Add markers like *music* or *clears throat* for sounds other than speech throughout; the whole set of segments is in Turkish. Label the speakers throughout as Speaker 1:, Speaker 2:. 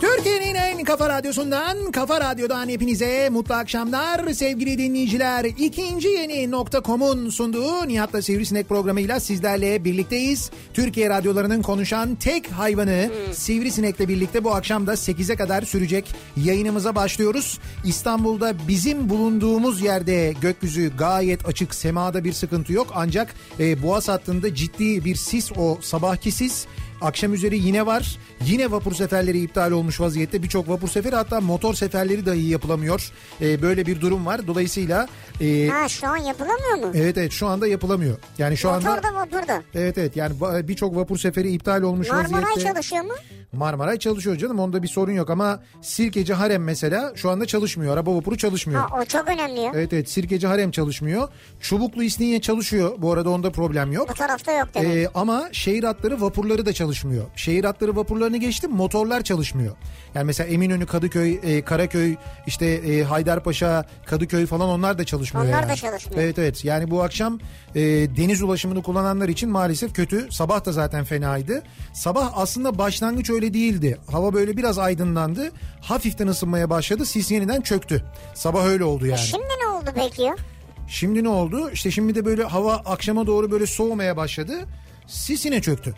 Speaker 1: Türkiye'nin en kafa radyosundan, kafa radyodan hepinize mutlu akşamlar sevgili dinleyiciler. İkinci yeni nokta.com'un sunduğu Nihat'la Sivrisinek programıyla sizlerle birlikteyiz. Türkiye radyolarının konuşan tek hayvanı Sivrisinek'le birlikte bu akşam da 8'e kadar sürecek yayınımıza başlıyoruz. İstanbul'da bizim bulunduğumuz yerde gökyüzü gayet açık, semada bir sıkıntı yok. Ancak e, Boğaz hattında ciddi bir sis o sabahki sis. Akşam üzeri yine var. Yine vapur seferleri iptal olmuş vaziyette. Birçok vapur seferi hatta motor seferleri dahi yapılamıyor. Ee, böyle bir durum var. Dolayısıyla e,
Speaker 2: Ha şu an yapılamıyor mu?
Speaker 1: evet evet şu anda yapılamıyor. Yani şu anda
Speaker 2: Motorda motorda.
Speaker 1: evet evet yani ba- birçok vapur seferi iptal olmuş
Speaker 2: Marmaray
Speaker 1: vaziyette.
Speaker 2: çalışıyor mu?
Speaker 1: Marmaray çalışıyor canım onda bir sorun yok ama Sirkeci Harem mesela şu anda çalışmıyor. Araba vapuru çalışmıyor.
Speaker 2: Ha o çok önemli ya.
Speaker 1: Evet evet Sirkeci Harem çalışmıyor. Çubuklu İstinye çalışıyor. Bu arada onda problem yok.
Speaker 2: Bu tarafta yok demek.
Speaker 1: Ee, ama şehir hatları vapurları da çalışmıyor. Şehir hatları vapurlarını geçtim motorlar çalışmıyor. Yani mesela Eminönü, Kadıköy, e, Karaköy, işte e, Haydarpaşa, Kadıköy falan onlar da çalışmıyor.
Speaker 2: Onlar da
Speaker 1: yani.
Speaker 2: çalışmıyor.
Speaker 1: Evet evet yani bu akşam e, deniz ulaşımını kullananlar için maalesef kötü. Sabah da zaten fenaydı. Sabah aslında başlangıç öyle değildi. Hava böyle biraz aydınlandı. Hafiften ısınmaya başladı. Sis yeniden çöktü. Sabah öyle oldu yani.
Speaker 2: Şimdi ne oldu peki ya?
Speaker 1: Şimdi ne oldu? İşte şimdi de böyle hava akşama doğru böyle soğumaya başladı. Sis yine çöktü.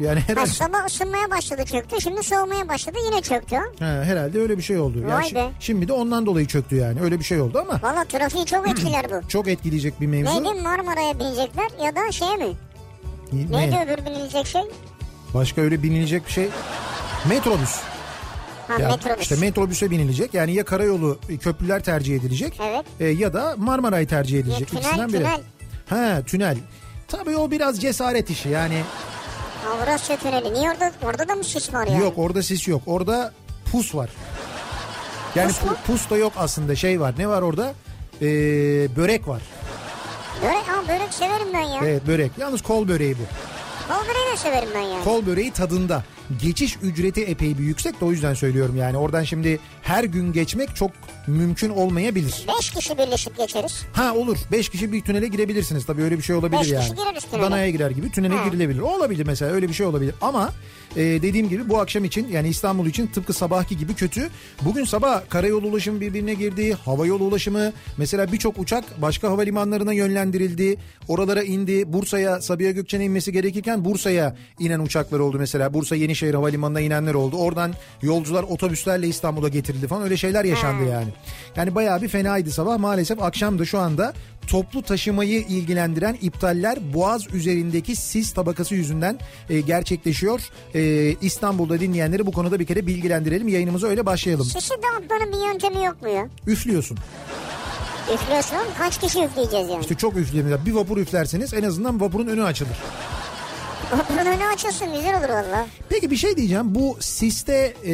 Speaker 1: Yani
Speaker 2: Ha,
Speaker 1: herhalde,
Speaker 2: sabah ısınmaya başladı çöktü. Şimdi soğumaya başladı yine çöktü.
Speaker 1: He, herhalde öyle bir şey oldu.
Speaker 2: Vay
Speaker 1: şi-
Speaker 2: be.
Speaker 1: şimdi de ondan dolayı çöktü yani. Öyle bir şey oldu ama
Speaker 2: Valla trafiği
Speaker 1: Hmm.
Speaker 2: çok etkiler bu.
Speaker 1: çok etkileyecek bir mevzu.
Speaker 2: Neydi Marmara'ya binecekler ya da şeye mi?
Speaker 1: Ne?
Speaker 2: Neydi öbür binilecek şey?
Speaker 1: Başka öyle binilecek bir şey. Metrobüs.
Speaker 2: Ha
Speaker 1: Yani
Speaker 2: metrobüs.
Speaker 1: İşte metrobüse binilecek. Yani ya karayolu e, köprüler tercih edilecek.
Speaker 2: Evet.
Speaker 1: e, ya da Marmaray tercih edilecek.
Speaker 2: tünel,
Speaker 1: İkisinden biri.
Speaker 2: tünel.
Speaker 1: Ha tünel. Tabii o biraz cesaret işi yani.
Speaker 2: Avrasya Tüneli. Niye orada, orada da mı sis var yani?
Speaker 1: Yok orada sis yok. Orada pus var. Yani
Speaker 2: Pus
Speaker 1: pu-
Speaker 2: mu?
Speaker 1: pus da yok aslında şey var. Ne var orada? Ee, börek var.
Speaker 2: Börek, ama börek severim ben ya.
Speaker 1: Evet börek. Yalnız kol böreği
Speaker 2: Ah.
Speaker 1: bu.
Speaker 2: Kol böreği de severim ben yani.
Speaker 1: Kol böreği tadında. Geçiş ücreti epey bir yüksek de o yüzden söylüyorum yani. Oradan şimdi her gün geçmek çok mümkün olmayabilir.
Speaker 2: Beş kişi birleşip geçeriz.
Speaker 1: Ha olur. 5 kişi bir tünele girebilirsiniz. Tabii öyle bir şey olabilir
Speaker 2: Beş kişi
Speaker 1: yani.
Speaker 2: gireriz tünele.
Speaker 1: Danaya girer gibi tünele
Speaker 2: Ha.
Speaker 1: girilebilir. O olabilir mesela öyle bir şey olabilir. Ama e, dediğim gibi bu akşam için yani İstanbul için tıpkı sabahki gibi kötü. Bugün sabah karayolu ulaşımı birbirine girdi. Hava yolu ulaşımı mesela birçok uçak başka havalimanlarına yönlendirildi. Oralara indi. Bursa'ya Sabiha Gökçen'e inmesi gerekirken Bursa'ya inen uçaklar oldu mesela. Bursa Yenişehir Havalimanı'na inenler oldu. Oradan yolcular otobüslerle İstanbul'a getirildi falan öyle şeyler yaşandı yani. Yani bayağı bir fenaydı sabah. Maalesef akşam da şu anda toplu taşımayı ilgilendiren iptaller Boğaz üzerindeki sis tabakası yüzünden e, gerçekleşiyor. E, İstanbul'da dinleyenleri bu konuda bir kere bilgilendirelim. Yayınımıza öyle başlayalım.
Speaker 2: Sisi dağıtmanın bir yöntemi yok mu ya?
Speaker 1: Üflüyorsun.
Speaker 2: Üflüyorsun ama kaç kişi üfleyeceğiz yani?
Speaker 1: İşte çok üfleyemiyorlar. Bir vapur üflerseniz en azından vapurun önü açılır.
Speaker 2: Bunun önü açılsın güzel olur valla.
Speaker 1: Peki bir şey diyeceğim. Bu siste e,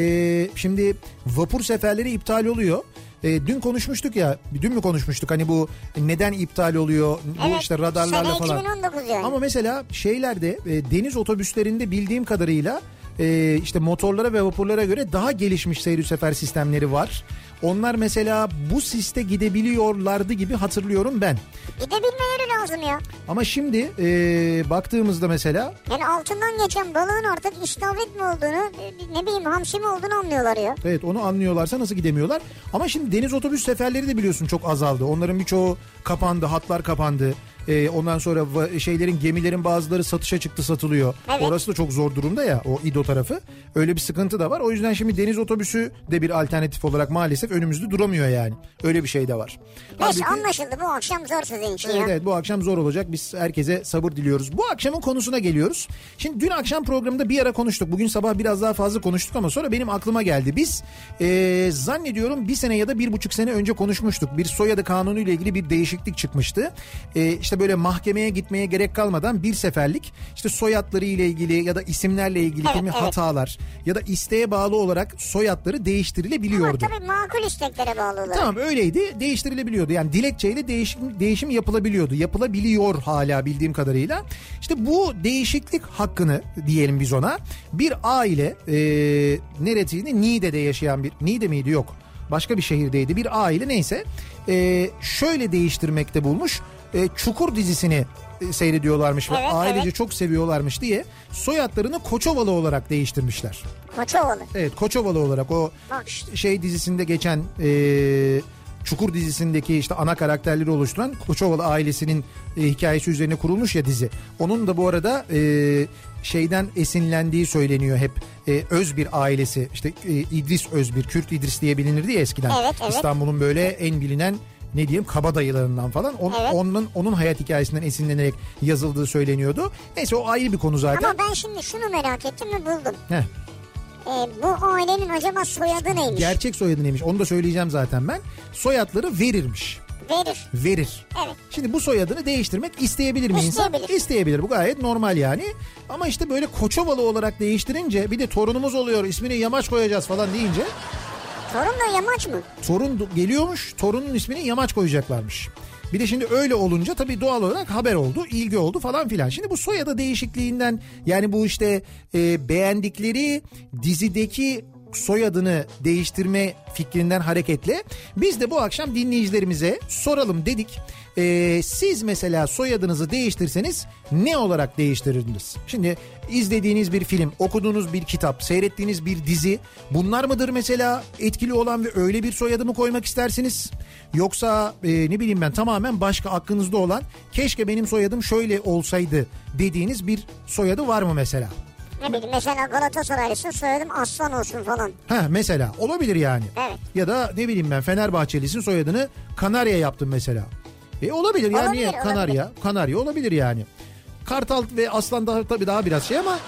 Speaker 1: şimdi vapur seferleri iptal oluyor. E, dün konuşmuştuk ya. Dün mü konuşmuştuk? Hani bu neden iptal oluyor? bu işte radarlarla
Speaker 2: sene
Speaker 1: falan.
Speaker 2: 2019 yani.
Speaker 1: Ama mesela şeylerde e, deniz otobüslerinde bildiğim kadarıyla e, işte motorlara ve vapurlara göre daha gelişmiş seyir sefer sistemleri var. Onlar mesela bu siste gidebiliyorlardı gibi hatırlıyorum ben.
Speaker 2: Gidebilmeleri lazım ya.
Speaker 1: Ama şimdi e, baktığımızda mesela
Speaker 2: Yani altından geçen balığın artık istavrit mi olduğunu e, ne bileyim hamsi mi olduğunu anlıyorlar ya.
Speaker 1: Evet onu anlıyorlarsa nasıl gidemiyorlar. Ama şimdi deniz otobüs seferleri de biliyorsun çok azaldı. Onların birçoğu kapandı, hatlar kapandı. Ee, ondan sonra va- şeylerin gemilerin bazıları satışa çıktı satılıyor.
Speaker 2: Evet.
Speaker 1: Orası da çok zor durumda ya o İdo tarafı. Öyle bir sıkıntı da var. O yüzden şimdi deniz otobüsü de bir alternatif olarak maalesef önümüzde duramıyor yani. Öyle bir şey de var.
Speaker 2: Neyse
Speaker 1: Halbuki-
Speaker 2: anlaşıldı bu akşam zor sizin için
Speaker 1: Evet,
Speaker 2: ya.
Speaker 1: evet bu akşam zor olacak. Biz herkese sabır diliyoruz. Bu akşamın konusuna geliyoruz. Şimdi dün akşam programında bir ara konuştuk. Bugün sabah biraz daha fazla konuştuk ama sonra benim aklıma geldi. Biz eee, zannediyorum bir sene ya da bir buçuk sene önce konuşmuştuk. Bir soyadı kanunu ile ilgili bir değişiklik çıkmıştı. Eee işte böyle mahkemeye gitmeye gerek kalmadan bir seferlik işte soyadları ile ilgili ya da isimlerle ilgili
Speaker 2: Evet,
Speaker 1: kimi
Speaker 2: evet.
Speaker 1: hatalar ya da isteğe bağlı olarak soyadları
Speaker 2: Ama
Speaker 1: değiştirilebiliyordu.
Speaker 2: tabii makul isteklere bağlı olarak.
Speaker 1: Tamam öyleydi. Değiştirilebiliyordu. Yani dilekçeyle değişim değişim yapılabiliyordu. Yapılabiliyor hala bildiğim kadarıyla. İşte bu değişiklik hakkını diyelim biz ona. Bir aile e, neresiydi? Niğde'de yaşayan bir Niğde miydi? Yok. Başka bir şehirdeydi. Bir aile neyse e, şöyle değiştirmekte bulmuş. E, Çukur dizisini e, seyrediyorlarmış ve
Speaker 2: Evet,
Speaker 1: ailece
Speaker 2: evet.
Speaker 1: çok seviyorlarmış diye soyadlarını Koçovalı olarak değiştirmişler.
Speaker 2: Koçovalı.
Speaker 1: Evet Koçovalı olarak o
Speaker 2: Bak işte.
Speaker 1: şey dizisinde geçen e, Çukur dizisindeki işte ana karakterleri oluşturan Koçovalı ailesinin e, hikayesi üzerine kurulmuş ya dizi. Onun da bu arada e, şeyden esinlendiği söyleniyor hep. E, Özbir ailesi işte e, İdris Özbir, Kürt İdris diye bilinirdi ya eskiden.
Speaker 2: Evet, evet.
Speaker 1: İstanbul'un böyle en bilinen ne diyeyim kabadayılarından falan. On-
Speaker 2: Evet.
Speaker 1: Onun onun hayat hikayesinden esinlenerek yazıldığı söyleniyordu. Neyse o ayrı bir konu zaten.
Speaker 2: Ama ben şimdi şunu merak ettim ve buldum.
Speaker 1: Heh.
Speaker 2: Ee, bu ailenin acaba soyadı neymiş?
Speaker 1: Gerçek soyadı neymiş onu da söyleyeceğim zaten ben. Soyadları verirmiş.
Speaker 2: Verir.
Speaker 1: Verir.
Speaker 2: Evet.
Speaker 1: Şimdi bu soyadını değiştirmek isteyebilir mi insan?
Speaker 2: İsteyebilir.
Speaker 1: İsteyebilir. Bu gayet normal yani. Ama işte böyle Koçovalı olarak değiştirince bir de torunumuz oluyor ismini Yamaç koyacağız falan deyince
Speaker 2: Torun da yamaç mı?
Speaker 1: torun du- geliyormuş torunun ismini Yamaç koyacaklarmış. Bir de şimdi öyle olunca tabii doğal olarak haber oldu, ilgi oldu falan filan. Şimdi bu soyadı değişikliğinden yani bu işte e, beğendikleri dizideki soyadını değiştirme fikrinden hareketle biz de bu akşam dinleyicilerimize soralım dedik. E, siz mesela soyadınızı değiştirseniz ne olarak değiştirirdiniz? Şimdi izlediğiniz bir film, okuduğunuz bir kitap, seyrettiğiniz bir dizi bunlar mıdır mesela etkili olan ve öyle bir soyadı mı koymak istersiniz? Yoksa e, ne bileyim ben tamamen başka aklınızda olan keşke benim soyadım şöyle olsaydı dediğiniz bir soyadı var mı mesela?
Speaker 2: Ne bileyim mesela Galatasaraylısın soyadım aslan olsun falan.
Speaker 1: Ha mesela olabilir yani.
Speaker 2: Evet.
Speaker 1: Ya da ne bileyim ben Fenerbahçelisin soyadını Kanarya yaptım mesela. E olabilir ya
Speaker 2: Olabilir,
Speaker 1: niye
Speaker 2: olabilir.
Speaker 1: Kanarya? Kanarya olabilir yani. Kartal ve Aslan daha tabii daha biraz şey ama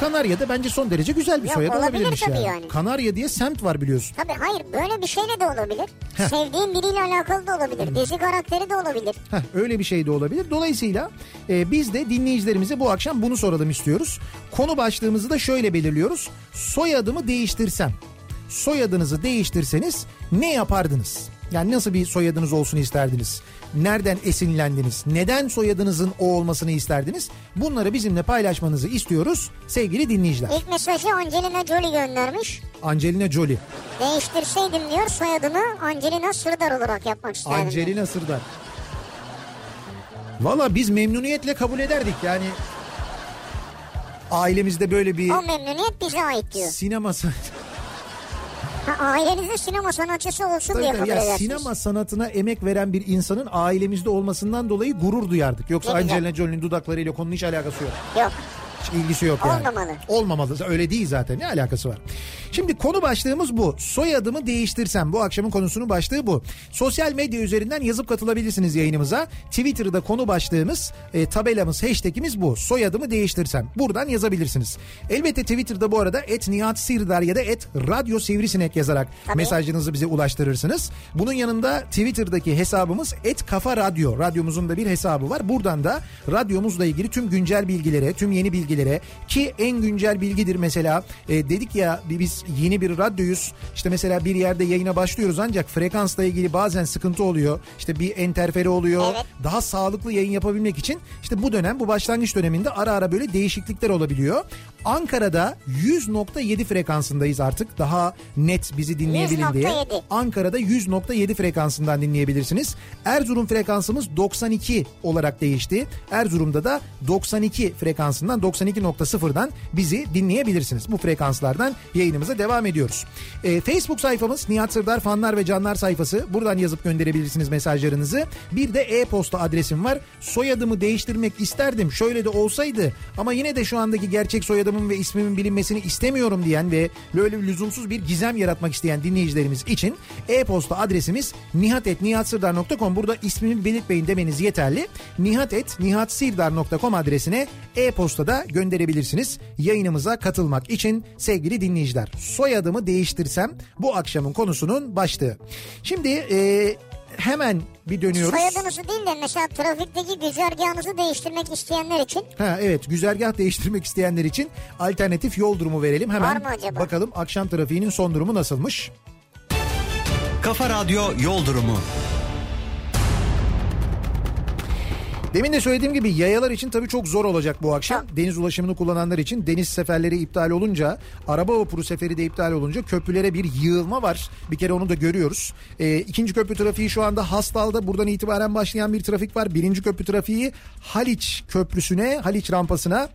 Speaker 1: Kanarya da bence son derece güzel bir
Speaker 2: Yok,
Speaker 1: soyadı
Speaker 2: olabilir
Speaker 1: olabilirmiş
Speaker 2: tabii
Speaker 1: yani.
Speaker 2: yani.
Speaker 1: Kanarya diye semt var biliyorsun.
Speaker 2: Tabii hayır böyle bir şeyle de olabilir.
Speaker 1: Heh. Hmm.
Speaker 2: Sevdiğin biriyle alakalı da olabilir. Dizi karakteri de olabilir.
Speaker 1: Heh, öyle bir şey de olabilir. Dolayısıyla e, biz de dinleyicilerimize bu akşam bunu soralım istiyoruz. Konu başlığımızı da şöyle belirliyoruz. Soyadımı değiştirsem, soyadınızı değiştirseniz ne yapardınız? Yani nasıl bir soyadınız olsun isterdiniz? Nereden esinlendiniz? Neden soyadınızın o olmasını isterdiniz? Bunları bizimle paylaşmanızı istiyoruz sevgili dinleyiciler.
Speaker 2: İlk mesajı Angelina Jolie göndermiş.
Speaker 1: Angelina Jolie,
Speaker 2: Değiştirseydim diyor soyadımı Angelina Sırdar olarak yapmak isterdim. diyor.
Speaker 1: Angelina Sırdar. Valla biz memnuniyetle kabul ederdik yani. Ailemizde böyle bir
Speaker 2: O memnuniyet bize ait diyor.
Speaker 1: sinema san-
Speaker 2: Ha, ailenizin sinema sanatçısı olsun
Speaker 1: Tabii
Speaker 2: diye
Speaker 1: *laughs* tabii
Speaker 2: kabul
Speaker 1: ya
Speaker 2: edersiniz.
Speaker 1: sinema sanatına emek veren bir insanın ailemizde olmasından dolayı gurur duyardık. Yoksa
Speaker 2: Ne güzel.
Speaker 1: Angelina Jolie'nin dudaklarıyla konunun hiç alakası yok.
Speaker 2: Yok.
Speaker 1: Hiç ilgisi yok yani.
Speaker 2: Olmamalı.
Speaker 1: Olmamalı. Öyle değil zaten. Ne alakası var? Şimdi konu başlığımız bu. Soyadımı değiştirsem. Bu akşamın konusunun başlığı bu. Sosyal medya üzerinden yazıp katılabilirsiniz yayınımıza. Twitter'da konu başlığımız, e, tabelamız, hashtagimiz bu. Soyadımı değiştirsem. Buradan yazabilirsiniz. Elbette Twitter'da bu arada et Nihat Sirdar ya da et Radyo Sivrisinek yazarak
Speaker 2: Tabii.
Speaker 1: mesajlarınızı bize ulaştırırsınız. Bunun yanında Twitter'daki hesabımız et Kafa Radyo. Radyomuzun da bir hesabı var. Buradan da radyomuzla ilgili tüm güncel bilgilere, tüm yeni bilgilere ki en güncel bilgidir mesela e, dedik ya bi- biz yeni bir radyoyuz. İşte mesela bir yerde yayına başlıyoruz ancak frekansla ilgili bazen sıkıntı oluyor. İşte bir enterferi oluyor.
Speaker 2: Evet.
Speaker 1: Daha sağlıklı yayın yapabilmek için işte bu dönem bu başlangıç döneminde ara ara böyle değişiklikler olabiliyor. Ankara'da 100.7 frekansındayız artık. Daha net bizi dinleyebilin diye.
Speaker 2: 100.7.
Speaker 1: Ankara'da 100.7 frekansından dinleyebilirsiniz. Erzurum frekansımız 92 olarak değişti. Erzurum'da da 92 frekansından 92.0'dan bizi dinleyebilirsiniz. Bu frekanslardan yayınımıza devam ediyoruz. Ee, Facebook sayfamız Nihat Sırdar fanlar ve canlar sayfası. Buradan yazıp gönderebilirsiniz mesajlarınızı. Bir de e-posta adresim var. Soyadımı değiştirmek isterdim. Şöyle de olsaydı ama yine de şu andaki gerçek soyadım markamın ve ismimin bilinmesini istemiyorum diyen ve böyle bir lüzumsuz bir gizem yaratmak isteyen dinleyicilerimiz için e-posta adresimiz nihatetnihatsirdar.com. Burada ismimi belirtmeyin demeniz yeterli. nihatetnihatsirdar.com adresine e-postada gönderebilirsiniz. Yayınımıza katılmak için sevgili dinleyiciler. Soyadımı değiştirsem bu akşamın konusunun başlığı. Şimdi e, hemen bir dönüyoruz.
Speaker 2: Soyadınızı değil de mesela trafikteki güzergahınızı değiştirmek isteyenler için
Speaker 1: Ha evet güzergah değiştirmek isteyenler için alternatif yol durumu verelim. Hemen
Speaker 2: Var mı acaba?
Speaker 1: bakalım akşam trafiğinin son durumu nasılmış?
Speaker 3: Kafa Radyo Yol Durumu.
Speaker 1: Demin de söylediğim gibi yayalar için tabii çok zor olacak bu akşam. Deniz ulaşımını kullananlar için deniz seferleri iptal olunca, araba vapuru seferi de iptal olunca köprülere bir yığılma var. Bir kere onu da görüyoruz. Ee, ikinci köprü trafiği şu anda Hastal'da buradan itibaren başlayan bir trafik var. Birinci köprü trafiği Haliç köprüsüne, Haliç rampasına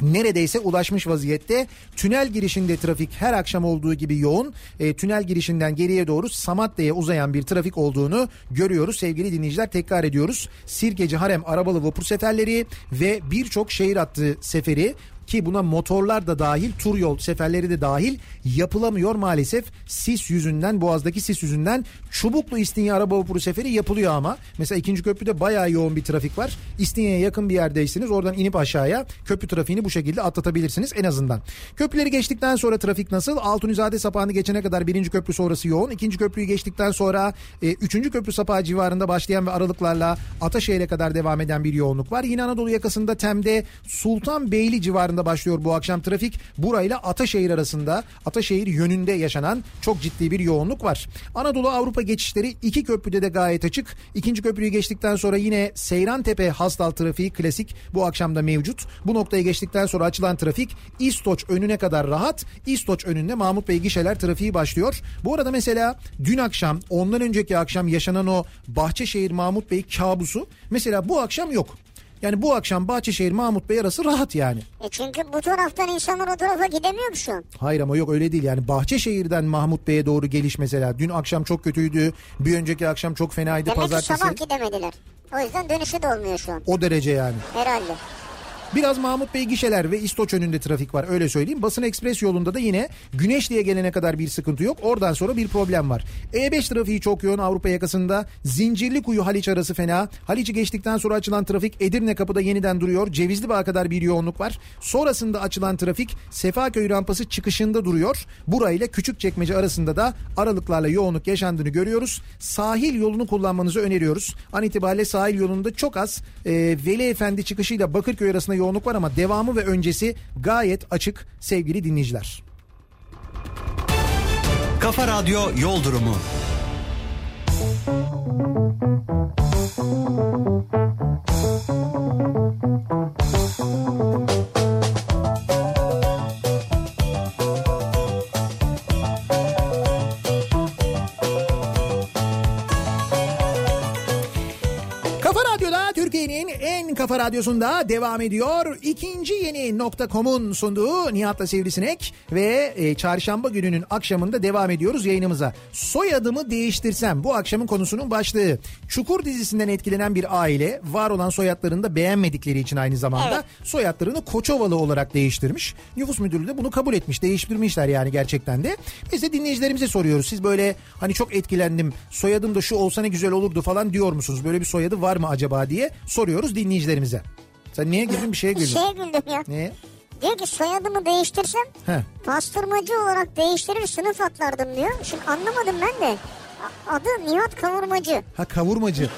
Speaker 1: neredeyse ulaşmış vaziyette. Tünel girişinde trafik her akşam olduğu gibi yoğun. E, tünel girişinden geriye doğru Samatya'ya uzayan bir trafik olduğunu görüyoruz. Sevgili dinleyiciler tekrar ediyoruz. Sirkeci Harem arabalı vapur seferleri ve birçok şehir hattı seferi ki buna motorlar da dahil tur yol seferleri de dahil yapılamıyor maalesef sis yüzünden boğazdaki sis yüzünden Çubuklu İstinye araba vapuru seferi yapılıyor ama mesela ikinci köprüde bayağı yoğun bir trafik var İstinye'ye yakın bir yerdeyseniz oradan inip aşağıya köprü trafiğini bu şekilde atlatabilirsiniz en azından. Köprüleri geçtikten sonra trafik nasıl? Altunizade sapağını geçene kadar birinci köprü sonrası yoğun. ikinci köprüyü geçtikten sonra e, üçüncü köprü sapağı civarında başlayan ve aralıklarla Ataşehir'e kadar devam eden bir yoğunluk var. Yine Anadolu yakasında Tem'de Sultanbeyli civarında başlıyor bu akşam trafik. Burayla Ataşehir arasında Ataşehir yönünde yaşanan çok ciddi bir yoğunluk var. Anadolu Avrupa geçişleri iki köprüde de gayet açık. İkinci köprüyü geçtikten sonra yine Seyrantepe Hastal trafiği klasik bu akşam da mevcut. Bu noktayı geçtikten sonra açılan trafik İstoç önüne kadar rahat. İstoç önünde Mahmut Bey gişeler trafiği başlıyor. Bu arada mesela dün akşam ondan önceki akşam yaşanan o Bahçeşehir Mahmut Bey kabusu mesela bu akşam yok. Yani bu akşam Bahçeşehir Mahmut Bey arası rahat yani.
Speaker 2: E çünkü bu taraftan insanlar o tarafa gidemiyor mu şu an?
Speaker 1: Hayır ama yok öyle değil yani Bahçeşehir'den Mahmut Bey'e doğru geliş mesela. Dün akşam çok kötüydü. Bir önceki akşam çok fenaydı
Speaker 2: Demek ki
Speaker 1: pazartesi.
Speaker 2: sabah gidemediler. O yüzden dönüşü de olmuyor şu an.
Speaker 1: O derece yani.
Speaker 2: Herhalde.
Speaker 1: Biraz Mahmut Bey gişeler ve İstoç önünde trafik var öyle söyleyeyim. Basın Ekspres yolunda da yine Güneşli'ye gelene kadar bir sıkıntı yok. Oradan sonra bir problem var. E5 trafiği çok yoğun Avrupa yakasında. Zincirli Kuyu Haliç arası fena. Haliç'i geçtikten sonra açılan trafik Edirne kapıda yeniden duruyor. Cevizli Bağ kadar bir yoğunluk var. Sonrasında açılan trafik Sefaköy rampası çıkışında duruyor. Burayla Küçükçekmece arasında da aralıklarla yoğunluk yaşandığını görüyoruz. Sahil yolunu kullanmanızı öneriyoruz. An itibariyle sahil yolunda çok az e, Veli Efendi çıkışıyla Bakırköy arasında yoğunluk var ama devamı ve öncesi gayet açık sevgili dinleyiciler.
Speaker 3: Kafa Radyo Yol Durumu.
Speaker 1: Kafa Radyo'da Türkiye'nin en kafa radyosunda devam ediyor. İkinci yeni nokta.com'un sunduğu Nihat'la Sivrisinek ve e, çarşamba gününün akşamında devam ediyoruz yayınımıza. Soyadımı değiştirsem bu akşamın konusunun başlığı. Çukur dizisinden etkilenen bir aile var olan soyadlarını da beğenmedikleri için aynı zamanda
Speaker 2: Evet.
Speaker 1: soyadlarını Koçovalı olarak değiştirmiş. Nüfus müdürlüğü de bunu kabul etmiş. Değiştirmişler yani gerçekten de. Biz de dinleyicilerimize soruyoruz. Siz böyle hani çok etkilendim soyadım da şu olsa ne güzel olurdu falan diyor musunuz? Böyle bir soyadı var mı acaba diye soruyoruz dinleyicilerimize. Sen niye girdin bir şeye
Speaker 2: Bir
Speaker 1: girdin?
Speaker 2: şeye güldüm ya.
Speaker 1: Niye?
Speaker 2: Diyor ki soyadımı değiştirsem
Speaker 1: He.
Speaker 2: pastırmacı olarak değiştirir sınıf atlardım diyor. Şimdi anlamadım ben de. A- Adı Nihat Kavurmacı.
Speaker 1: Ha kavurmacı.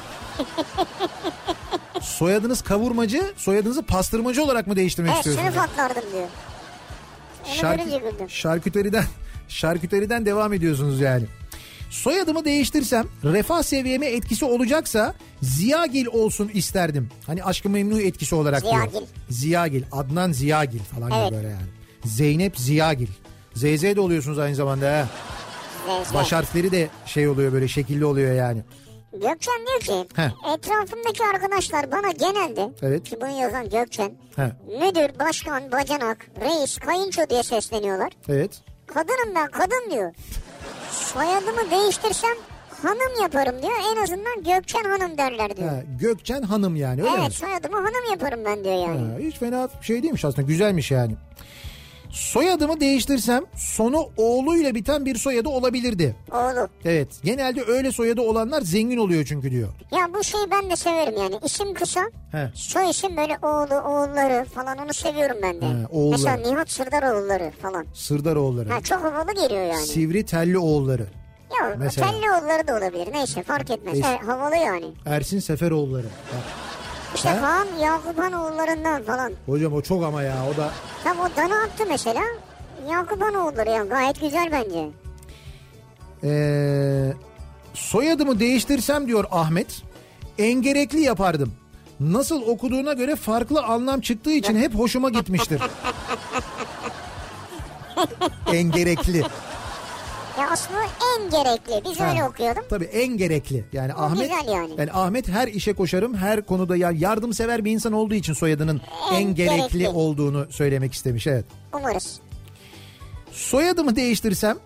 Speaker 1: Soyadınız kavurmacı, soyadınızı pastırmacı olarak mı değiştirmek
Speaker 2: Evet
Speaker 1: istiyorsunuz?
Speaker 2: sınıf atlardım diyor. Onu görünce güldüm.
Speaker 1: şarküteriden, şarküteriden devam ediyorsunuz yani. Soyadımı değiştirsem refah seviyeme etkisi olacaksa Ziyagil olsun isterdim. Hani aşkı memnu etkisi olarak
Speaker 2: Ziyagil.
Speaker 1: diyor. Ziyagil. Adnan Ziyagil falan gibi
Speaker 2: Evet.
Speaker 1: böyle yani. Zeynep Ziyagil. ZZ de oluyorsunuz aynı zamanda ha.
Speaker 2: Neyse.
Speaker 1: Baş harfleri de şey oluyor böyle şekilli oluyor yani.
Speaker 2: Gökçen diyor ki
Speaker 1: He.
Speaker 2: etrafımdaki arkadaşlar bana genelde
Speaker 1: Evet.
Speaker 2: ki bunu yazan Gökçen
Speaker 1: He.
Speaker 2: müdür, başkan, bacanak, reis, kayınço diye sesleniyorlar.
Speaker 1: Evet.
Speaker 2: Kadınım ben kadın diyor. Soyadımı değiştirsem hanım yaparım diyor. En azından Gökçen hanım derler diyor.
Speaker 1: Ha, Gökçen Hanım yani öyle mi?
Speaker 2: evet soyadımı hanım yaparım ben diyor yani.
Speaker 1: Ha, hiç fena şey değilmiş aslında güzelmiş yani. Soyadımı değiştirsem sonu oğluyla biten bir soyadı olabilirdi.
Speaker 2: Oğlu.
Speaker 1: Evet genelde öyle soyadı olanlar zengin oluyor çünkü diyor.
Speaker 2: Ya bu şeyi ben de severim yani. İsim kısa.
Speaker 1: He.
Speaker 2: Soy isim böyle oğlu, oğulları falan onu seviyorum ben de.
Speaker 1: He, oğulları.
Speaker 2: Mesela Nihat Sırdaroğulları falan.
Speaker 1: Sırdaroğulları.
Speaker 2: Ha, çok havalı geliyor yani.
Speaker 1: Sivri telli oğulları.
Speaker 2: ya
Speaker 1: mesela.
Speaker 2: telli oğulları da olabilir. Neyse fark etmez.
Speaker 1: Neyse.
Speaker 2: Evet, havalı yani.
Speaker 1: Ersin Seferoğulları. Bak,
Speaker 2: İşte
Speaker 1: He?
Speaker 2: Kaan Yakuban oğullarından falan.
Speaker 1: hocam o çok ama ya o da
Speaker 2: Tam o dana attı mesela. Yakuban oğulları ya gayet güzel bence.
Speaker 1: Ee, soyadımı değiştirsem diyor Ahmet. Engerekli yapardım. Nasıl okuduğuna göre farklı anlam çıktığı için hep hoşuma
Speaker 2: *laughs*
Speaker 1: gitmiştir. engerekli.
Speaker 2: Ya aslında en gerekli. Biz öyle
Speaker 1: Ha,
Speaker 2: okuyorduk.
Speaker 1: Tabii en gerekli. Yani Ahmet
Speaker 2: güzel yani.
Speaker 1: Ahmet her işe koşarım, her konuda ya yardımsever bir insan olduğu için soyadının en,
Speaker 2: En
Speaker 1: gerekli.
Speaker 2: gerekli.
Speaker 1: olduğunu söylemek istemiş. Evet.
Speaker 2: Umarız.
Speaker 1: Soyadımı değiştirsem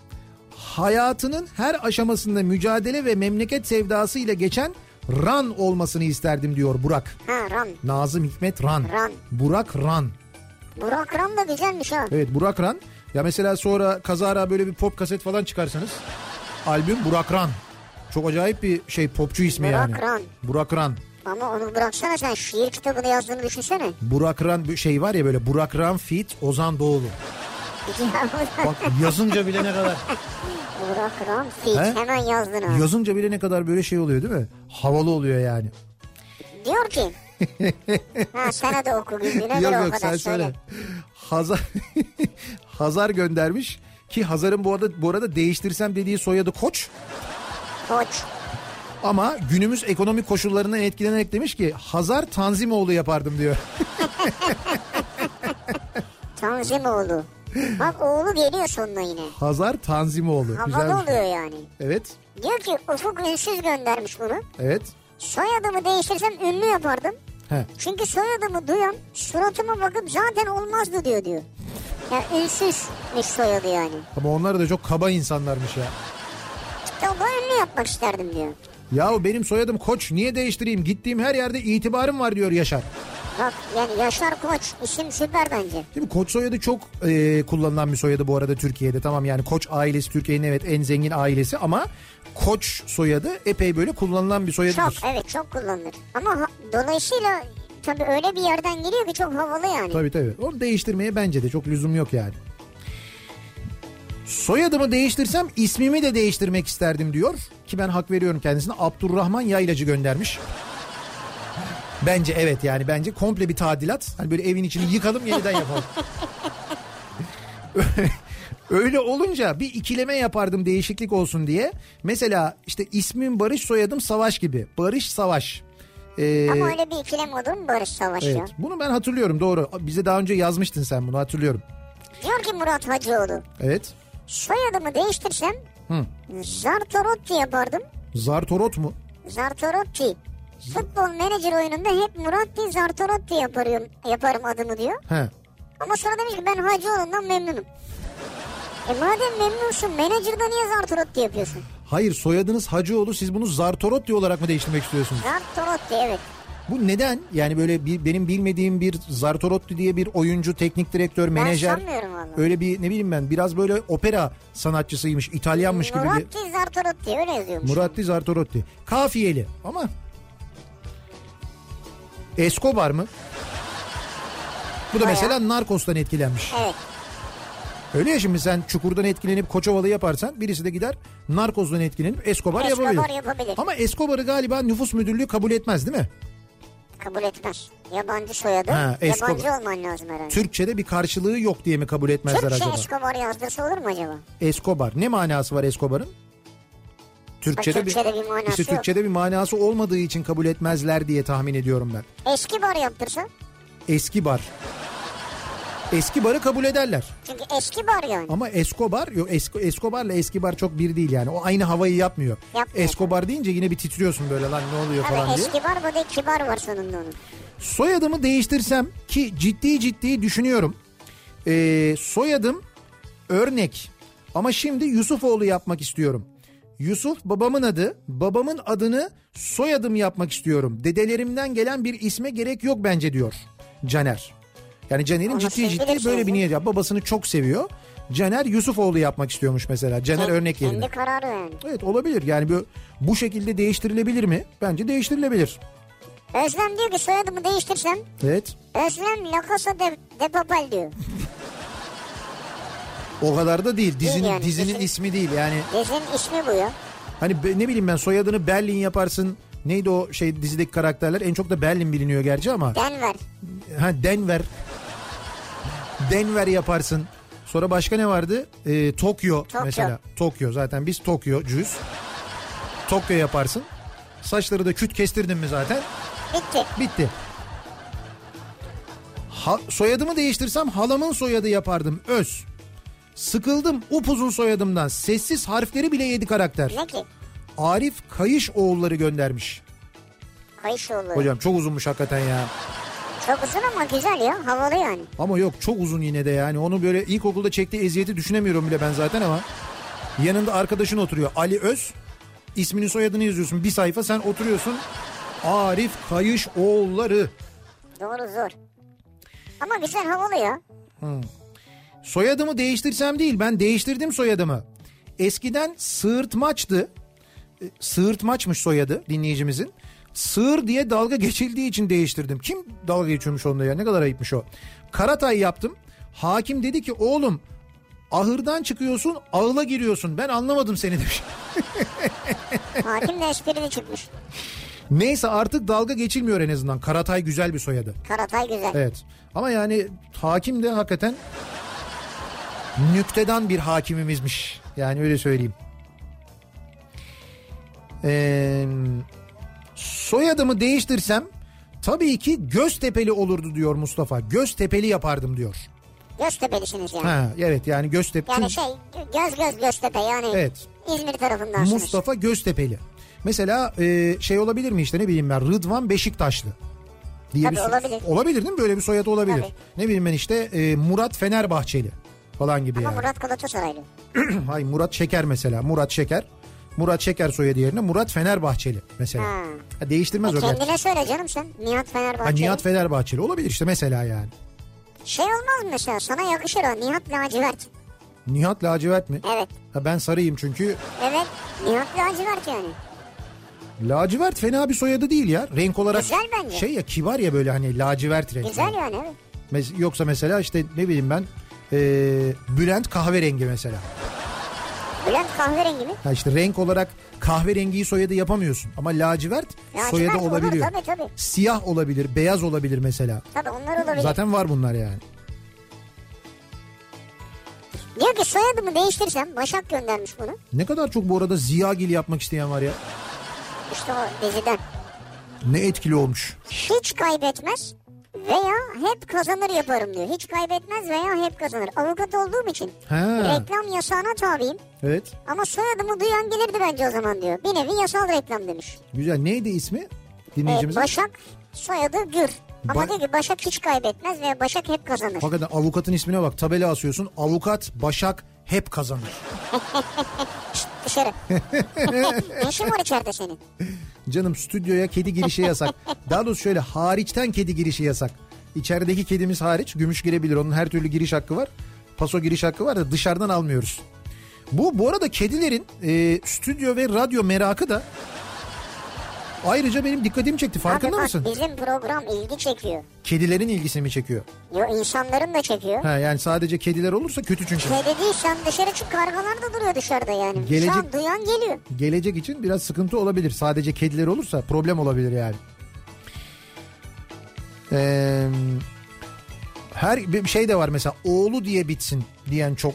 Speaker 1: hayatının her aşamasında mücadele ve memleket sevdasıyla geçen Ran olmasını isterdim diyor Burak.
Speaker 2: Ha Ram.
Speaker 1: Nazım Hikmet Ran.
Speaker 2: Ran.
Speaker 1: Burak Ran.
Speaker 2: Burak Ram da güzelmiş ha.
Speaker 1: Evet Burak Ran. Ya mesela sonra kazara böyle bir pop kaset falan çıkarsanız albüm Burak Ran. Çok acayip bir şey popçu ismi
Speaker 2: Burak
Speaker 1: yani.
Speaker 2: Ran.
Speaker 1: Burak Ran.
Speaker 2: Ama onu bıraksana sen şiir kitabını yazdığını düşünsene.
Speaker 1: Burak Ran bir şey var ya böyle Burak Ran Fit Ozan Doğulu.
Speaker 2: Ya bu- *laughs*
Speaker 1: Bak yazınca bile ne kadar
Speaker 2: Burak Ram Fit
Speaker 1: He?
Speaker 2: hemen yazdın ha.
Speaker 1: yazınca bile ne kadar böyle şey oluyor değil mi? Havalı oluyor yani. *laughs*
Speaker 2: Diyor ki. ha sana da oku güldüğüne
Speaker 1: yok
Speaker 2: göre o
Speaker 1: yok
Speaker 2: kadar
Speaker 1: sen söyle. Hazar *laughs* Hazar göndermiş ki Hazar'ın bu arada bu arada değiştirsem dediği soyadı Koç
Speaker 2: Koç.
Speaker 1: ama günümüz ekonomik koşullarından etkilenerek demiş ki Hazar Tanzimoğlu yapardım diyor. *laughs*
Speaker 2: Tanzimoğlu. Bak oğlu geliyor sonuna yine.
Speaker 1: Hazar Tanzimoğlu.
Speaker 2: Havalı
Speaker 1: Güzelmiş.
Speaker 2: oluyor yani.
Speaker 1: Evet.
Speaker 2: Diyor ki Ufuk Ünsüz göndermiş bunu.
Speaker 1: Evet.
Speaker 2: Soyadımı değiştirsem ünlü yapardım.
Speaker 1: He.
Speaker 2: Çünkü soyadımı duyan suratıma bakıp zaten olmazdı diyor diyor. Ya ünsüzmüş soyadı yani.
Speaker 1: Ama onlar da çok kaba insanlarmış ya.
Speaker 2: Kitabı ünlü yapmak isterdim diyor.
Speaker 1: Yahu benim soyadım Koç niye değiştireyim? Gittiğim her yerde itibarım var diyor Yaşar.
Speaker 2: Bak yani Yaşar Koç isim süper bence.
Speaker 1: Değil mi? Koç soyadı çok e, kullanılan bir soyadı bu arada Türkiye'de. Tamam yani Koç ailesi Türkiye'nin evet en zengin ailesi ama Koç soyadı epey böyle kullanılan bir
Speaker 2: Çok
Speaker 1: soyadıdır.
Speaker 2: evet çok kullanılır. Ama ha- dolayısıyla tabii öyle bir yerden geliyor ki çok havalı yani.
Speaker 1: Tabii tabii. Onu değiştirmeye bence de çok lüzum yok yani. Soyadımı değiştirsem ismimi de değiştirmek isterdim diyor. Ki ben hak veriyorum kendisine. Abdurrahman Yaylacı göndermiş. Bence evet yani bence komple bir tadilat. Hani böyle evin içini yıkalım yeniden yapalım. *laughs* Öyle olunca bir ikileme yapardım değişiklik olsun diye. Mesela işte ismim Barış soyadım Savaş gibi. Barış Savaş. Ee,
Speaker 2: Ama hani öyle bir ikilem olur mu Barış Savaş ya?
Speaker 1: Evet. Bunu ben hatırlıyorum doğru. Bize daha önce yazmıştın sen bunu hatırlıyorum.
Speaker 2: Diyor ki Murat Hacıoğlu
Speaker 1: Evet.
Speaker 2: soyadımı değiştirsem
Speaker 1: Hı.
Speaker 2: Zartorotti yapardım.
Speaker 1: Zartorot mu?
Speaker 2: Zartorotti. Futbol menajer oyununda hep Muratti Zartorotti yaparım, yaparım adımı diyor.
Speaker 1: He.
Speaker 2: Ama sonra demiş ki ben Hacıoğlu'ndan memnunum. E madem memnunsun menajerden niye Zartorotti yapıyorsun?
Speaker 1: Hayır soyadınız Hacıoğlu siz bunu Zartorot diye olarak mı değiştirmek istiyorsunuz?
Speaker 2: Zartorotti evet.
Speaker 1: Bu neden? Yani böyle bir, benim bilmediğim bir Zartorot diye bir oyuncu, teknik direktör, menajer.
Speaker 2: sanmıyorum vallahi.
Speaker 1: Öyle bir ne bileyim ben biraz böyle opera sanatçısıymış, İtalyanmış gibi bir...
Speaker 2: Muratti Zartorotti öyle yazıyormuş.
Speaker 1: Muratti Zartorotti. Kafiyeli ama... Escobar mı? Bu da
Speaker 2: Bayağı.
Speaker 1: mesela Narcos'tan etkilenmiş.
Speaker 2: Evet.
Speaker 1: Öyle ya şimdi sen Çukur'dan etkilenip Koçovalı yaparsan birisi de gider Narkoz'dan etkilenip Escobar,
Speaker 2: Escobar
Speaker 1: yapabilir.
Speaker 2: yapabilir.
Speaker 1: Ama Escobar'ı galiba nüfus müdürlüğü kabul etmez değil mi?
Speaker 2: Kabul etmez. Yabancı soyadı.
Speaker 1: Ha, Escobar.
Speaker 2: Yabancı olman lazım herhalde.
Speaker 1: Türkçe'de bir karşılığı yok diye mi kabul etmezler
Speaker 2: Türkçe
Speaker 1: acaba?
Speaker 2: Escobar yazdırsa olur mu acaba?
Speaker 1: Escobar. Ne manası var Escobar'ın? Türkçe'de,
Speaker 2: Türkçe'de bir manası
Speaker 1: işte
Speaker 2: yok.
Speaker 1: Türkçe'de bir manası olmadığı için kabul etmezler diye tahmin ediyorum ben.
Speaker 2: Eski bar yaptırsa.
Speaker 1: Eski bar. Eski barı kabul ederler.
Speaker 2: Çünkü eski bar yani.
Speaker 1: Ama Escobar, yok Esko- Escobar'la Eskibar çok bir değil yani. O aynı havayı yapmıyor.
Speaker 2: Yapmıyor.
Speaker 1: Escobar deyince yine bir titriyorsun böyle lan ne oluyor falan
Speaker 2: Tabii
Speaker 1: diye.
Speaker 2: eski bar bu da kibar var sonunda onun.
Speaker 1: Soyadımı değiştirsem ki ciddi ciddi düşünüyorum. Ee, soyadım örnek ama şimdi Yusufoğlu yapmak istiyorum. Yusuf babamın adı. Babamın adını soyadım yapmak istiyorum. Dedelerimden gelen bir isme gerek yok bence diyor Caner. Yani Caner'in
Speaker 2: Ama
Speaker 1: ciddi
Speaker 2: sevgili
Speaker 1: ciddi böyle bir
Speaker 2: Yusuf.
Speaker 1: niyet yap. Babasını çok seviyor. Caner Yusufoğlu yapmak istiyormuş mesela. Caner örnek
Speaker 2: Kendi
Speaker 1: yerine.
Speaker 2: kararı yani.
Speaker 1: Evet olabilir. Yani bu, bu şekilde değiştirilebilir mi? Bence değiştirilebilir.
Speaker 2: Özlem diyor ki soyadımı değiştirsem
Speaker 1: Evet.
Speaker 2: Özlem La Casa de, de Papel diyor.
Speaker 1: O kadar da değil. Dizinin
Speaker 2: yani,
Speaker 1: dizinin
Speaker 2: dizinin-
Speaker 1: ismi değil. Yani
Speaker 2: Dizinin ismi bu ya.
Speaker 1: hani be- ne bileyim ben soyadını Berlin yaparsın. Neydi o şey dizideki karakterler? En çok da Berlin biliniyor gerçi ama.
Speaker 2: Denver.
Speaker 1: Ha Denver. Denver yaparsın. Sonra başka ne vardı? Ee, Tokyo,
Speaker 2: Tokyo.
Speaker 1: mesela. Tokyo zaten biz Tokyo'cuyuz. Tokyo yaparsın. Saçları da küt kestirdin mi zaten?
Speaker 2: Bitti.
Speaker 1: Bitti. Ha, soyadımı değiştirsem halamın soyadı yapardım. Öz. Sıkıldım upuzun soyadımdan. Sessiz harfleri bile yedi karakter.
Speaker 2: Ne ki?
Speaker 1: Arif Kayış oğulları göndermiş.
Speaker 2: Kayışoğlu.
Speaker 1: Hocam çok uzunmuş hakikaten ya.
Speaker 2: Çok uzun ama güzel ya. Havalı yani.
Speaker 1: Ama yok çok uzun yine de yani. Onu böyle ilkokulda çektiği eziyeti düşünemiyorum bile ben zaten ama. Yanında arkadaşın oturuyor. Ali Öz. ismini soyadını yazıyorsun. Bir sayfa sen oturuyorsun. Arif Kayış oğulları.
Speaker 2: Doğru zor. Ama güzel havalı ya.
Speaker 1: Soyadımı değiştirsem değil ben değiştirdim soyadımı. Eskiden sığırtmaçtı. E, Sığırtmaçmış soyadı dinleyicimizin. Sığır diye dalga geçildiği için değiştirdim. Kim dalga geçiyormuş onunla ya ne kadar ayıpmış o. Karatay yaptım. Hakim dedi ki oğlum ahırdan çıkıyorsun ağıla giriyorsun. Ben anlamadım seni demiş. *laughs*
Speaker 2: Hakim de esprili çıkmış.
Speaker 1: Neyse artık dalga geçilmiyor en azından. Karatay güzel bir soyadı.
Speaker 2: Karatay güzel.
Speaker 1: Evet. Ama yani hakim de hakikaten nüktedan bir hakimimizmiş. Yani öyle söyleyeyim. Ee, soyadımı değiştirsem tabii ki Göztepeli olurdu diyor Mustafa. Göztepeli yapardım diyor.
Speaker 2: Göztepelisiniz yani.
Speaker 1: Ha evet yani Göztepe.
Speaker 2: Yani şey göz göz Göztepe yani.
Speaker 1: Evet.
Speaker 2: İzmir tarafındansınız.
Speaker 1: Mustafa Göztepeli. Mesela e, şey olabilir mi işte ne bileyim ben Rıdvan Beşiktaşlı diye
Speaker 2: Tabii
Speaker 1: bir soy-
Speaker 2: olabilir.
Speaker 1: değil mi? Böyle bir soyadı olabilir.
Speaker 2: Tabii.
Speaker 1: Ne bileyim ben işte e, Murat Fenerbahçeli falan gibi
Speaker 2: Ama
Speaker 1: yani. *clears throat*
Speaker 2: Murat Galatasaraylı.
Speaker 1: Hay Murat Şeker mesela. Murat Şeker. Murat Şeker soyadı yerine Murat Fenerbahçeli mesela.
Speaker 2: Ha.
Speaker 1: Ha, değiştirmez o gerçi.
Speaker 2: Hmm. E, Kendine söyle canım sen. Nihat Fenerbahçe.
Speaker 1: Ha, Nihat Fenerbahçeli olabilir işte mesela yani.
Speaker 2: Şey olmaz mı mesela sana yakışır o Nihat Lacivert.
Speaker 1: Nihat lacivert mi?
Speaker 2: Evet.
Speaker 1: Ha, ben sarıyım çünkü.
Speaker 2: Evet Nihat Lacivert yani.
Speaker 1: Lacivert fena bir soyadı değil ya. Renk olarak
Speaker 2: Güzel bence.
Speaker 1: şey ya kibar ya böyle hani lacivert renk.
Speaker 2: Güzel yani evet.
Speaker 1: Mes- yoksa mesela işte ne bileyim ben e, Bülent kahverengi mesela.
Speaker 2: Bülent kahverengi mi?
Speaker 1: Ha işte renk olarak kahverengiyi soyadı yapamıyorsun ama lacivert,
Speaker 2: Lacivert
Speaker 1: soyadı
Speaker 2: olur,
Speaker 1: olabiliyor.
Speaker 2: tabii, tabii.
Speaker 1: Siyah olabilir, beyaz olabilir mesela.
Speaker 2: Tabii onlar olabilir.
Speaker 1: Zaten var bunlar yani.
Speaker 2: Diyor ki soyadımı değiştirsem Başak göndermiş bunu.
Speaker 1: Ne kadar çok bu arada Ziyagil yapmak isteyen var ya.
Speaker 2: İşte o diziden.
Speaker 1: Ne etkili olmuş.
Speaker 2: Hiç kaybetmez veya hep kazanır yaparım diyor. Hiç kaybetmez veya hep kazanır. Avukat olduğum için
Speaker 1: Ha.
Speaker 2: reklam yasağına tabiyim.
Speaker 1: Evet.
Speaker 2: Ama soyadımı duyan gelirdi bence o zaman diyor. Bir nevi yasal reklam demiş.
Speaker 1: Güzel. Neydi ismi?
Speaker 2: Ee,
Speaker 1: Dinleyicimizin.
Speaker 2: Başak soyadı Gür. Ama
Speaker 1: Ba-
Speaker 2: diyor ki Başak hiç kaybetmez ve Başak hep kazanır.
Speaker 1: Hakikaten avukatın ismine bak. Tabela asıyorsun. Avukat Başak hep kazanır. *laughs*
Speaker 2: Dışarı. ne işin var içeride senin?
Speaker 1: Canım stüdyoya kedi girişi yasak. Daha doğrusu şöyle hariçten kedi girişi yasak. İçerideki kedimiz hariç gümüş girebilir. Onun her türlü giriş hakkı var. Paso giriş hakkı var da dışarıdan almıyoruz. Bu bu arada kedilerin e, stüdyo ve radyo merakı da ayrıca benim dikkatimi çekti. Farkında
Speaker 2: Abi bak,
Speaker 1: mısın?
Speaker 2: Bizim program ilgi çekiyor.
Speaker 1: Kedilerin ilgisini mi çekiyor?
Speaker 2: Yo insanların da çekiyor.
Speaker 1: Ha, yani sadece kediler olursa kötü çünkü.
Speaker 2: Ne dedi sen dışarı çık kargalar da duruyor dışarıda yani.
Speaker 1: Gelecek-
Speaker 2: Şu an duyan geliyor.
Speaker 1: gelecek için biraz sıkıntı olabilir. Sadece kediler olursa problem olabilir yani. Ee, her bir şey de var mesela oğlu diye bitsin diyen çok.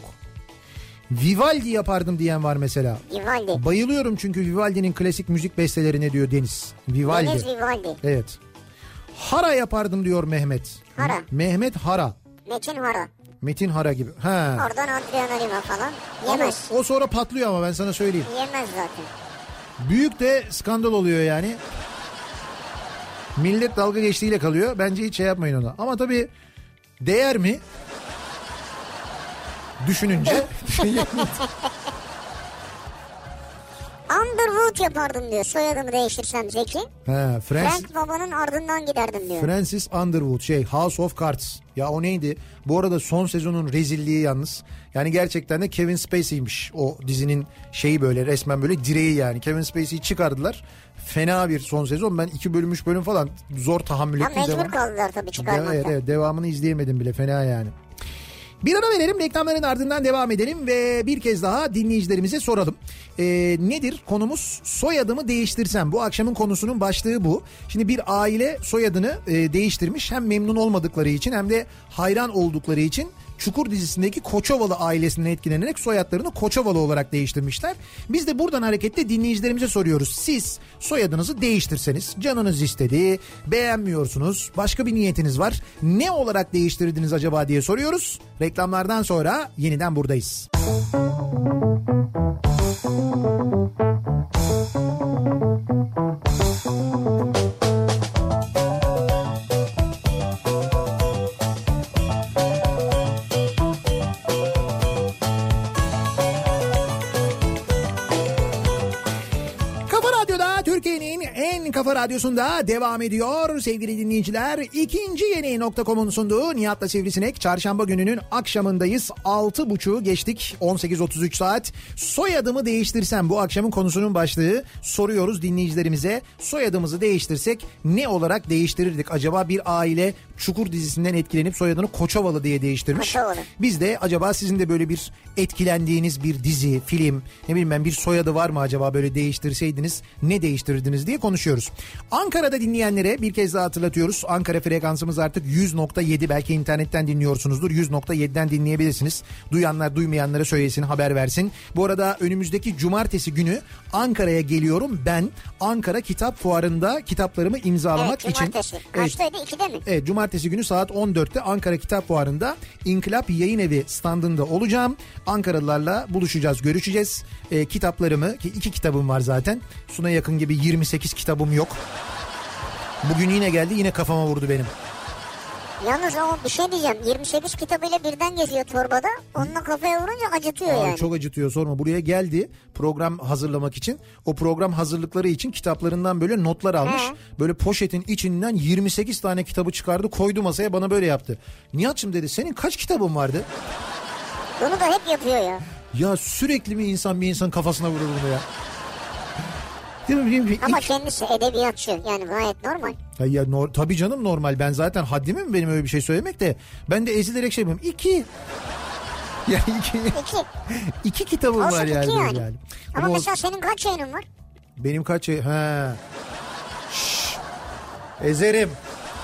Speaker 1: Vivaldi yapardım diyen var mesela.
Speaker 2: Vivaldi.
Speaker 1: Bayılıyorum çünkü Vivaldi'nin klasik müzik bestelerine diyor Deniz. Vivaldi.
Speaker 2: Deniz Vivaldi.
Speaker 1: Evet. Hara yapardım diyor Mehmet.
Speaker 2: Hara.
Speaker 1: Mehmet Hara.
Speaker 2: Metin Hara.
Speaker 1: Metin Hara gibi. Ha.
Speaker 2: Oradan Adriana Lima falan.
Speaker 1: Ama
Speaker 2: Yemez.
Speaker 1: o sonra patlıyor ama ben sana söyleyeyim.
Speaker 2: Yemez zaten.
Speaker 1: Büyük de skandal oluyor yani. Millet dalga geçtiğiyle kalıyor. Bence hiç şey yapmayın ona. Ama tabii değer mi?
Speaker 2: *laughs*
Speaker 1: Düşününce.
Speaker 2: Underwood yapardım diyor. Soyadımı değiştirsem Zeki.
Speaker 1: He, Frans,
Speaker 2: Frank babanın ardından giderdim diyor.
Speaker 1: Francis Underwood şey House of Cards. Ya o neydi? Bu arada son sezonun rezilliği yalnız. Yani gerçekten de Kevin Spacey'miş o dizinin şeyi böyle resmen böyle direği yani. Kevin Spacey'i çıkardılar. Fena bir son sezon. Ben iki bölüm üç bölüm falan zor tahammül
Speaker 2: Ya
Speaker 1: ettim.
Speaker 2: mecbur kaldılar tabii çıkarmakta.
Speaker 1: Evet, evet, devamını izleyemedim bile fena yani. Bir ara verelim reklamların ardından devam edelim ve bir kez daha dinleyicilerimize soralım. Ee, nedir konumuz soyadımı değiştirsem bu akşamın konusunun başlığı bu. Şimdi bir aile soyadını e, değiştirmiş hem memnun olmadıkları için hem de hayran oldukları için Çukur dizisindeki Koçovalı ailesinden etkilenerek soyadlarını Koçovalı olarak değiştirmişler. Biz de buradan hareketle dinleyicilerimize soruyoruz. Siz soyadınızı değiştirseniz canınız istedi, beğenmiyorsunuz, başka bir niyetiniz var. Ne olarak değiştirdiniz acaba diye soruyoruz. Reklamlardan sonra yeniden buradayız. Kafa Radyo'da Türkiye'nin en kafa radyosunda devam ediyor sevgili dinleyiciler. İkinci yeni nokta.com'un sunduğu Nihat'la Sivrisinek çarşamba gününün akşamındayız. 6.30'u geçtik 18.33 saat. Soyadımı değiştirsem bu akşamın konusunun başlığı soruyoruz dinleyicilerimize. Soyadımızı değiştirsek ne olarak değiştirirdik? Acaba bir aile Çukur dizisinden etkilenip soyadını Koçovalı diye değiştirmiş.
Speaker 2: Koçovalı.
Speaker 1: Biz de acaba sizin de böyle bir etkilendiğiniz bir dizi, film, ne bileyim ben bir soyadı var mı acaba böyle değiştirseydiniz ne değiştirirdiniz diye konuşuyoruz. Ankara'da dinleyenlere bir kez daha hatırlatıyoruz. Ankara frekansımız artık 100.7 belki internetten dinliyorsunuzdur. 100.7'den dinleyebilirsiniz. Duyanlar duymayanlara söylesin haber versin. Bu arada önümüzdeki cumartesi günü Ankara'ya geliyorum ben. Ankara Kitap Fuarı'nda kitaplarımı imzalamak
Speaker 2: Evet
Speaker 1: için.
Speaker 2: cumartesi.
Speaker 1: Evet,
Speaker 2: Kaçtaydı? İkide mi?
Speaker 1: Evet E, cumartesi günü saat 14'te Ankara Kitap Fuarı'nda İnkılap Yayın Evi standında olacağım. Ankaralılarla buluşacağız, görüşeceğiz. Ee, kitaplarımı, ki iki kitabım var zaten. Suna yakın gibi 28 kitabım yok. Bugün yine geldi yine kafama vurdu benim.
Speaker 2: Yalnız ama bir şey diyeceğim. 28 kitabıyla birden geziyor torbada. Onunla kafaya vurunca acıtıyor
Speaker 1: Ay,
Speaker 2: yani.
Speaker 1: Çok acıtıyor sorma. Buraya geldi program hazırlamak için. O program hazırlıkları için kitaplarından böyle notlar almış.
Speaker 2: He.
Speaker 1: Böyle poşetin içinden 28 tane kitabı çıkardı koydu masaya bana böyle yaptı. Nihat'cığım dedi senin kaç kitabın vardı?
Speaker 2: Bunu da hep yapıyor ya.
Speaker 1: Ya sürekli mi insan bir insan kafasına vurur bunu ya? Değil mi? Bilmiyorum.
Speaker 2: Ama
Speaker 1: İlk-
Speaker 2: kendisi edebiyatçı. Yani gayet normal.
Speaker 1: Ay ya, nor- tabii canım normal. Ben zaten haddimi mi benim öyle bir şey söylemek de. Ben de ezilerek şey yapıyorum. İki. *laughs* Ya iki,
Speaker 2: İki.
Speaker 1: iki kitabım
Speaker 2: Olsun
Speaker 1: var
Speaker 2: şey iki
Speaker 1: yani.
Speaker 2: yani.
Speaker 1: benim
Speaker 2: Ama
Speaker 1: Ama o-
Speaker 2: mesela senin kaç yayının var?
Speaker 1: benim kaç... He. Şşş. Ezerim.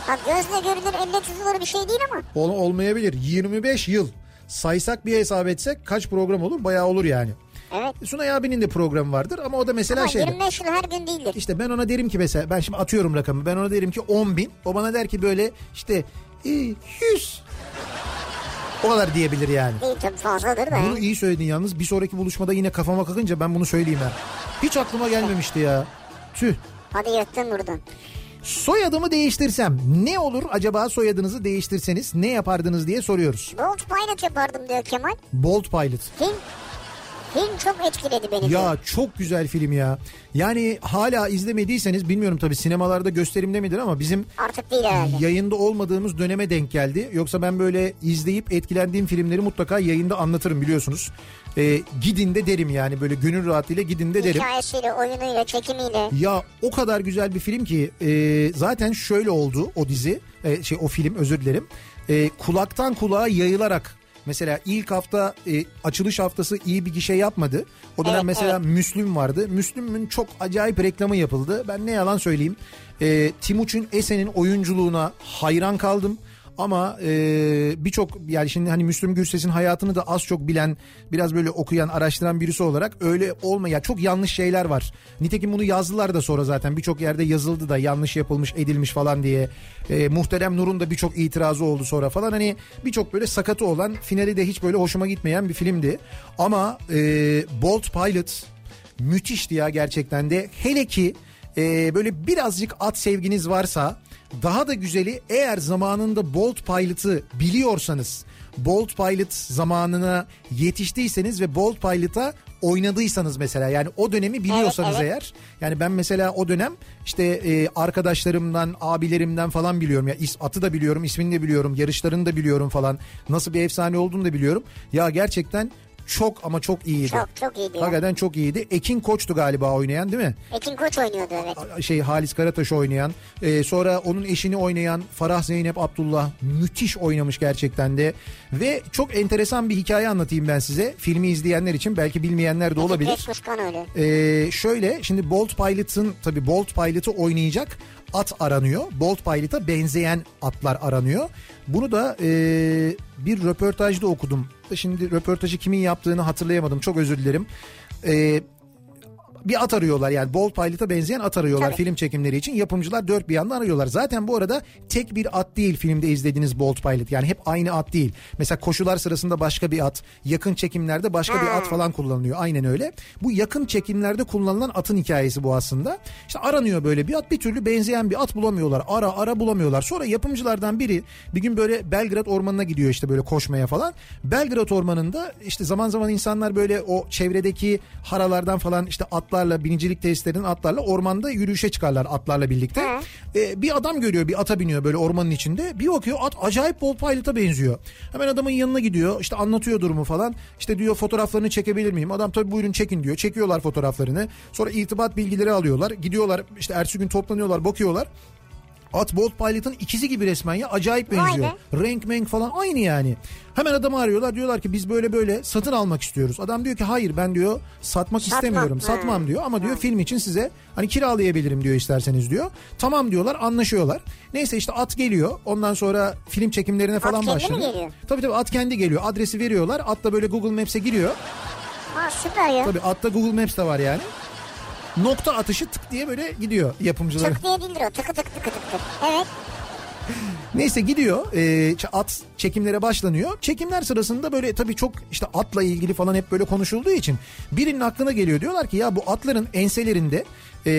Speaker 2: Ha gözle görülür elle tutulur bir şey değil ama.
Speaker 1: Ol- olmayabilir. 25 yıl. Saysak bir hesap etsek kaç program olur? Bayağı olur yani. E,
Speaker 2: Evet.
Speaker 1: Sunay abinin de programı vardır ama o da mesela
Speaker 2: Ama
Speaker 1: şeydir.
Speaker 2: 25 yıl her gün değildir.
Speaker 1: İşte ben ona derim ki mesela ben şimdi atıyorum rakamı ben ona derim ki 10 bin o bana der ki böyle işte e, 100 o kadar diyebilir yani.
Speaker 2: Değil tabii fazladır da.
Speaker 1: Bunu
Speaker 2: ya.
Speaker 1: iyi söyledin yalnız bir sonraki buluşmada yine kafama kakınca ben bunu söyleyeyim ha. Hiç aklıma gelmemişti ya. Tüh.
Speaker 2: Hadi yırttın buradan.
Speaker 1: Soyadımı değiştirsem ne olur acaba soyadınızı değiştirseniz ne yapardınız diye soruyoruz.
Speaker 2: Bolt Pilot yapardım diyor Kemal.
Speaker 1: Bolt Pilot.
Speaker 2: Film, film çok etkiledi beni. diyor.
Speaker 1: Ya çok güzel film ya. Yani hala izlemediyseniz bilmiyorum tabii sinemalarda gösterimde midir ama bizim
Speaker 2: Artık değil herhalde.
Speaker 1: yayında olmadığımız döneme denk geldi. Yoksa ben böyle izleyip etkilendiğim filmleri mutlaka yayında anlatırım biliyorsunuz. Ee, gidin de derim yani böyle gönül rahatlığıyla gidin de derim.
Speaker 2: Hikayesiyle, oyunuyla, çekimiyle.
Speaker 1: Ya o kadar güzel bir film ki e, zaten şöyle oldu o dizi e, şey o film özür dilerim E, kulaktan kulağa yayılarak mesela ilk hafta e, açılış haftası iyi bir gişe yapmadı. O dönem
Speaker 2: Evet,
Speaker 1: mesela Müslüm vardı. Müslüm'ün çok acayip reklamı yapıldı. Ben ne yalan söyleyeyim. E, Timuçin Esen'in oyunculuğuna hayran kaldım. Ama e, birçok yani şimdi hani Müslüm Gürses'in hayatını da az çok bilen biraz böyle okuyan araştıran birisi olarak öyle olmaya çok yanlış şeyler var. Nitekim bunu yazdılar da sonra zaten birçok yerde yazıldı da yanlış yapılmış edilmiş falan diye. E, Muhterem Nur'un da birçok itirazı oldu sonra falan hani birçok böyle sakatı olan finali de hiç böyle hoşuma gitmeyen bir filmdi. Ama e, Bolt Pilot müthişti ya gerçekten de. Hele ki e, böyle birazcık at sevginiz varsa daha da güzeli eğer zamanında Bolt Pilot'ı biliyorsanız Bolt Pilot zamanına yetiştiyseniz ve Bolt Pilot'a oynadıysanız mesela yani o dönemi biliyorsanız
Speaker 2: evet.
Speaker 1: eğer yani ben mesela o dönem işte e, arkadaşlarımdan abilerimden falan biliyorum ya is, atı da biliyorum ismini de biliyorum yarışlarını da biliyorum falan nasıl bir efsane olduğunu da biliyorum ya gerçekten çok ama çok iyiydi.
Speaker 2: Çok çok iyiydi ya.
Speaker 1: Hakikaten çok iyiydi. Ekin Koç'tu galiba oynayan değil mi?
Speaker 2: Ekin Koç oynuyordu evet.
Speaker 1: şey Halis Karataş oynayan e, sonra onun eşini oynayan Farah Zeynep Abdullah müthiş oynamış gerçekten de ve çok enteresan bir hikaye anlatayım ben size filmi izleyenler için belki bilmeyenler de olabilir.
Speaker 2: Resmus kan öyle.
Speaker 1: E, şöyle şimdi Bolt Pilot'ın tabii Bolt Pilot'ı oynayacak at aranıyor. Bolt Pilot'a benzeyen atlar aranıyor. Bunu da e, bir röportajda okudum. Şimdi röportajı kimin yaptığını hatırlayamadım çok özür dilerim. E, bir at arıyorlar yani Bolt Pilot'a benzeyen at arıyorlar
Speaker 2: Tabii.
Speaker 1: film çekimleri için. Yapımcılar dört bir yandan arıyorlar. Zaten bu arada tek bir at değil filmde izlediğiniz Bolt Pilot. Yani hep aynı at değil. Mesela koşular sırasında başka bir at, yakın çekimlerde başka bir at falan kullanılıyor. Aynen öyle. Bu yakın çekimlerde kullanılan atın hikayesi bu aslında. İşte aranıyor böyle bir at. Bir türlü benzeyen bir at bulamıyorlar. Ara ara bulamıyorlar. Sonra yapımcılardan biri bir gün böyle Belgrad Ormanı'na gidiyor işte böyle koşmaya falan. Belgrad Ormanı'nda işte zaman zaman insanlar böyle o çevredeki haralardan falan işte atlarla binicilik tesislerinin atlarla ormanda yürüyüşe çıkarlar atlarla birlikte. Ee, bir adam görüyor bir ata biniyor böyle ormanın içinde. Bir bakıyor at acayip Bolt Pilot'a benziyor. Hemen adamın yanına gidiyor işte anlatıyor durumu falan. İşte diyor fotoğraflarını çekebilir miyim? Adam tabii buyurun çekin diyor. Çekiyorlar fotoğraflarını. Sonra irtibat bilgileri alıyorlar. Gidiyorlar işte ertesi gün toplanıyorlar bakıyorlar. At Bolt Pilot'ın ikizi gibi resmen ya acayip
Speaker 2: Vay
Speaker 1: benziyor. Renk menk falan aynı yani. Hemen adamı arıyorlar diyorlar ki biz böyle böyle satın almak istiyoruz. Adam diyor ki hayır ben diyor satmak
Speaker 2: Satmam.
Speaker 1: istemiyorum
Speaker 2: Ha.
Speaker 1: satmam diyor ama diyor film için size hani kiralayabilirim diyor isterseniz diyor. Tamam diyorlar anlaşıyorlar. Neyse işte at geliyor ondan sonra film çekimlerine falan
Speaker 2: kendi mi
Speaker 1: başlanıyor.
Speaker 2: geliyor?
Speaker 1: Tabii tabii at kendi geliyor adresi veriyorlar at da böyle Google Maps'e giriyor.
Speaker 2: Aa süper ya.
Speaker 1: Tabii atta Google Maps de var yani. Nokta atışı tık diye böyle gidiyor yapımcıları.
Speaker 2: Tık diye bildir o. Tıkı tık tıkı tık tık. Evet.
Speaker 1: Neyse gidiyor e, ç- at çekimlere başlanıyor. Çekimler sırasında böyle tabii çok işte atla ilgili falan hep böyle konuşulduğu için birinin aklına geliyor. Diyorlar ki ya bu atların enselerinde e,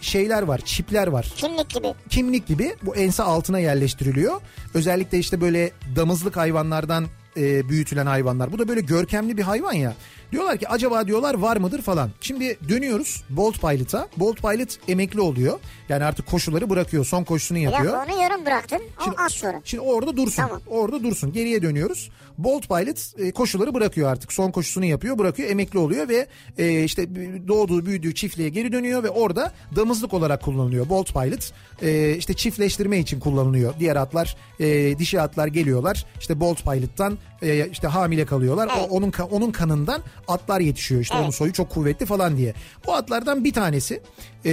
Speaker 1: şeyler var çipler var.
Speaker 2: Kimlik gibi.
Speaker 1: Kimlik gibi bu ense altına yerleştiriliyor. Özellikle işte böyle damızlık hayvanlardan e, büyütülen hayvanlar. Bu da böyle görkemli bir hayvan ya. Diyorlar ki acaba diyorlar var mıdır falan. Şimdi dönüyoruz Bolt Pilot'a. Bolt Pilot emekli oluyor. Yani artık koşuları bırakıyor. Son koşusunu
Speaker 2: Bir
Speaker 1: yapıyor.
Speaker 2: dakika onu yorum bıraktın. O
Speaker 1: Şimdi-
Speaker 2: az sonra.
Speaker 1: Şimdi orada dursun.
Speaker 2: Tamam.
Speaker 1: Orada dursun. Geriye dönüyoruz. Bolt Pilot e, koşuları bırakıyor artık. Son koşusunu yapıyor, bırakıyor, emekli oluyor ve e, işte b- doğduğu, büyüdüğü çiftliğe geri dönüyor ve orada damızlık olarak kullanılıyor. Bolt Pilot e, işte çiftleştirme için kullanılıyor. Diğer atlar, e, dişi atlar geliyorlar. İşte Bolt Pilot'tan e, işte hamile kalıyorlar. O-
Speaker 2: Evet.
Speaker 1: onun ka- onun kanından atlar yetişiyor. İşte
Speaker 2: Evet.
Speaker 1: onun soyu çok kuvvetli falan diye. Bu atlardan bir tanesi e,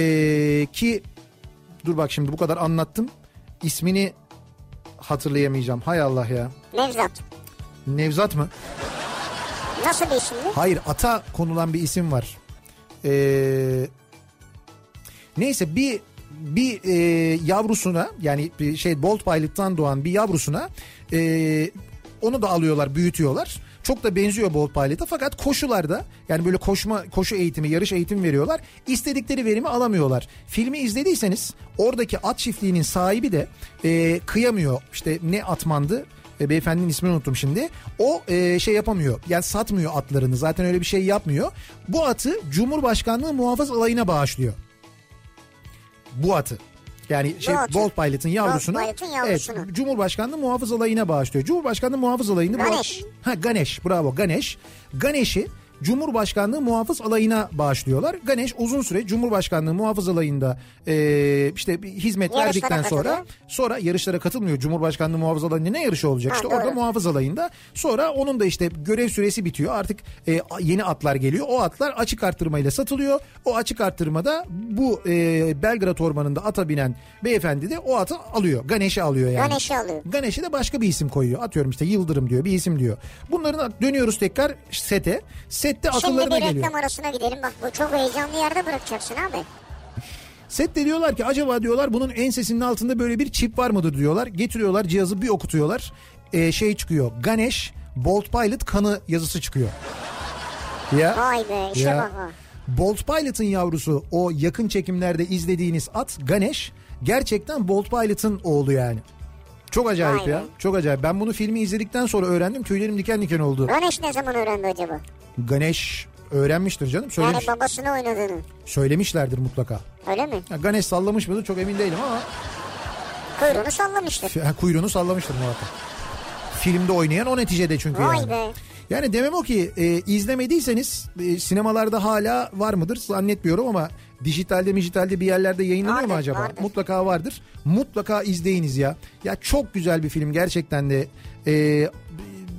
Speaker 1: ki dur bak şimdi bu kadar anlattım. İsmini hatırlayamayacağım. Hay Allah ya.
Speaker 2: Nevzat.
Speaker 1: Nevzat mı?
Speaker 2: Nasıl bir isimdi?
Speaker 1: Hayır ata konulan bir isim var. Ee, neyse bir bir e, yavrusuna yani bir şey Bolt Pilot'tan doğan bir yavrusuna e, onu da alıyorlar büyütüyorlar. Çok da benziyor Bolt Pilot'a fakat koşularda yani böyle koşma koşu eğitimi yarış eğitimi veriyorlar. İstedikleri verimi alamıyorlar. Filmi izlediyseniz oradaki at çiftliğinin sahibi de e, kıyamıyor işte ne atmandı e, beyefendinin ismini unuttum şimdi. O e, şey yapamıyor. Yani satmıyor atlarını. Zaten öyle bir şey yapmıyor. Bu atı Cumhurbaşkanlığı muhafız alayına bağışlıyor. Bu atı. Yani şey
Speaker 2: atı.
Speaker 1: Bolt Pilot'ın yavrusunu,
Speaker 2: Pilot'ın yavrusunu.
Speaker 1: Evet, Cumhurbaşkanlığı muhafız alayına bağışlıyor. Cumhurbaşkanlığı muhafız alayını bu at-
Speaker 2: Ganesh.
Speaker 1: Ha Ganesh bravo Ganesh. Ganesh'i Cumhurbaşkanlığı muhafız alayına bağışlıyorlar. Ganesh uzun süre Cumhurbaşkanlığı muhafız alayında e, işte bir hizmet
Speaker 2: Yarışlara
Speaker 1: verdikten sonra
Speaker 2: katılıyor.
Speaker 1: sonra yarışlara katılmıyor. Cumhurbaşkanlığı muhafız alayında ne yarışı olacak?
Speaker 2: Ha,
Speaker 1: işte
Speaker 2: doğru.
Speaker 1: orada muhafız alayında. Sonra onun da işte görev süresi bitiyor. Artık e, yeni atlar geliyor. O atlar açık arttırmayla satılıyor. O açık arttırmada bu e, Belgrad Ormanı'nda ata binen beyefendi de o atı alıyor. Ganesh'i alıyor yani.
Speaker 2: Ganesh'i alıyor.
Speaker 1: Ganesh'e de başka bir isim koyuyor. Atıyorum işte Yıldırım diyor bir isim diyor. Bunların dönüyoruz tekrar sete. Sette
Speaker 2: Şimdi bir
Speaker 1: akıllarına
Speaker 2: reklam
Speaker 1: geliyor.
Speaker 2: arasına gidelim. Bak bu çok heyecanlı yerde bırakacaksın abi.
Speaker 1: Sette diyorlar ki acaba diyorlar bunun ensesinin altında böyle bir çip var mıdır diyorlar. Getiriyorlar cihazı bir okutuyorlar. Ee, şey çıkıyor Ganesh Bolt Pilot kanı yazısı çıkıyor. Ya.
Speaker 2: Vay be işe bak ha.
Speaker 1: Bolt Pilot'ın yavrusu o yakın çekimlerde izlediğiniz at Ganesh gerçekten Bolt Pilot'ın oğlu yani. Çok acayip
Speaker 2: Vay
Speaker 1: ya.
Speaker 2: be.
Speaker 1: Çok acayip. Ben bunu filmi izledikten sonra öğrendim. Tüylerim diken diken oldu.
Speaker 2: Ganeş ne zaman öğrendi acaba?
Speaker 1: Ganesh öğrenmiştir canım.
Speaker 2: Yani
Speaker 1: Söylemiş,
Speaker 2: babasını oynadığını.
Speaker 1: söylemişlerdir mutlaka.
Speaker 2: Öyle mi?
Speaker 1: Ya Ganesh sallamış mıdır çok emin değilim ama
Speaker 2: Kuyruğunu sallamıştır.
Speaker 1: Ha, kuyruğunu sallamıştır muhakkak. Filmde oynayan o neticede çünkü
Speaker 2: Vay
Speaker 1: yani.
Speaker 2: be.
Speaker 1: Yani demem o ki e, izlemediyseniz e, sinemalarda hala var mıdır zannetmiyorum ama dijitalde dijitalde bir yerlerde yayınlanıyor mu
Speaker 2: Vardır,
Speaker 1: acaba?
Speaker 2: vardır.
Speaker 1: Mutlaka vardır. Mutlaka izleyiniz ya. Ya çok güzel bir film gerçekten de. E,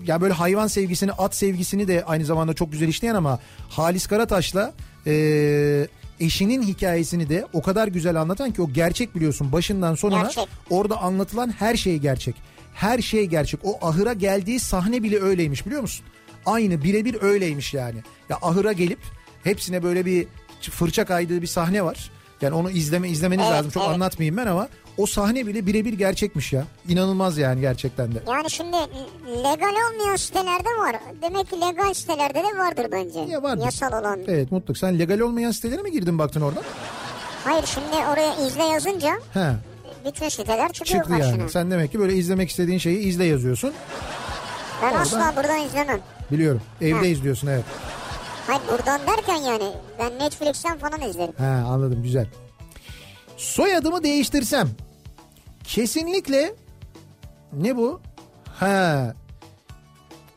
Speaker 1: ya böyle hayvan sevgisini, at sevgisini de aynı zamanda çok güzel işleyen ama Halis Karataş'la e, eşinin hikayesini de o kadar güzel anlatan ki o gerçek biliyorsun başından sonuna
Speaker 2: Gerçek.
Speaker 1: orada anlatılan her şey gerçek. Her şey gerçek. O ahıra geldiği sahne bile öyleymiş biliyor musun? Aynı birebir öyleymiş yani. Ya ahıra gelip hepsine böyle bir fırça kaydığı bir sahne var. Yani onu izleme izlemeniz
Speaker 2: Evet,
Speaker 1: lazım. Çok
Speaker 2: evet.
Speaker 1: anlatmayayım ben ama o sahne bile birebir gerçekmiş ya. İnanılmaz yani gerçekten de.
Speaker 2: Yani şimdi legal olmayan sitelerde var. Demek ki legal sitelerde de vardır bence.
Speaker 1: Ya vardır.
Speaker 2: Yasal olan.
Speaker 1: Evet mutluluk. Sen legal olmayan sitelere mi girdin baktın oradan?
Speaker 2: Hayır şimdi oraya izle yazınca
Speaker 1: He.
Speaker 2: bütün siteler çıkıyor
Speaker 1: Çıktı
Speaker 2: karşına.
Speaker 1: yani. Sen demek ki böyle izlemek istediğin şeyi izle yazıyorsun.
Speaker 2: Ben asla buradan izlemem.
Speaker 1: Biliyorum. Evde izliyorsun evet.
Speaker 2: Hayır buradan derken yani ben Netflix'ten falan izlerim.
Speaker 1: He anladım güzel. Soyadımı değiştirsem kesinlikle ne bu? Ha.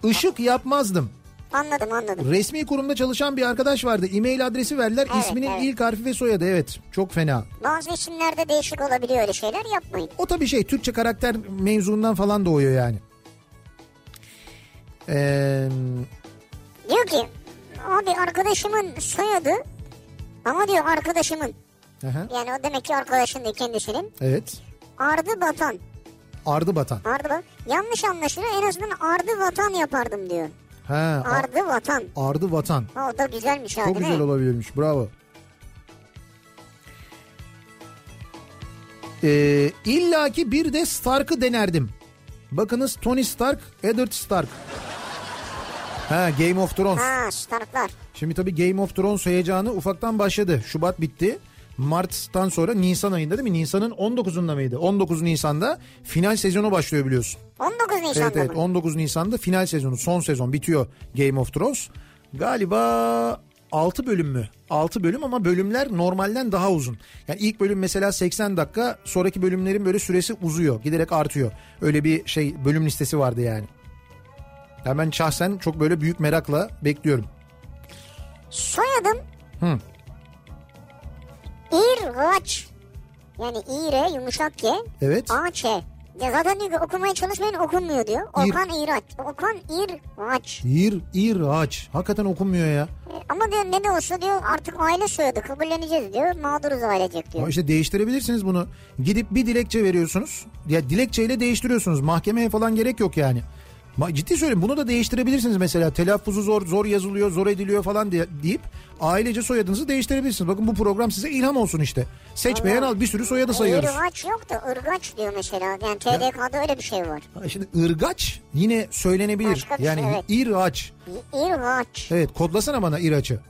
Speaker 1: Işık yapmazdım.
Speaker 2: Anladım anladım.
Speaker 1: Resmi kurumda çalışan bir arkadaş vardı. E-mail adresi verdiler.
Speaker 2: Evet,
Speaker 1: İsminin
Speaker 2: evet.
Speaker 1: ilk harfi ve soyadı. Evet. Çok fena.
Speaker 2: Bazı isimlerde değişik olabiliyor öyle şeyler yapmayın.
Speaker 1: O tabii şey Türkçe karakter mevzundan falan doğuyor yani. Ee,
Speaker 2: Diyor ki abi arkadaşımın soyadı ama diyor arkadaşımın
Speaker 1: aha,
Speaker 2: yani o demek ki arkadaşın değil kendisinin
Speaker 1: evet.
Speaker 2: Ardı Batan.
Speaker 1: Ardı Batan.
Speaker 2: Ardı Batan. Yanlış anlaşılır en azından Ardı Vatan yapardım diyor.
Speaker 1: Ha, Ar-
Speaker 2: Ardı Vatan.
Speaker 1: Ardı Vatan.
Speaker 2: Ha, O da güzelmiş abi
Speaker 1: Çok
Speaker 2: değil
Speaker 1: güzel
Speaker 2: mi?
Speaker 1: olabilirmiş. Bravo. Ee, İlla ki bir de Stark'ı denerdim. Bakınız Tony Stark, Eddard Stark. Ha Game of Thrones.
Speaker 2: Ha Starklar.
Speaker 1: Şimdi tabii Game of Thrones heyecanı ufaktan başladı. Şubat bitti. Mart'tan sonra Nisan ayında değil mi? Nisan'ın 19'unda mıydı? 19 Nisan'da final sezonu başlıyor biliyorsun.
Speaker 2: 19 Nisan'da
Speaker 1: Evet evet
Speaker 2: mı?
Speaker 1: 19 Nisan'da final sezonu son sezon bitiyor Game of Thrones. Galiba 6 bölüm mü? 6 bölüm ama bölümler normalden daha uzun. Yani ilk bölüm mesela 80 dakika sonraki bölümlerin böyle süresi uzuyor giderek artıyor. Öyle bir şey bölüm listesi vardı yani. Yani ben şahsen çok böyle büyük merakla bekliyorum.
Speaker 2: Soyadım.
Speaker 1: Hı.
Speaker 2: İrvaç. Yani İre yumuşak G.
Speaker 1: Evet.
Speaker 2: AÇ. Ya zaten diyor ki okumaya çalışmayın okunmuyor diyor. Okan İraç. Okan İrvaç.
Speaker 1: İr, İraç. Hakikaten okunmuyor ya.
Speaker 2: E, Ama diyor ne de olsa diyor artık aile soyadı kabulleneceğiz diyor. Mağduruz ailecek diyor.
Speaker 1: Ama işte değiştirebilirsiniz bunu. Gidip bir dilekçe veriyorsunuz. Ya dilekçeyle değiştiriyorsunuz. Mahkemeye falan gerek yok yani. Ma- Ciddi söyleyeyim bunu da değiştirebilirsiniz mesela. Telaffuzu zor, zor yazılıyor, zor ediliyor falan diye deyip ailece soyadınızı değiştirebilirsiniz. Bakın bu program size ilham olsun işte. Seç beğen al bir sürü soyadı sayıyoruz.
Speaker 2: İrvaç yok da ırgaç diyor mesela. Yani TDK'da öyle bir şey var.
Speaker 1: Ha, Şimdi ırgaç yine söylenebilir.
Speaker 2: Başka bir
Speaker 1: yani
Speaker 2: şey, evet.
Speaker 1: İraç.
Speaker 2: İ- İrvaç.
Speaker 1: Evet kodlasana bana İraç'ı.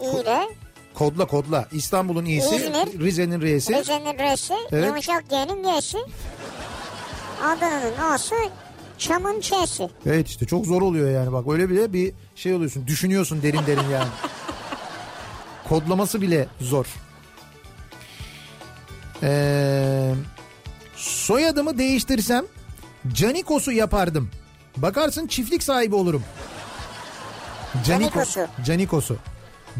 Speaker 2: İre.
Speaker 1: Kodla kodla. İstanbul'un iyisi,
Speaker 2: İzmir.
Speaker 1: Rize'nin reisi.
Speaker 2: Rize'nin R'si.
Speaker 1: Evet.
Speaker 2: Yumuşak G'nin G'si. Adana'nın A'sı. Çam'ın Ç'si.
Speaker 1: Evet işte çok zor oluyor yani bak öyle bile bir şey oluyorsun düşünüyorsun derin derin
Speaker 2: *laughs*
Speaker 1: yani. Kodlaması bile zor. Ee, soyadımı değiştirsem Canikos'u yapardım. Bakarsın çiftlik sahibi olurum.
Speaker 2: Canikos'u.
Speaker 1: Canikos'u.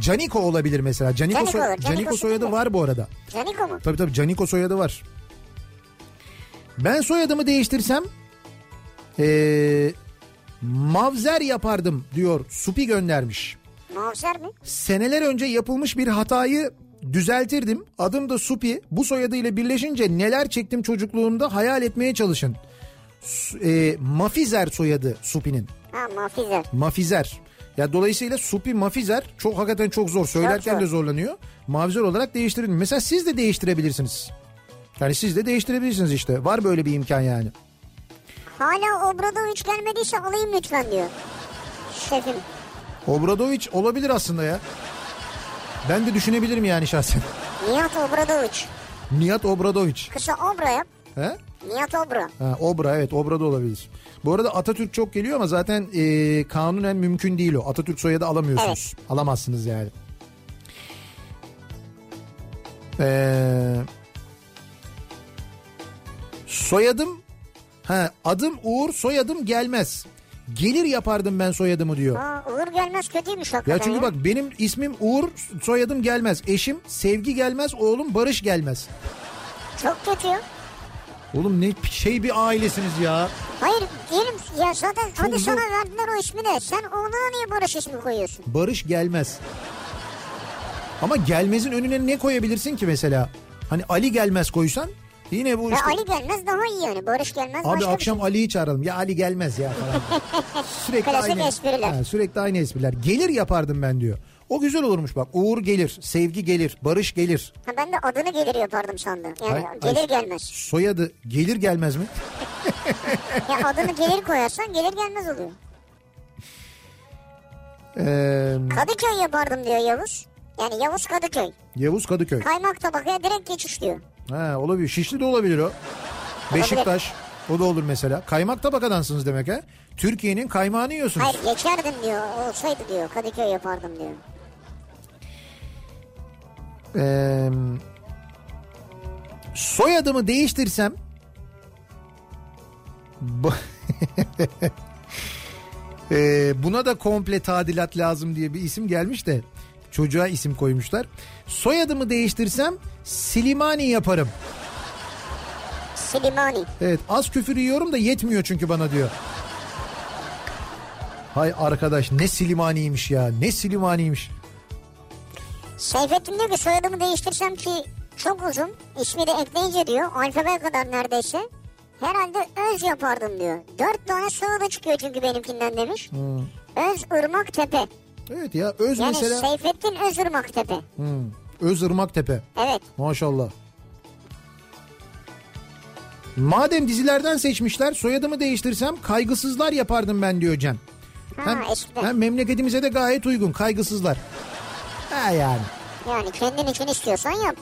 Speaker 1: Caniko olabilir mesela. Caniko,
Speaker 2: Caniko
Speaker 1: soy-
Speaker 2: olur, Caniko
Speaker 1: Caniko soyadı
Speaker 2: soyadı.
Speaker 1: var bu arada.
Speaker 2: Caniko mu?
Speaker 1: Tabii tabii Caniko soyadı var. Ben soyadımı değiştirsem ee, Mavzer yapardım diyor Supi göndermiş.
Speaker 2: Mavzer mi?
Speaker 1: Seneler önce yapılmış bir hatayı düzeltirdim. Adım da Supi. Bu soyadıyla birleşince neler çektim çocukluğumda hayal etmeye çalışın. Su- ee, Mafizer soyadı Supi'nin.
Speaker 2: Ha Mafizer.
Speaker 1: Mafizer. Ya dolayısıyla Supi Mafizer çok hakikaten çok zor. Söylerken
Speaker 2: zor.
Speaker 1: de zorlanıyor. Mafizer olarak değiştirin. Mesela siz de değiştirebilirsiniz. Yani siz de değiştirebilirsiniz işte. Var böyle bir imkan yani.
Speaker 2: Hala Obradoviç gelmediyse alayım lütfen diyor. Şefim.
Speaker 1: Obradoviç olabilir aslında ya. Ben de düşünebilirim yani şahsen. *laughs*
Speaker 2: Nihat Obradoviç.
Speaker 1: Nihat Obradoviç.
Speaker 2: Kısa Obra yap.
Speaker 1: He?
Speaker 2: Nihat Obra.
Speaker 1: Ha, Obra evet Obra da olabilir. Bu arada Atatürk çok geliyor ama zaten e, kanunen mümkün değil o. Atatürk soyadı alamıyorsunuz. Alamazsınız yani. Ee, soyadım ha, adım Uğur soyadım gelmez. Gelir yapardım ben soyadımı diyor.
Speaker 2: Aa, Uğur Gelmez kötüymüş hakikaten.
Speaker 1: Ya çünkü bak benim ismim Uğur soyadım gelmez. Eşim Sevgi gelmez oğlum Barış gelmez.
Speaker 2: Çok kötü ya.
Speaker 1: Oğlum ne şey bir ailesiniz ya.
Speaker 2: Hayır diyelim ya zaten hadi
Speaker 1: zor.
Speaker 2: sana verdiler o ismi de sen ona niye Barış ismi koyuyorsun?
Speaker 1: Barış gelmez. Ama gelmezin önüne ne koyabilirsin ki mesela? Hani Ali gelmez koysan yine bu
Speaker 2: Ya
Speaker 1: işte
Speaker 2: Ali Gelmez daha iyi yani Barış
Speaker 1: abi
Speaker 2: Gelmez başka bir şey.
Speaker 1: akşam Ali'yi çağıralım. Ya Ali gelmez ya
Speaker 2: *laughs*
Speaker 1: falan. sürekli
Speaker 2: Klasik
Speaker 1: aynı
Speaker 2: espriler.
Speaker 1: Ha, sürekli aynı espriler. Gelir yapardım ben diyor. O güzel olurmuş bak. Uğur gelir, Sevgi gelir, Barış gelir.
Speaker 2: Ha ben de adını gelir yapardım sandım. Yani
Speaker 1: Hayır,
Speaker 2: gelir
Speaker 1: hayır.
Speaker 2: gelmez.
Speaker 1: Soyadı gelir gelmez mi?
Speaker 2: Ya adını gelir koyarsan gelir gelmez oluyor.
Speaker 1: Ee,
Speaker 2: Kadıköy yapardım diyor Yavuz. Yani Yavuz Kadıköy.
Speaker 1: Yavuz Kadıköy.
Speaker 2: Kaymak tabakaya direkt geçiş diyor.
Speaker 1: Ha, olabilir. Şişli de olabilir o. Beşiktaş. O da olur mesela. Kaymak tabakadansınız demek ha. Türkiye'nin kaymağını yiyorsunuz.
Speaker 2: Hayır geçerdim diyor olsaydı diyor Kadıköy yapardım diyor.
Speaker 1: Ee, soyadımı değiştirsem bu- *laughs* Ee, buna da komple tadilat lazım diye bir isim gelmiş de çocuğa isim koymuşlar. Soyadımı değiştirsem Silimani yaparım.
Speaker 2: Silimani.
Speaker 1: Evet az küfür yiyorum da yetmiyor çünkü bana diyor. Hay arkadaş ne Silimani'ymiş ya ne Silimani'ymiş.
Speaker 2: Seyfettin diyor ki soyadımı değiştirsem ki çok uzun ismi de ekleyince diyor alfabe kadar neredeyse herhalde öz yapardım diyor. Dört tane soyadı çıkıyor çünkü benimkinden demiş. Öz Irmak Tepe.
Speaker 1: Evet ya öz
Speaker 2: Yani şey-
Speaker 1: mesela
Speaker 2: Seyfettin Öz Irmak Tepe.
Speaker 1: Hmm, öz ırmak tepe.
Speaker 2: Evet.
Speaker 1: Maşallah. Madem dizilerden seçmişler soyadımı değiştirsem kaygısızlar yapardım ben diyor Cem.
Speaker 2: Ha,
Speaker 1: Hem,
Speaker 2: eskiden.
Speaker 1: hem memleketimize de gayet uygun kaygısızlar. Ha yani.
Speaker 2: Yani kendin için istiyorsan yap.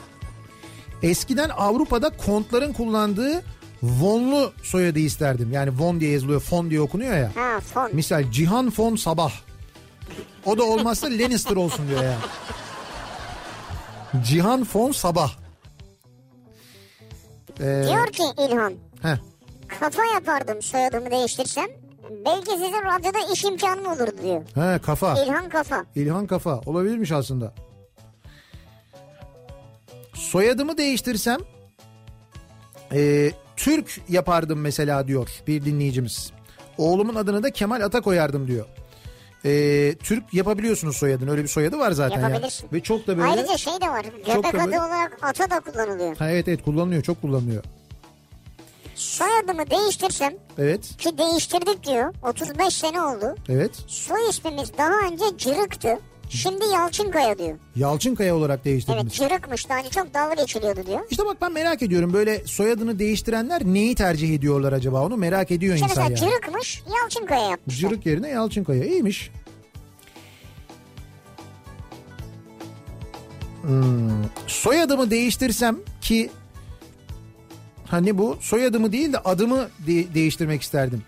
Speaker 1: Eskiden Avrupa'da kontların kullandığı Vonlu soyadı isterdim. Yani Von diye yazılıyor, Fon diye okunuyor ya.
Speaker 2: Ha fon.
Speaker 1: Misal Cihan Fon Sabah. O da olmazsa Lannister olsun diyor ya. Cihan Fon Sabah. Ee,
Speaker 2: Diyor ki İlhan
Speaker 1: heh.
Speaker 2: kafa yapardım soyadımı değiştirsem belki sizin radyoda iş imkanım olurdu diyor.
Speaker 1: He kafa.
Speaker 2: İlhan kafa.
Speaker 1: İlhan kafa. Olabilirmiş aslında. Soyadımı değiştirsem e, Türk yapardım mesela diyor bir dinleyicimiz. Oğlumun adını da Kemal Ata koyardım diyor. E, Türk yapabiliyorsunuz soyadını. Öyle bir soyadı var zaten. yani.
Speaker 2: Yapabilirsin.
Speaker 1: Ve çok da böyle...
Speaker 2: Ayrıca şey de var. Göbek
Speaker 1: da
Speaker 2: adı
Speaker 1: böyle-
Speaker 2: olarak ata da kullanılıyor.
Speaker 1: Ha, evet evet kullanılıyor. Çok kullanılıyor.
Speaker 2: Soyadımı değiştirsem
Speaker 1: Evet.
Speaker 2: ki değiştirdik diyor. 35 sene oldu.
Speaker 1: Evet.
Speaker 2: Soy ismimiz daha önce Cırık'tı. Şimdi Yalçınkaya diyor.
Speaker 1: Yalçınkaya olarak değiştirdiniz.
Speaker 2: Evet Cırık'mış. Daha önce çok dalga geçiliyordu diyor.
Speaker 1: İşte bak ben merak ediyorum böyle soyadını değiştirenler neyi tercih ediyorlar acaba onu merak ediyor
Speaker 2: Şimdi
Speaker 1: insan
Speaker 2: mesela
Speaker 1: yani.
Speaker 2: Cırık'mış Yalçınkaya yapmışlar.
Speaker 1: Cırık yerine Yalçınkaya. İyiymiş. Hmm. Soyadımı değiştirsem ki hani bu soyadımı değil de adımı de- değiştirmek isterdim.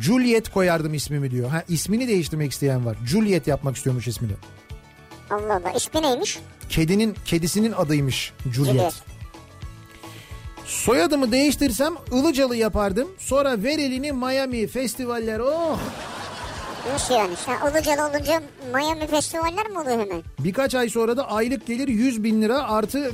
Speaker 1: Juliet koyardım ismimi diyor. Ha ismini değiştirmek isteyen var. Juliet yapmak istiyormuş ismini.
Speaker 2: Allah Allah. İsmi neymiş?
Speaker 1: Kedinin kedisinin adıymış Juliet.
Speaker 2: Evet.
Speaker 1: Soyadımı değiştirsem Ilıcalı yapardım. Sonra ver elini Miami festivaller. Oh!
Speaker 2: Nasıl yani? Sen Ilıcalı olunca Miami festivaller mi oluyor hemen?
Speaker 1: Birkaç ay sonra da aylık gelir 100 bin lira artı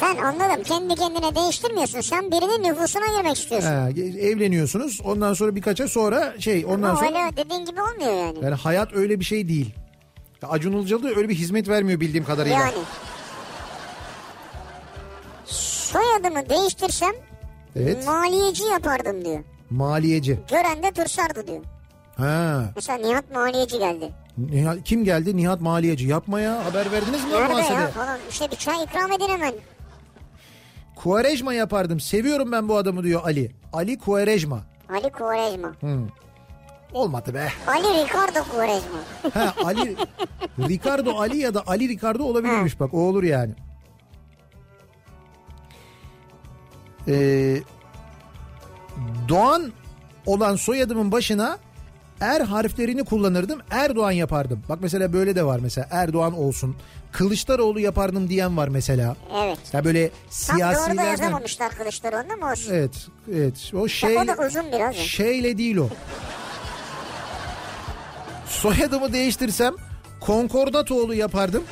Speaker 2: Sen anladım. Kendi kendine değiştirmiyorsun. Sen birinin nüfusuna girmek istiyorsun.
Speaker 1: Ha, evleniyorsunuz. Ondan sonra birkaç ay sonra şey ondan
Speaker 2: Ama hani-
Speaker 1: sonra
Speaker 2: öyle dediğin gibi olmuyor yani.
Speaker 1: yani hayat öyle bir şey değil. Ya Acun Ilıcalı öyle bir hizmet vermiyor bildiğim kadarıyla.
Speaker 2: Yani. Soyadımı değiştirsem
Speaker 1: Evet.
Speaker 2: maliyeci yapardım diyor.
Speaker 1: Maliyeci.
Speaker 2: Gören de tırsardı diyor.
Speaker 1: Ha.
Speaker 2: Mesela Nihat maliyeci geldi.
Speaker 1: Nihat- kim geldi? Nihat Maliyeci. Yapma ya. Haber verdiniz mi
Speaker 2: Nerede
Speaker 1: bahsede?
Speaker 2: ya falan işte bir çay ikram edin hemen.
Speaker 1: Kuarejma yapardım. Seviyorum ben bu adamı diyor Ali. Ali Kuarejma.
Speaker 2: Ali Kuvarejma.
Speaker 1: Olmadı be.
Speaker 2: Ali Ricardo Kuvarejma.
Speaker 1: Ha Ali Ricardo Ali ya da Ali Ricardo olabilirmiş bak o olur yani. Ee, Doğan olan soyadımın başına Er harflerini kullanırdım. Erdoğan yapardım. Bak mesela böyle de var mesela. Erdoğan olsun. Kılıçdaroğlu yapardım diyen var mesela.
Speaker 2: Evet.
Speaker 1: Ya böyle
Speaker 2: Tam doğru da
Speaker 1: siyasilerden.
Speaker 2: yazamamışlar Kılıçdaroğlu'nu ama olsun.
Speaker 1: Evet, evet. O şey
Speaker 2: o da uzun biraz.
Speaker 1: Şeyle değil o. Soyadımı değiştirsem Konkordatoğlu yapardım.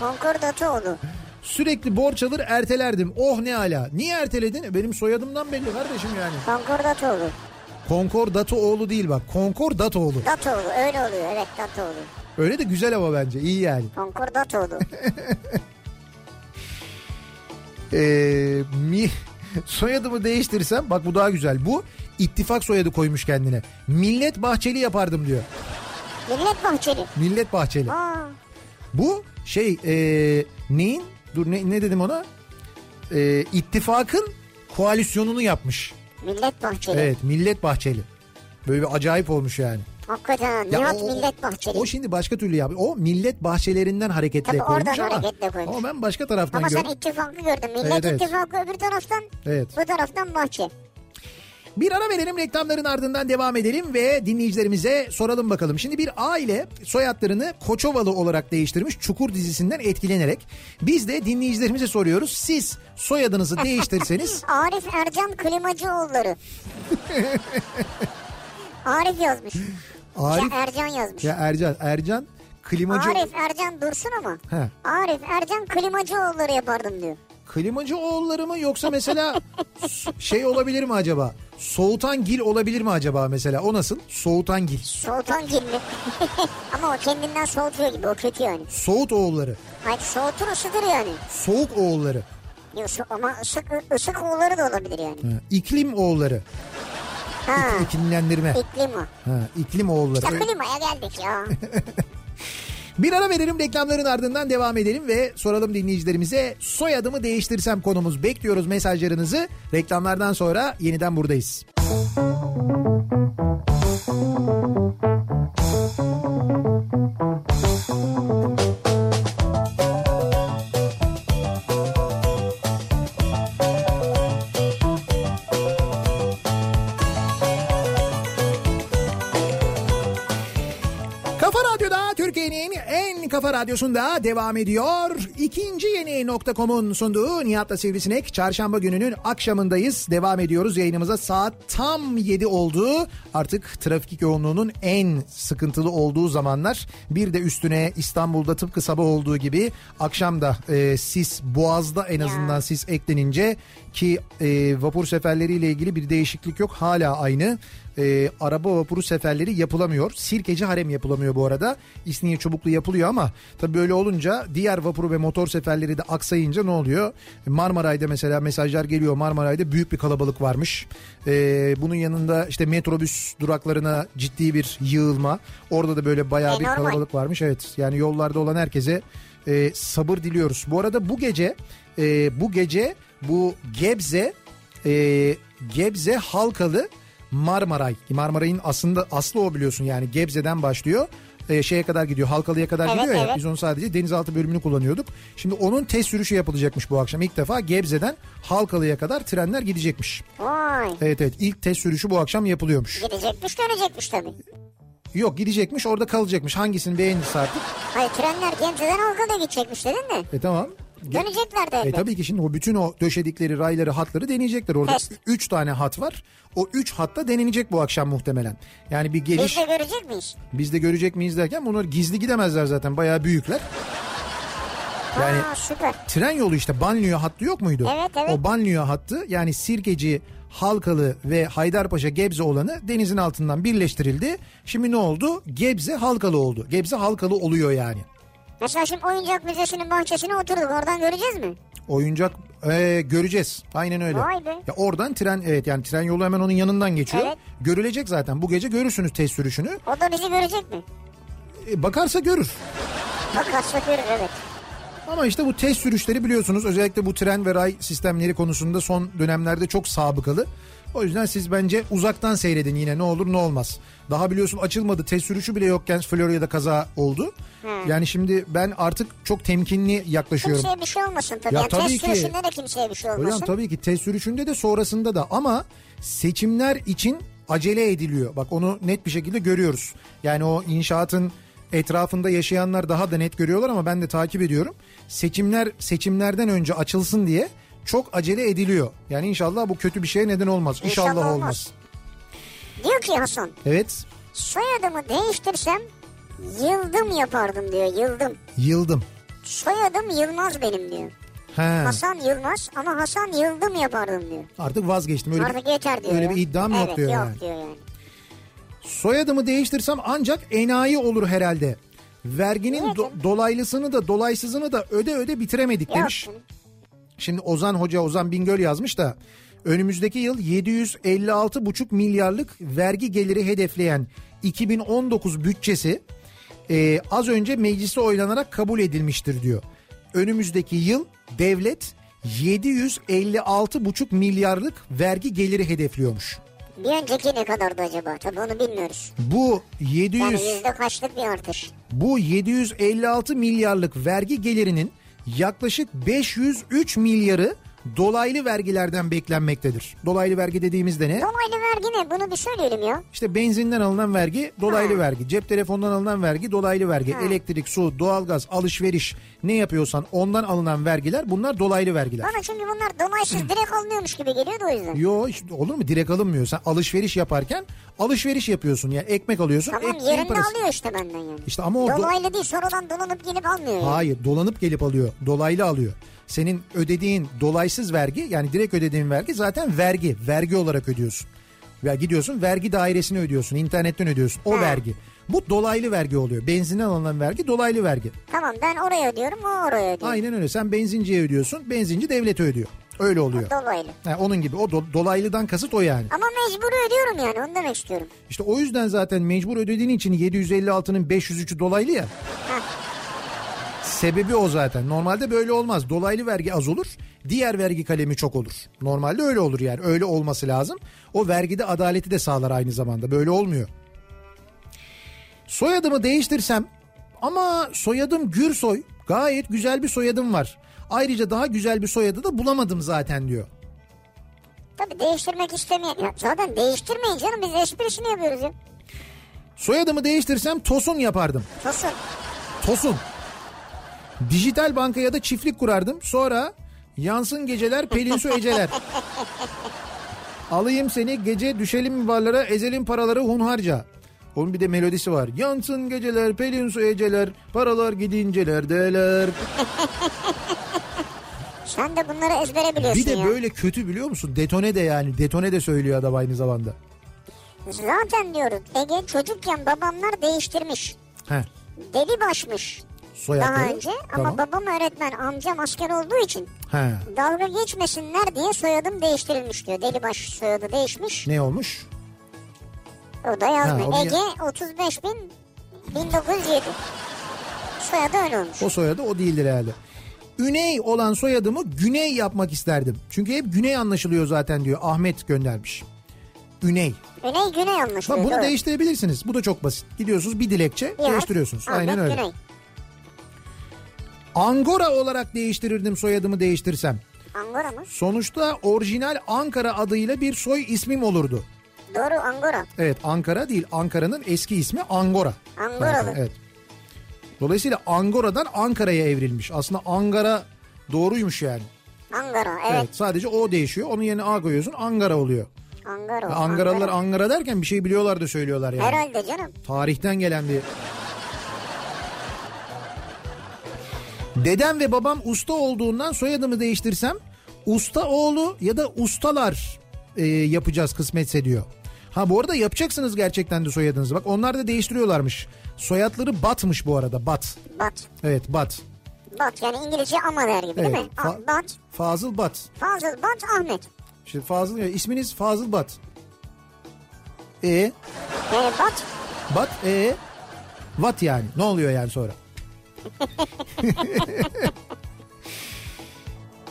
Speaker 2: Konkordatoğlu.
Speaker 1: Sürekli borç alır ertelerdim. Oh ne ala. Niye erteledin? E, Benim soyadımdan belli kardeşim yani.
Speaker 2: Konkordatoğlu.
Speaker 1: Konkordatoğlu değil bak. Konkordatoğlu.
Speaker 2: Datoğlu öyle oluyor evet Datoğlu.
Speaker 1: Öyle de güzel ama bence. iyi yani. *laughs*
Speaker 2: Konkordatoğlu.
Speaker 1: Ee, mi soyadımı değiştirsem bak bu daha güzel. Bu ittifak soyadı koymuş kendine. Millet Bahçeli yapardım diyor.
Speaker 2: Millet Bahçeli.
Speaker 1: Millet Bahçeli.
Speaker 2: Aa,
Speaker 1: Bu şey e, neyin? Dur ne, ne dedim ona? E, ittifakın koalisyonunu yapmış.
Speaker 2: Millet Bahçeli.
Speaker 1: Evet Millet Bahçeli. Böyle bir acayip olmuş yani.
Speaker 2: Hakikaten ha,
Speaker 1: Ya
Speaker 2: Nihat
Speaker 1: o- o-
Speaker 2: Millet Bahçeli.
Speaker 1: O şimdi başka türlü yap. O millet bahçelerinden hareketle
Speaker 2: Tabii oradan
Speaker 1: koymuş ama.
Speaker 2: hareketle koymuş.
Speaker 1: Ama ben başka taraftan
Speaker 2: Ama sen
Speaker 1: gördüm.
Speaker 2: ittifakı gördün. Millet
Speaker 1: Evet, evet.
Speaker 2: ittifakı öbür taraftan
Speaker 1: Evet.
Speaker 2: bu taraftan Bahçe.
Speaker 1: Bir ara verelim reklamların ardından devam edelim ve dinleyicilerimize soralım bakalım. Şimdi bir aile soyadlarını Koçovalı olarak değiştirmiş Çukur dizisinden etkilenerek. Biz de dinleyicilerimize soruyoruz. Siz soyadınızı
Speaker 2: *laughs*
Speaker 1: değiştirseniz
Speaker 2: Arif Ercan
Speaker 1: *laughs*
Speaker 2: Klimacıoğulları. Arif yazmış.
Speaker 1: Arif
Speaker 2: Ya Ercan yazmış.
Speaker 1: ya Ercan Ercan Klimacı
Speaker 2: Arif Ercan dursun ama.
Speaker 1: He.
Speaker 2: Arif Ercan Klimacıoğulları yapardım diyor.
Speaker 1: Klimacı oğulları mı yoksa mesela s- şey olabilir mi acaba? Soğutan gil olabilir mi acaba mesela? O nasıl? Soğutan gil.
Speaker 2: Soğutan gibi. *laughs* ama o kendinden soğutuyor gibi o kötü yani.
Speaker 1: Soğut oğulları.
Speaker 2: Hayır soğutur ısıtır yani.
Speaker 1: Soğuk oğulları.
Speaker 2: Yok, so- ama ısık, ısık oğulları da olabilir yani.
Speaker 1: Ha, İklim oğulları.
Speaker 2: Ha.
Speaker 1: İklimlendirme.
Speaker 2: İklim o.
Speaker 1: Ha, iklim oğulları.
Speaker 2: Ya klimaya geldik
Speaker 1: *laughs*
Speaker 2: ya.
Speaker 1: Bir ara verelim reklamların ardından devam edelim ve soralım dinleyicilerimize soyadımı değiştirsem konumuz bekliyoruz mesajlarınızı. Reklamlardan sonra yeniden buradayız. Kafa Radyo'da Türkiye'nin en kafa radyosunda devam ediyor. İkinci yeni nokta.com'un sunduğu Nihat'la Sivrisinek. Çarşamba gününün akşamındayız. Devam ediyoruz yayınımıza. Saat tam 7 oldu. Artık trafik yoğunluğunun en sıkıntılı olduğu zamanlar. Bir de üstüne İstanbul'da tıpkı sabah olduğu gibi akşam da e, sis boğazda en azından sis eklenince ki e, vapur seferleriyle ilgili bir değişiklik yok. Hala aynı. E, araba vapuru seferleri yapılamıyor. Sirkeci harem yapılamıyor bu arada. İsniye çubuklu yapılıyor ama tabii böyle olunca diğer vapuru ve motor seferleri de aksayınca ne oluyor? Marmaray'da mesela mesajlar geliyor. Marmaray'da büyük bir kalabalık varmış. E, bunun yanında işte metrobüs duraklarına ciddi bir yığılma. Orada da böyle bayağı
Speaker 2: E,
Speaker 1: bir
Speaker 2: normal.
Speaker 1: kalabalık varmış. Evet yani yollarda olan herkese e, sabır diliyoruz. Bu arada bu gece e, bu gece bu Gebze e, Gebze Halkalı Marmaray. Marmaray'ın aslında aslı o biliyorsun yani Gebze'den başlıyor. E, şeye kadar gidiyor Halkalı'ya kadar
Speaker 2: Evet,
Speaker 1: gidiyor ya
Speaker 2: evet.
Speaker 1: biz onu sadece denizaltı bölümünü kullanıyorduk. Şimdi onun test sürüşü yapılacakmış bu akşam ilk defa Gebze'den Halkalı'ya kadar trenler gidecekmiş.
Speaker 2: Vay.
Speaker 1: Evet evet ilk test sürüşü bu akşam yapılıyormuş.
Speaker 2: Gidecekmiş dönecekmiş tabii.
Speaker 1: Yok gidecekmiş orada kalacakmış hangisini beğenirse artık.
Speaker 2: Hayır trenler Gemze'den Halkalı'ya gidecekmiş dedin de.
Speaker 1: E tamam. Ge-
Speaker 2: Dönecekler de
Speaker 1: E
Speaker 2: elbet.
Speaker 1: tabii ki şimdi o bütün o döşedikleri rayları hatları deneyecekler. Orada
Speaker 2: Evet.
Speaker 1: 3 tane hat var. O 3 hatta denenecek bu akşam muhtemelen. Yani bir
Speaker 2: Biz
Speaker 1: geliş
Speaker 2: de görecek miyiz?
Speaker 1: biz de görecek miyiz derken bunlar gizli gidemezler zaten bayağı büyükler. Yani
Speaker 2: Aa süper.
Speaker 1: tren yolu işte Banliyö hattı yok muydu?
Speaker 2: Evet, evet.
Speaker 1: O Banliyö hattı yani Sirkeci, Halkalı ve Haydarpaşa Gebze olanı denizin altından birleştirildi. Şimdi ne oldu? Gebze Halkalı oldu. Gebze Halkalı oluyor yani.
Speaker 2: Mesela şimdi oyuncak müzesinin bahçesine oturduk oradan göreceğiz mi?
Speaker 1: Oyuncak ee, göreceğiz. Aynen öyle.
Speaker 2: Vay be.
Speaker 1: Ya oradan tren evet yani tren yolu hemen onun yanından geçiyor.
Speaker 2: Evet.
Speaker 1: Görülecek zaten. Bu gece görürsünüz test sürüşünü.
Speaker 2: O da bizi görecek mi?
Speaker 1: E, bakarsa görür.
Speaker 2: Bak görür evet.
Speaker 1: Ama işte bu test sürüşleri biliyorsunuz özellikle bu tren ve ray sistemleri konusunda son dönemlerde çok sabıkalı. O yüzden siz bence uzaktan seyredin yine ne olur ne olmaz. Daha biliyorsun açılmadı test sürüşü bile yokken Florya'da kaza oldu. Yani şimdi ben artık çok temkinli yaklaşıyorum.
Speaker 2: Kimseye bir şey olmasın tabii.
Speaker 1: Ya
Speaker 2: yani
Speaker 1: tabii
Speaker 2: test
Speaker 1: ki.
Speaker 2: sürüşünde de kimseye bir şey olmasın.
Speaker 1: Hocam tabii ki test sürüşünde de sonrasında da ama seçimler için acele ediliyor. Bak onu net bir şekilde görüyoruz. Yani o inşaatın etrafında yaşayanlar daha da net görüyorlar ama ben de takip ediyorum. Seçimler seçimlerden önce açılsın diye çok acele ediliyor. Yani inşallah bu kötü bir şeye neden olmaz. İnşallah,
Speaker 2: İnşallah
Speaker 1: olmaz.
Speaker 2: olmaz. Diyor ki Hasan
Speaker 1: Evet.
Speaker 2: soyadımı değiştirsem yıldım yapardım diyor yıldım.
Speaker 1: Yıldım.
Speaker 2: Soyadım Yılmaz benim diyor.
Speaker 1: He.
Speaker 2: Hasan Yılmaz ama Hasan yıldım yapardım diyor.
Speaker 1: Artık vazgeçtim. Öyle
Speaker 2: Artık yeter diyor.
Speaker 1: öyle
Speaker 2: ya.
Speaker 1: bir iddiam yok
Speaker 2: evet,
Speaker 1: diyor
Speaker 2: Yok
Speaker 1: yani.
Speaker 2: diyor yani.
Speaker 1: Soyadımı değiştirsem ancak enayi olur herhalde. Verginin
Speaker 2: Niye
Speaker 1: do- dolaylısını da dolaysızını da öde öde bitiremedik demiş.
Speaker 2: Yok.
Speaker 1: Şimdi Ozan Hoca Ozan Bingöl yazmış da önümüzdeki yıl 756,5 milyarlık vergi geliri hedefleyen 2019 bütçesi e, az önce meclise oylanarak kabul edilmiştir diyor. Önümüzdeki yıl devlet 756,5 milyarlık vergi geliri hedefliyormuş.
Speaker 2: Bir önceki ne kadardı acaba? Tabii onu bilmiyoruz.
Speaker 1: Bu 700
Speaker 2: Yani yüzde kaçlık bir artış.
Speaker 1: Bu 756 milyarlık vergi gelirinin yaklaşık 503 milyarı dolaylı vergilerden beklenmektedir. Dolaylı vergi dediğimizde ne?
Speaker 2: Dolaylı vergi ne? Bunu bir söyleyelim ya.
Speaker 1: İşte benzinden alınan vergi dolaylı vergi, cep telefonundan alınan vergi dolaylı vergi, elektrik, su, doğalgaz, alışveriş ne yapıyorsan ondan alınan vergiler bunlar dolaylı vergiler.
Speaker 2: Bana çünkü bunlar dolaysız direkt alınıyormuş gibi geliyor da o yüzden.
Speaker 1: Yo işte olur mu direkt alınmıyor. Sen alışveriş yaparken alışveriş yapıyorsun yani ekmek alıyorsun.
Speaker 2: Tamam
Speaker 1: ekmeğin
Speaker 2: yerinde
Speaker 1: parası.
Speaker 2: alıyor işte benden yani.
Speaker 1: İşte ama o do-
Speaker 2: Dolaylı değil sonradan dolanıp gelip almıyor. yani.
Speaker 1: Hayır dolanıp gelip alıyor. Dolaylı alıyor. Senin ödediğin dolaysız vergi yani direkt ödediğin vergi zaten vergi. Vergi olarak ödüyorsun. Ya gidiyorsun vergi dairesine ödüyorsun. internetten ödüyorsun. O vergi. Bu dolaylı vergi oluyor. Benzinden alınan vergi dolaylı vergi.
Speaker 2: Tamam ben oraya ödüyorum o oraya ödüyor.
Speaker 1: Aynen öyle. Sen benzinciye ödüyorsun. Benzinci devlete ödüyor. Öyle oluyor.
Speaker 2: Dolaylı.
Speaker 1: Ha, onun gibi. O do- dolaylıdan kasıt o yani.
Speaker 2: Ama mecbur ödüyorum yani onu demek istiyorum.
Speaker 1: İşte o yüzden zaten mecbur ödediğin için 756'nın 503'ü dolaylı ya. Sebebi o zaten. Normalde böyle olmaz. Dolaylı vergi az olur. Diğer vergi kalemi çok olur. Normalde öyle olur yani. Öyle olması lazım. O vergide adaleti de sağlar aynı zamanda. Böyle olmuyor. Soyadımı değiştirsem ama soyadım Gürsoy. Gayet güzel bir soyadım var. Ayrıca daha güzel bir soyadı da bulamadım zaten diyor.
Speaker 2: Tabii değiştirmek istemeyen. Ya zaten değiştirmeyin canım biz esprisini yapıyoruz ya.
Speaker 1: Soyadımı değiştirsem Tosun yapardım.
Speaker 2: Tosun.
Speaker 1: Tosun. Dijital bankaya da çiftlik kurardım. Sonra yansın geceler pelin su eceler.
Speaker 2: *laughs*
Speaker 1: Alayım seni gece düşelim varlara ezelim paraları hunharca. Onun bir de melodisi var. Yansın geceler pelin su eceler paralar gidinceler deler.
Speaker 2: Sen de bunları ezbere biliyorsun
Speaker 1: Bir de
Speaker 2: ya.
Speaker 1: böyle kötü biliyor musun? Detone de yani detone de söylüyor adam aynı zamanda.
Speaker 2: Zaten diyoruz Ege çocukken babamlar değiştirmiş.
Speaker 1: He.
Speaker 2: Deli başmış.
Speaker 1: Soyadları.
Speaker 2: Daha önce
Speaker 1: Tamam.
Speaker 2: ama babam öğretmen amcam asker olduğu için
Speaker 1: He.
Speaker 2: dalga geçmesinler diye soyadım değiştirilmiş diyor. Delibaş soyadı değişmiş.
Speaker 1: Ne olmuş?
Speaker 2: O da yazmış.
Speaker 1: Ha, o da
Speaker 2: Ege 35 bin 1907. Soyadı öyle olmuş.
Speaker 1: O soyadı o değildir herhalde. Üney olan soyadımı Güney yapmak isterdim. Çünkü hep Güney anlaşılıyor zaten diyor. Ahmet göndermiş. Üney.
Speaker 2: Güney güney olmuş.
Speaker 1: Bak
Speaker 2: diyor,
Speaker 1: bunu
Speaker 2: doğru.
Speaker 1: değiştirebilirsiniz. Bu da çok basit. Gidiyorsunuz bir dilekçe
Speaker 2: Bir harf,
Speaker 1: değiştiriyorsunuz.
Speaker 2: Ahmet
Speaker 1: Aynen öyle.
Speaker 2: Güney.
Speaker 1: Angora olarak değiştirirdim soyadımı değiştirsem.
Speaker 2: Angora mı?
Speaker 1: Sonuçta orijinal Ankara adıyla bir soy ismim olurdu.
Speaker 2: Doğru Angora.
Speaker 1: Evet Ankara değil Ankara'nın eski ismi Angora.
Speaker 2: Angoralı.
Speaker 1: Zaten, Evet. Dolayısıyla Angora'dan Ankara'ya evrilmiş. Aslında Angara doğruymuş yani.
Speaker 2: Angora evet.
Speaker 1: Evet. Sadece o değişiyor. Onun yerine A koyuyorsun Angara oluyor.
Speaker 2: Angora.
Speaker 1: Angaralılar
Speaker 2: Angora.
Speaker 1: Angara derken bir şey biliyorlar da söylüyorlar yani.
Speaker 2: Herhalde canım.
Speaker 1: Tarihten gelen bir... Dedem ve babam usta olduğundan soyadımı değiştirsem usta oğlu ya da ustalar e, yapacağız kısmetse diyor. Ha bu arada yapacaksınız gerçekten de soyadınızı. Bak onlar da değiştiriyorlarmış. Soyadları batmış bu arada bat.
Speaker 2: Bat.
Speaker 1: Evet bat.
Speaker 2: Bat yani İngilizce ama der gibi değil
Speaker 1: Evet,
Speaker 2: mi?
Speaker 1: fa-
Speaker 2: Ah, Bat.
Speaker 1: Fazıl Bat.
Speaker 2: Fazıl Bat Ahmet.
Speaker 1: Şimdi Fazıl e, isminiz Fazıl Bat. E
Speaker 2: Yani Bat
Speaker 1: Bat e vat yani. Ne oluyor yani sonra?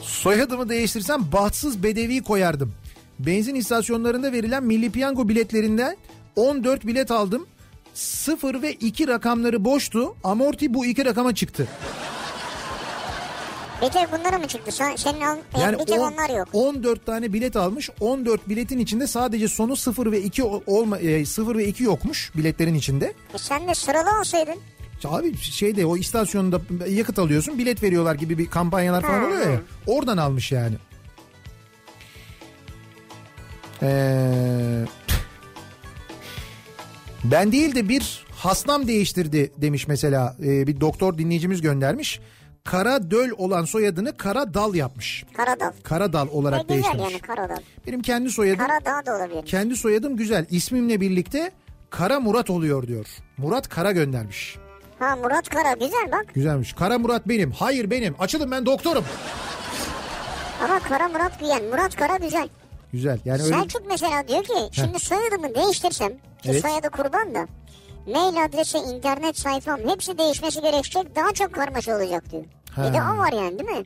Speaker 1: Soyadımı değiştirsem bahtsız bedevi koyardım. Benzin istasyonlarında verilen milli piyango biletlerinden 14 bilet aldım. 0 ve 2 rakamları boştu. Amorti bu iki rakama çıktı.
Speaker 2: Bir tek bunlara mı çıktı? Sen, senin al, e, bir tek
Speaker 1: on-
Speaker 2: onlar yok.
Speaker 1: 14 tane bilet almış. 14 biletin içinde sadece sonu 0 ve 2 ol- olma e, 0 ve 2 yokmuş biletlerin içinde.
Speaker 2: E sen de sıralı olsaydın.
Speaker 1: Ya Abi şeyde o istasyonda yakıt alıyorsun bilet veriyorlar gibi bir kampanyalar falan
Speaker 2: Ha,
Speaker 1: oluyor ya.
Speaker 2: ha.
Speaker 1: Oradan almış yani. Ee, ben değil de bir hastam değiştirdi demiş mesela Ee, bir doktor dinleyicimiz göndermiş. Kara döl olan soyadını kara dal yapmış.
Speaker 2: Karadal.
Speaker 1: Kara dal
Speaker 2: E
Speaker 1: olarak
Speaker 2: güzel
Speaker 1: değiştirmiş.
Speaker 2: yani Karadal.
Speaker 1: Benim kendi soyadım
Speaker 2: Karadağ da olabilir.
Speaker 1: kendi soyadım güzel. İsmimle birlikte Kara Murat oluyor diyor. Murat Kara göndermiş.
Speaker 2: Ha Murat Kara güzel bak.
Speaker 1: Güzelmiş. Kara Murat benim. Hayır benim. Açılın ben doktorum.
Speaker 2: Ama Kara Murat güzel. Murat Kara güzel.
Speaker 1: Güzel. Yani öyle
Speaker 2: Selçuk mesela diyor ki şimdi soyadımı değiştirsem ki
Speaker 1: Evet.
Speaker 2: soyadı kurban da mail adresi, internet sayfam hepsi değişmesi gerekecek daha çok karmaşa olacak diyor. Bir de
Speaker 1: Ha.
Speaker 2: o var yani değil mi?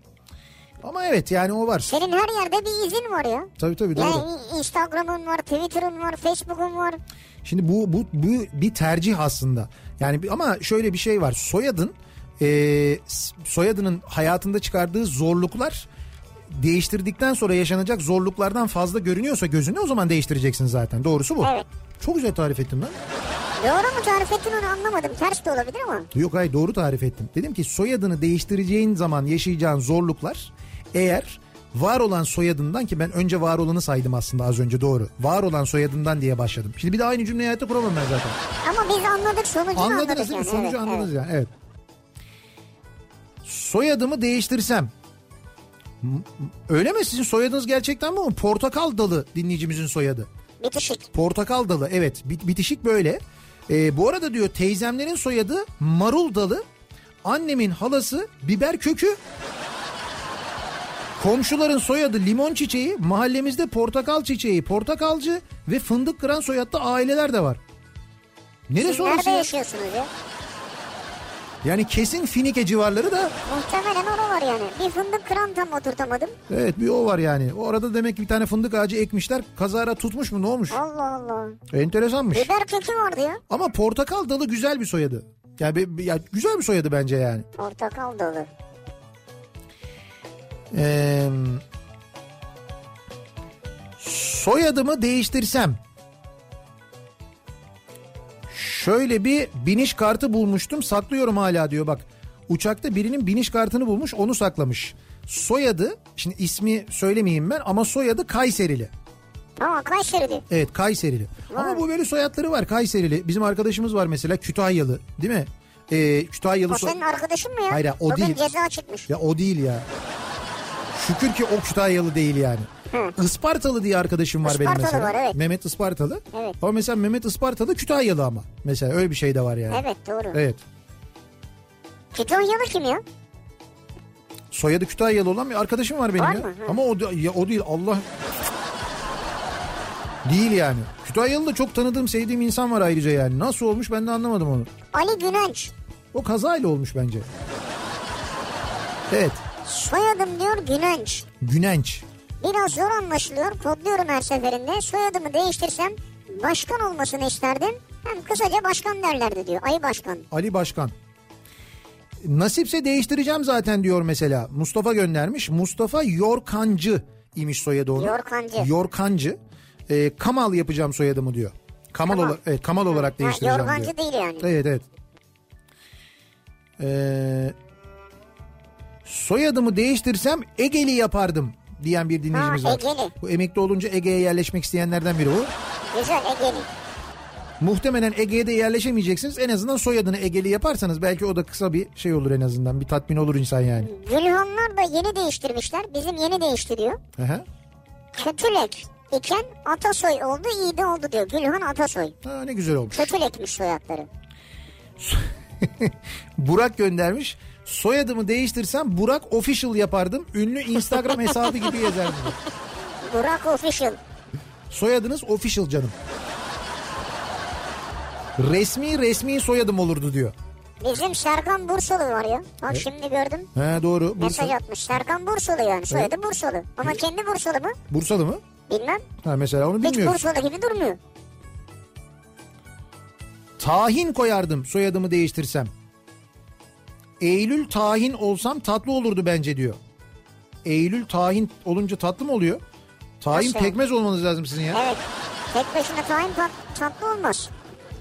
Speaker 1: ama evet yani o var.
Speaker 2: Senin her yerde bir izin var ya.
Speaker 1: Tabii tabii doğru.
Speaker 2: Yani Instagram'ın var, Twitter'ın var, Facebook'un var.
Speaker 1: Şimdi bu bu bu bir tercih aslında. Yani bir- ama şöyle bir şey var. Soyadın e, s- soyadının hayatında çıkardığı zorluklar değiştirdikten sonra yaşanacak zorluklardan fazla görünüyorsa gözüne o zaman değiştireceksin zaten. Doğrusu bu.
Speaker 2: Evet.
Speaker 1: Çok güzel tarif ettim lan.
Speaker 2: Doğru mu tarif ettin onu anlamadım. Ters de olabilir ama.
Speaker 1: Yok hayır doğru tarif ettim. Dedim ki soyadını değiştireceğin zaman yaşayacağın zorluklar eğer var olan soyadından ki ben önce var olanı saydım aslında az önce doğru. Var olan soyadından diye başladım. Şimdi bir de aynı cümleyi hayatta kuramam ben zaten.
Speaker 2: Ama biz anladık sonucunu
Speaker 1: Anladınız
Speaker 2: anladık
Speaker 1: değil
Speaker 2: yani.
Speaker 1: mi? Sonucu
Speaker 2: Evet,
Speaker 1: anladınız
Speaker 2: evet.
Speaker 1: yani evet. Soyadımı değiştirsem M- Öyle mi sizin soyadınız gerçekten bu mu? Portakal dalı dinleyicimizin soyadı.
Speaker 2: Bitişik.
Speaker 1: Portakal dalı evet bit- bitişik böyle. Ee, bu arada diyor teyzemlerin soyadı marul dalı. Annemin halası biber kökü. Komşuların soyadı limon çiçeği. Mahallemizde portakal çiçeği portakalcı ve fındık kıran soyadlı aileler de var.
Speaker 2: Siz
Speaker 1: Neresi orası
Speaker 2: nerede
Speaker 1: ya?
Speaker 2: yaşıyorsunuz ya?
Speaker 1: Yani kesin Finike civarları da
Speaker 2: Muhtemelen onu var yani. Bir fındık kıran tam oturtamadım.
Speaker 1: evet bir o var yani. O arada demek ki bir tane fındık ağacı ekmişler. Kazara tutmuş mu ne olmuş?
Speaker 2: Allah Allah.
Speaker 1: Enteresanmış.
Speaker 2: Biber kökü vardı ya.
Speaker 1: Ama portakal dalı güzel bir soyadı. Yani, be- be- ya güzel bir soyadı bence yani.
Speaker 2: Portakal dolu.
Speaker 1: Ee, soyadımı değiştirsem şöyle bir biniş kartı bulmuştum saklıyorum hala diyor bak. Uçakta birinin biniş kartını bulmuş onu saklamış. Soyadı şimdi ismi söylemeyeyim ben ama soyadı Kayserili.
Speaker 2: Ama Kayseri'de.
Speaker 1: Evet Kayserili. Ama
Speaker 2: Vay.
Speaker 1: bu böyle soyadları var Kayserili. Bizim arkadaşımız var mesela Kütahyalı değil mi? Ee, Kütahyalı
Speaker 2: O
Speaker 1: soy-
Speaker 2: senin arkadaşın mı ya?
Speaker 1: Hayır, o
Speaker 2: Bugün
Speaker 1: değil.
Speaker 2: ceza çıkmış.
Speaker 1: Ya o değil ya. Şükür ki o Kütahyalı değil yani. Ispartalı diye arkadaşım var benim
Speaker 2: Ispartalı
Speaker 1: mesela.
Speaker 2: var, evet.
Speaker 1: Mehmet Ispartalı.
Speaker 2: Evet.
Speaker 1: Ama mesela Mehmet Ispartalı Kütahyalı ama. Mesela öyle bir şey de var yani.
Speaker 2: Evet doğru.
Speaker 1: Evet.
Speaker 2: Kütahyalı kim ya?
Speaker 1: Soyadı Kütahyalı olan bir arkadaşım var benim
Speaker 2: Var
Speaker 1: ya.
Speaker 2: mı? Hı.
Speaker 1: Ama o, da- ya, o değil Allah. değil yani. Kütahyalı da çok tanıdığım sevdiğim insan var ayrıca yani. Nasıl olmuş ben de anlamadım onu.
Speaker 2: Ali Günenç.
Speaker 1: O kazayla olmuş bence. Evet.
Speaker 2: Soyadım diyor Günenç.
Speaker 1: Günenç.
Speaker 2: Biraz zor anlaşılıyor. Kodluyorum her seferinde. Soyadımı değiştirsem başkan olmasını isterdim. Hem kısaca başkan derlerdi diyor. Ayı başkan.
Speaker 1: Ali Başkan. Nasipse değiştireceğim zaten diyor mesela. Mustafa göndermiş. Mustafa Yorkancı imiş soyadı onun.
Speaker 2: Yorkancı.
Speaker 1: Yorkancı. Ee, Kamal yapacağım soyadımı diyor. Kamal,
Speaker 2: Kamal.
Speaker 1: ola- evet, Kamal olarak
Speaker 2: Ha,
Speaker 1: değiştireceğim diyor.
Speaker 2: yorgancı değil yani.
Speaker 1: Evet evet. Ee, soyadımı değiştirsem Egeli yapardım diyen bir dinleyicimiz
Speaker 2: Ha,
Speaker 1: var.
Speaker 2: Egeli.
Speaker 1: Bu emekli olunca Ege'ye yerleşmek isteyenlerden biri bu.
Speaker 2: Güzel e, Ege'li.
Speaker 1: Muhtemelen Ege'ye de yerleşemeyeceksiniz. En azından soyadını Ege'li yaparsanız belki o da kısa bir şey olur en azından. Bir tatmin olur insan yani.
Speaker 2: Gülhanlar da yeni değiştirmişler. Bizim yeni değiştiriyor.
Speaker 1: Aha.
Speaker 2: Kötülek iken Atasoy oldu iyi de oldu diyor. Gülhan Atasoy.
Speaker 1: Ha, ne güzel olmuş. *laughs*
Speaker 2: Kötülekmiş soyadları.
Speaker 1: Burak göndermiş. Soyadımı değiştirsem Burak Official yapardım. Ünlü Instagram hesabı gibi yazardım.
Speaker 2: Burak Official.
Speaker 1: Soyadınız Official canım. Resmi resmi soyadım olurdu diyor.
Speaker 2: Bizim Serkan Bursalı var ya. Bak şimdi gördüm.
Speaker 1: He doğru.
Speaker 2: Mesaj
Speaker 1: Bursa,
Speaker 2: atmış. Serkan Bursalı yani. Soyadı Bursalı. Ama kendi Bursalı mı?
Speaker 1: Bursalı mı?
Speaker 2: Bilmem.
Speaker 1: Ha mesela onu
Speaker 2: Hiç
Speaker 1: bilmiyoruz.
Speaker 2: Bursalı gibi durmuyor.
Speaker 1: Tahin koyardım soyadımı değiştirsem. Eylül Tahin olsam tatlı olurdu bence diyor. Eylül Tahin olunca tatlı mı oluyor? Tahin
Speaker 2: Nasıl?
Speaker 1: pekmez olmanız lazım sizin ya.
Speaker 2: Evet. Tek başına tayin tat- tatlı olmaz.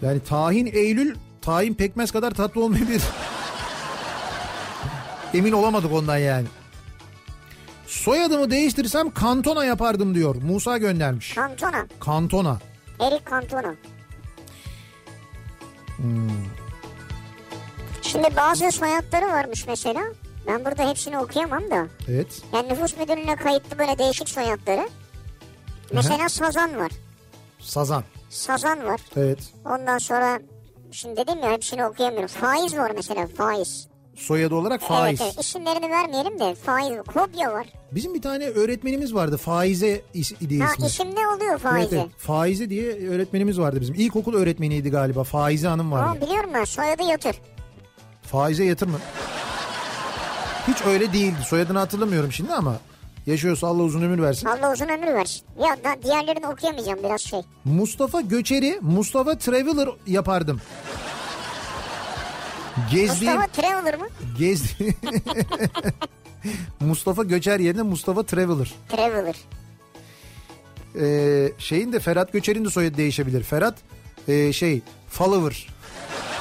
Speaker 1: Yani tahin Eylül tahin pekmez kadar tatlı olmayabilir. *laughs* Emin olamadık ondan yani. Soyadımı değiştirsem kantona yapardım diyor. Musa göndermiş.
Speaker 2: Kantona.
Speaker 1: Kantona.
Speaker 2: Erik Cantona. Şimdi bazı soyadları varmış mesela. Ben burada hepsini okuyamam da.
Speaker 1: Evet.
Speaker 2: Yani nüfus müdürlüğüne kayıtlı böyle değişik soyadları. Mesela Sazan var.
Speaker 1: Sazan.
Speaker 2: Sazan var.
Speaker 1: Evet.
Speaker 2: Ondan sonra şimdi dedim ya hepsini okuyamıyorum. Faiz var mesela faiz.
Speaker 1: Soyadı olarak faiz.
Speaker 2: Evet, evet isimlerini vermeyelim de faiz. Kobya var.
Speaker 1: Bizim bir tane öğretmenimiz vardı. Faize is- idi
Speaker 2: Ha
Speaker 1: ismi.
Speaker 2: isimde oluyor
Speaker 1: Evet,
Speaker 2: faizi.
Speaker 1: evet. Faize diye öğretmenimiz vardı bizim. İlkokul öğretmeniydi galiba. Faize Hanım vardı.
Speaker 2: Ama biliyorum ben soyadı yatır.
Speaker 1: Faize yatır mı? Hiç öyle değildi. Soyadını hatırlamıyorum şimdi ama yaşıyorsa Allah uzun ömür versin.
Speaker 2: Allah uzun ömür versin. Ya da diğerlerini okuyamayacağım biraz şey.
Speaker 1: Mustafa Göçeri, Mustafa Traveler yapardım. Gezdiğim,
Speaker 2: Mustafa Traveler mı?
Speaker 1: gezdi. *laughs* Mustafa Göçer yerine Mustafa Traveler.
Speaker 2: Traveler.
Speaker 1: Ee, şeyin de Ferhat Göçer'in de soyadı değişebilir. Ferhat e, şey follower.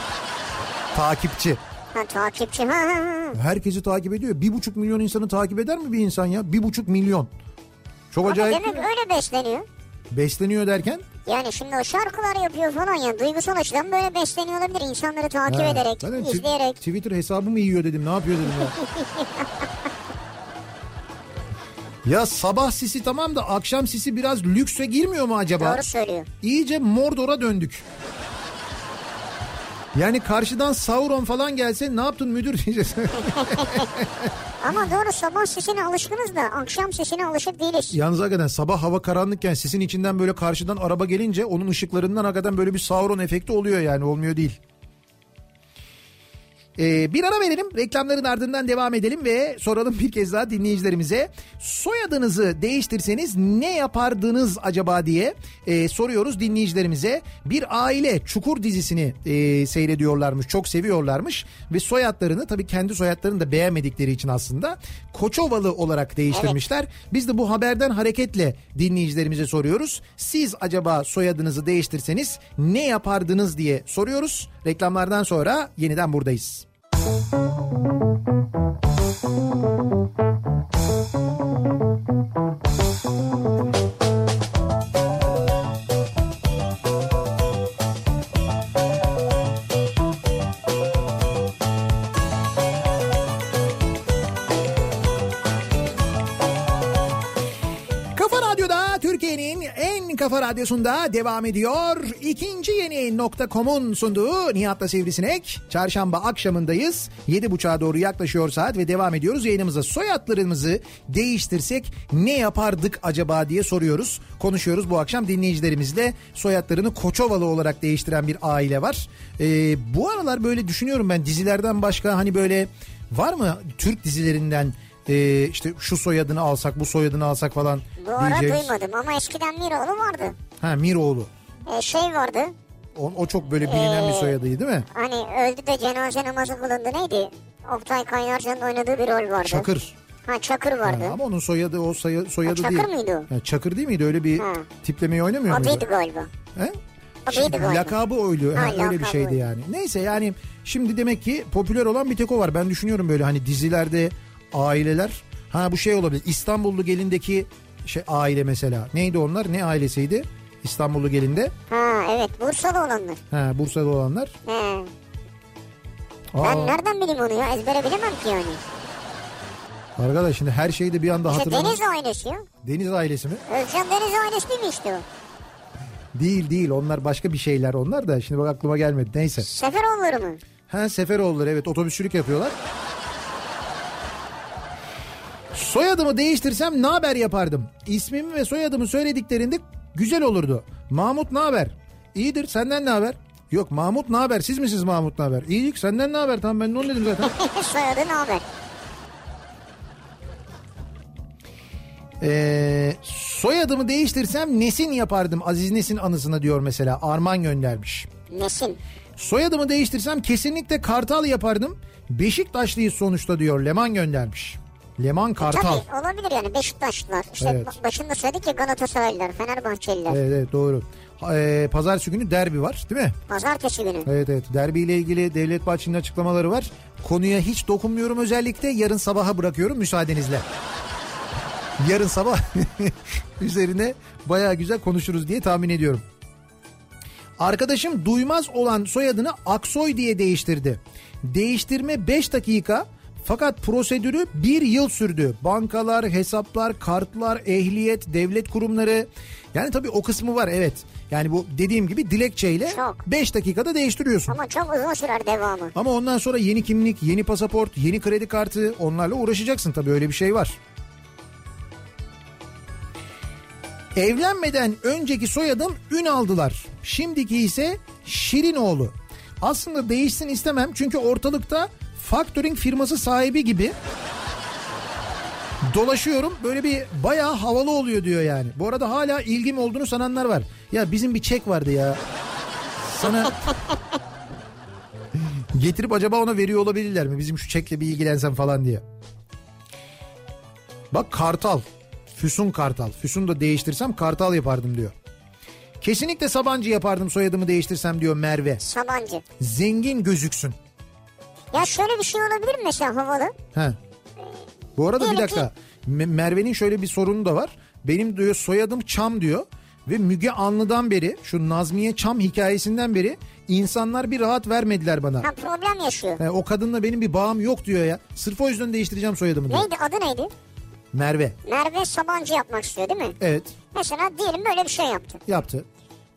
Speaker 1: *laughs* Takipçi.
Speaker 2: Ha takipçi. Ha, ha, ha.
Speaker 1: Herkesi takip ediyor. Bir buçuk milyon insanı takip eder mi bir insan ya? Bir buçuk milyon. Çok
Speaker 2: Ama
Speaker 1: acayip.
Speaker 2: demek öyle besleniyor.
Speaker 1: Besleniyor derken.
Speaker 2: Yani şimdi o şarkılar yapıyor falan ya duygusal açıdan böyle besleniyor olabilir insanları takip
Speaker 1: Ha,
Speaker 2: ederek,
Speaker 1: ben de tw-
Speaker 2: izleyerek.
Speaker 1: Twitter hesabımı yiyor dedim. Ne yapıyor dedim
Speaker 2: *laughs*
Speaker 1: ya. ya sabah sisi tamam da akşam sisi biraz lükse girmiyor mu acaba?
Speaker 2: Doğru söylüyor.
Speaker 1: İyice Mordor'a döndük. Yani karşıdan Sauron falan gelse ne yaptın müdür diyeceğiz. *laughs*
Speaker 2: Ama doğru sabah sesine alışkınız da akşam sesine alışık değiliz.
Speaker 1: Yalnız hakikaten sabah hava karanlıkken sisin içinden böyle karşıdan araba gelince onun ışıklarından hakikaten böyle bir Sauron efekti oluyor yani olmuyor değil. Ee, bir ara verelim reklamların ardından devam edelim ve soralım bir kez daha dinleyicilerimize soyadınızı değiştirseniz ne yapardınız acaba diye e, soruyoruz dinleyicilerimize bir aile Çukur dizisini e, seyrediyorlarmış çok seviyorlarmış ve soyadlarını tabii kendi soyadlarını da beğenmedikleri için aslında Koçovalı olarak değiştirmişler biz de bu haberden hareketle dinleyicilerimize soruyoruz siz acaba soyadınızı değiştirseniz ne yapardınız diye soruyoruz reklamlardan sonra yeniden buradayız. Kafa Radyo'da Türkiye'nin en kafa radyosunda devam ediyor. İkinci yeni nokta.com'un sunduğu Nihat'la Sivrisinek. Çarşamba akşamındayız. Yedi buçuğa doğru yaklaşıyor saat ve devam ediyoruz yayınımıza. Soyadlarımızı değiştirsek ne yapardık acaba diye soruyoruz. Konuşuyoruz bu akşam dinleyicilerimizle. Soyadlarını Koçovalı olarak değiştiren bir aile var. Ee, bu aralar böyle düşünüyorum ben dizilerden başka hani böyle var mı Türk dizilerinden ee, işte şu soyadını alsak bu soyadını alsak falan
Speaker 2: Bu ara
Speaker 1: diyeceğiz.
Speaker 2: duymadım ama eskiden Miroğlu vardı.
Speaker 1: Ha Miroğlu.
Speaker 2: Ee, şey vardı
Speaker 1: O, o çok böyle bilinen bir
Speaker 2: Ee,
Speaker 1: soyadıydı değil mi?
Speaker 2: hani öldü de cenaze namazı kılındı neydi? Oktay Kaynarca'nın oynadığı bir rol vardı.
Speaker 1: Çakır.
Speaker 2: Ha Çakır
Speaker 1: Ha,
Speaker 2: vardı.
Speaker 1: ama onun soyadı o soya- soyadı
Speaker 2: Ha,
Speaker 1: değil.
Speaker 2: Çakır mıydı
Speaker 1: Ha, çakır değil miydi? Öyle bir
Speaker 2: Ha.
Speaker 1: tiplemeyi oynamıyor
Speaker 2: Adıydı
Speaker 1: muydu?
Speaker 2: galiba.
Speaker 1: He?
Speaker 2: Adıydı galiba.
Speaker 1: Lakabı öyle,
Speaker 2: Ha,
Speaker 1: ha, öyle bir
Speaker 2: lakabı
Speaker 1: şeydi
Speaker 2: öyle.
Speaker 1: yani. Neyse yani şimdi demek ki popüler olan bir tek o var. Ben düşünüyorum böyle hani dizilerde aileler. Ha bu şey olabilir. İstanbullu gelindeki şey aile mesela. Neydi onlar? Ne ailesiydi? İstanbullu gelinde.
Speaker 2: Ha evet Bursalı olanlar.
Speaker 1: Ha Bursa'da olanlar.
Speaker 2: He.
Speaker 1: Aa.
Speaker 2: Ben nereden bileyim onu ya ezbere bilemem ki yani.
Speaker 1: Arkadaş şimdi her şeyi de bir anda
Speaker 2: İşte
Speaker 1: hatırlamıyorum.
Speaker 2: Deniz ailesi ya.
Speaker 1: Deniz ailesi mi?
Speaker 2: Özcan Deniz ailesi değil mi işte o?
Speaker 1: Değil değil onlar başka bir şeyler onlar da şimdi bak aklıma gelmedi neyse.
Speaker 2: Seferoğulları mı?
Speaker 1: Ha Seferoğulları evet otobüsçülük yapıyorlar. Soyadımı değiştirsem ne haber yapardım? İsmimi ve soyadımı söylediklerinde güzel olurdu. Mahmut ne haber? İyidir senden ne haber? Yok Mahmut ne haber? Siz misiniz Mahmut ne haber? İyilik senden ne haber? Tamam ben de onu dedim zaten.
Speaker 2: *laughs* Soyadı ne haber?
Speaker 1: Ee, soyadımı değiştirsem Nesin yapardım Aziz Nesin anısına diyor mesela Arman göndermiş.
Speaker 2: Nesin.
Speaker 1: Soyadımı değiştirsem kesinlikle Kartal yapardım. Beşiktaşlıyız sonuçta diyor Leman göndermiş. Leman Kartal.
Speaker 2: E, Tabii olabilir yani Beşiktaşlılar. İşte
Speaker 1: Evet.
Speaker 2: ba- başında söyledik ya Galatasaraylılar, Fenerbahçeliler.
Speaker 1: Evet, evet doğru. Ha, ee, Pazartesi günü derbi var değil mi?
Speaker 2: Pazartesi günü.
Speaker 1: Evet evet derbiyle ilgili Devlet Bahçeli'nin açıklamaları var. Konuya hiç dokunmuyorum özellikle yarın sabaha bırakıyorum müsaadenizle. *laughs* Yarın sabah *laughs* üzerine baya güzel konuşuruz diye tahmin ediyorum. Arkadaşım duymaz olan soyadını Aksoy diye değiştirdi. Değiştirme 5 dakika fakat prosedürü 1 yıl sürdü. Bankalar, hesaplar, kartlar, ehliyet, devlet kurumları. Yani tabii o kısmı var evet. Yani bu dediğim gibi dilekçeyle
Speaker 2: Çok.
Speaker 1: 5 dakikada değiştiriyorsun.
Speaker 2: Ama çok uzun sürer devamı.
Speaker 1: Ama ondan sonra yeni kimlik, yeni pasaport, yeni kredi kartı onlarla uğraşacaksın tabii öyle bir şey var. Evlenmeden önceki soyadım Ünaldılar. Şimdiki ise Şirinoğlu. Aslında değişsin istemem çünkü ortalıkta factoring firması sahibi gibi dolaşıyorum. Böyle bir bayağı havalı oluyor diyor yani. Bu arada hala ilgim olduğunu sananlar var. Ya bizim bir çek vardı ya. Sana *laughs* getirip acaba ona veriyor olabilirler mi? Bizim şu çekle bir ilgilensen falan diye. Bak Kartal. Füsun Kartal. Füsun da değiştirsem Kartal yapardım diyor. Kesinlikle Sabancı yapardım soyadımı değiştirsem diyor Merve.
Speaker 2: Sabancı.
Speaker 1: Zengin gözüksün.
Speaker 2: Ya şöyle bir şey olabilir mi mesela havalı?
Speaker 1: He. Bu arada bir
Speaker 2: Diyelim ki-
Speaker 1: dakika. Me- Merve'nin şöyle bir sorunu da var. Benim diyor soyadım Çam diyor. Ve Müge Anlı'dan beri şu Nazmiye Çam hikayesinden beri insanlar bir rahat vermediler bana.
Speaker 2: Ha problem yaşıyor.
Speaker 1: He, E, o kadınla benim bir bağım yok diyor ya. Sırf o yüzden değiştireceğim soyadımı diyor.
Speaker 2: Neydi adı neydi?
Speaker 1: Merve.
Speaker 2: Merve Sabancı yapmak istiyor değil mi?
Speaker 1: Evet
Speaker 2: Mesela diyelim böyle bir şey yaptı.
Speaker 1: yaptı.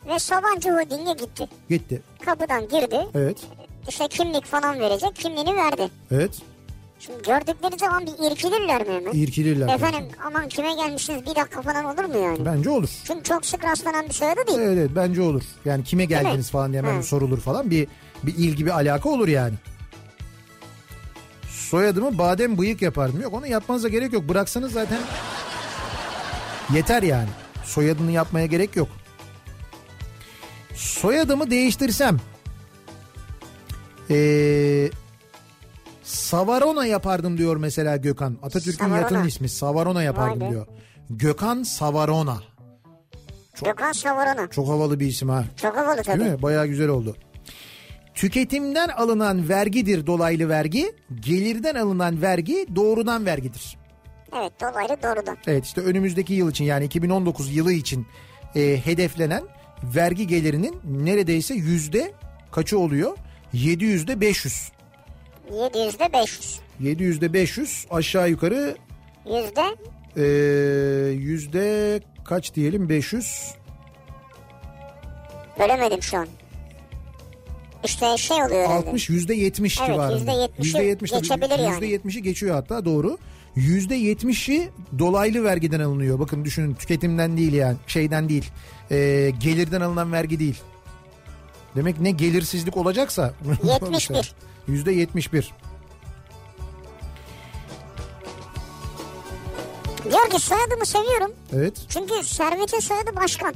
Speaker 2: Ve Sabancı Holding'e gitti.
Speaker 1: Gitti.
Speaker 2: Kapıdan girdi.
Speaker 1: Evet.
Speaker 2: İşte kimlik falan verecek. Kimliğini verdi.
Speaker 1: Evet.
Speaker 2: Şimdi gördükleri zaman bir irkilirler mi hemen?
Speaker 1: İrkilirler.
Speaker 2: Efendim aman kime gelmişsiniz bir dakika falan olur mu yani?
Speaker 1: Bence olur.
Speaker 2: Çünkü çok sık rastlanan bir soyadı değil.
Speaker 1: Evet, evet bence olur. Yani kime geldiniz
Speaker 2: mi?
Speaker 1: falan diye hemen
Speaker 2: Ha.
Speaker 1: sorulur falan. Bir, bir ilgi bir alaka olur yani. Soyadımı badem bıyık yapardım. Yok onu yapmanıza gerek yok. Bıraksanız zaten yeter yani. Soyadını yapmaya gerek yok. Soyadımı değiştirsem ee, Savarona yapardım diyor mesela Gökhan. Atatürk'ün
Speaker 2: Savarona.
Speaker 1: yatının ismi Savarona yapardım
Speaker 2: be.
Speaker 1: diyor. Gökhan Savarona.
Speaker 2: Gökhan Savarona.
Speaker 1: Çok havalı bir isim ha.
Speaker 2: Çok havalı tabii.
Speaker 1: Değil mi? Bayağı güzel oldu. Tüketimden alınan vergidir dolaylı vergi, gelirden alınan vergi doğrudan vergidir.
Speaker 2: Evet dolaylı doğrudan.
Speaker 1: Evet işte önümüzdeki yıl için yani 2019 yılı için e, hedeflenen vergi gelirinin neredeyse yüzde kaçı oluyor? 700'de 500.
Speaker 2: 700'de 500.
Speaker 1: 700'de 500 aşağı yukarı
Speaker 2: Yüzde
Speaker 1: e, yüzde kaç diyelim 500?
Speaker 2: bölemedim şu an. İşte şey oluyor herhalde.
Speaker 1: 60 yüzde 70
Speaker 2: Evet,
Speaker 1: civarında.
Speaker 2: %70'i
Speaker 1: %70
Speaker 2: geçebilir yani.
Speaker 1: Yüzde geçiyor hatta doğru. Yüzde yetmişi dolaylı vergiden alınıyor. Bakın düşünün tüketimden değil yani şeyden değil. Ee, gelirden alınan vergi değil. Demek ne gelirsizlik olacaksa. *laughs*
Speaker 2: 71.
Speaker 1: Yüzde yetmiş bir.
Speaker 2: Diyor ki soyadımı seviyorum.
Speaker 1: Evet.
Speaker 2: Çünkü Servet'in soyadı başkan.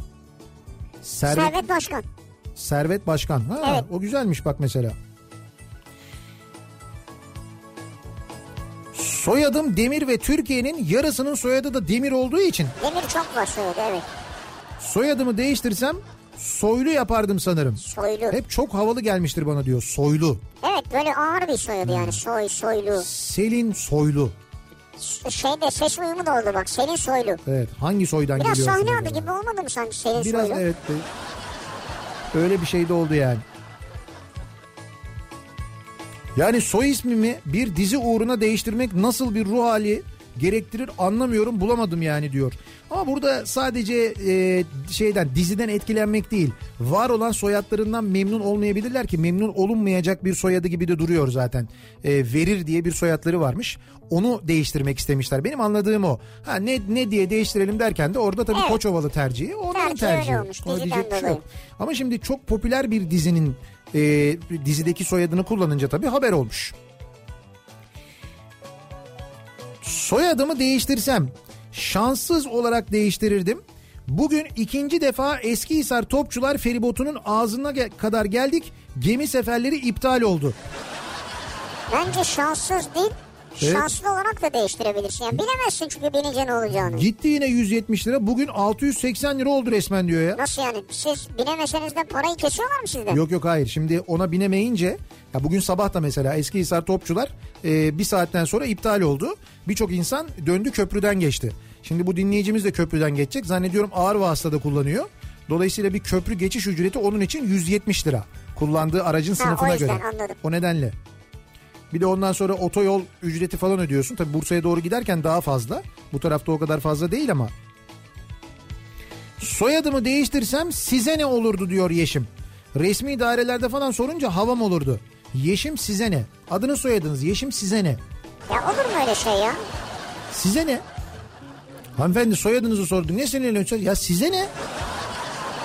Speaker 1: Servet,
Speaker 2: Servet,
Speaker 1: Servet.
Speaker 2: başkan.
Speaker 1: Başkan. Ha,
Speaker 2: Evet.
Speaker 1: O güzelmiş bak mesela. Soyadım Demir ve Türkiye'nin yarısının soyadı da Demir olduğu için
Speaker 2: Demir çok var soyadı evet.
Speaker 1: Soyadımı değiştirsem soylu yapardım sanırım.
Speaker 2: Soylu.
Speaker 1: Hep çok havalı gelmiştir bana diyor soylu.
Speaker 2: Evet böyle ağır bir soyadı
Speaker 1: Hmm.
Speaker 2: yani. Soy, soylu.
Speaker 1: Selin soylu.
Speaker 2: S- Şeyde E, şey ses uyumu da oldu bak. Selin soylu.
Speaker 1: Evet hangi soydan
Speaker 2: Biraz
Speaker 1: geliyorsun?
Speaker 2: sahne adı
Speaker 1: acaba?
Speaker 2: gibi olmadı mı sanki Selin
Speaker 1: Biraz
Speaker 2: soylu?
Speaker 1: evet. Öyle bir şey de oldu yani. Yani soy ismimi bir dizi uğruna değiştirmek nasıl bir ruh hali gerektirir anlamıyorum bulamadım yani diyor. Ama burada sadece e, şeyden diziden etkilenmek değil. Var olan soyadlarından memnun olmayabilirler ki memnun olunmayacak bir soyadı gibi de duruyor zaten. E, verir diye bir soyadları varmış. Onu değiştirmek istemişler. Benim anladığım o. Ha ne ne diye değiştirelim derken de orada tabii
Speaker 2: Evet.
Speaker 1: Koçovalı tercihi onların
Speaker 2: Tercih öyle
Speaker 1: tercihi.
Speaker 2: olmuş,
Speaker 1: Ona
Speaker 2: diziden
Speaker 1: diyecek bir şey
Speaker 2: dolayı.
Speaker 1: yok. Ama şimdi çok popüler bir dizinin e, dizideki soyadını kullanınca tabii haber olmuş. Soyadımı değiştirsem şanssız olarak değiştirirdim. Bugün ikinci defa Eskihisar Topçular Feribotu'nun ağzına ge- kadar geldik. Gemi seferleri iptal oldu.
Speaker 2: Bence şanssız değil.
Speaker 1: Evet.
Speaker 2: Şanslı olarak da değiştirebilirsin. Yani bilemezsin çünkü binince ne olacağını.
Speaker 1: Gitti yine 170 lira. Bugün 680 lira oldu resmen diyor ya.
Speaker 2: Nasıl yani? Siz binemeseniz de parayı kesiyorlar mı sizden?
Speaker 1: Yok yok hayır şimdi ona binemeyince ya bugün sabah da mesela Eskihisar Topçular e, bir saatten sonra iptal oldu. Birçok insan döndü köprüden geçti. Şimdi bu dinleyicimiz de köprüden geçecek. Zannediyorum ağır vasıtada kullanıyor. Dolayısıyla bir köprü geçiş ücreti onun için 170 lira. Kullandığı aracın sınıfına
Speaker 2: o yüzden
Speaker 1: göre.
Speaker 2: anladım.
Speaker 1: O nedenle. Bir de ondan sonra otoyol ücreti falan ödüyorsun. Tabi Bursa'ya doğru giderken daha fazla. Bu tarafta o kadar fazla değil ama. Soyadımı değiştirsem size ne olurdu diyor Yeşim. Resmi dairelerde falan sorunca havam olurdu. Yeşim size ne? Adını soyadınız Yeşim size ne?
Speaker 2: Ya olur mu öyle şey ya?
Speaker 1: Size ne? Hanımefendi soyadınızı sordu. Ne sinirleniyorsunuz? Ya size ne?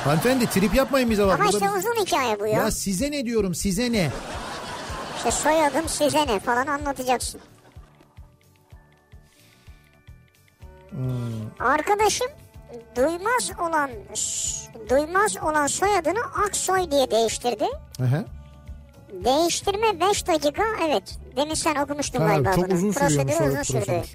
Speaker 1: Hanımefendi trip yapmayın bize bak.
Speaker 2: Ama
Speaker 1: Burada
Speaker 2: işte
Speaker 1: biz-
Speaker 2: uzun hikaye bu ya.
Speaker 1: Ya size ne diyorum size ne?
Speaker 2: İşte soyadım size ne falan anlatacaksın.
Speaker 1: Hmm.
Speaker 2: Arkadaşım duymaz olan duymaz olan soyadını Aksoy diye değiştirdi.
Speaker 1: Aha.
Speaker 2: Değiştirme 5 dakika evet. Demin sen okumuştun
Speaker 1: Ha,
Speaker 2: galiba
Speaker 1: çok
Speaker 2: bunu.
Speaker 1: uzun
Speaker 2: Prosedürü
Speaker 1: sürüyormuş
Speaker 2: uzun
Speaker 1: evet
Speaker 2: sürdü.
Speaker 1: prosedür.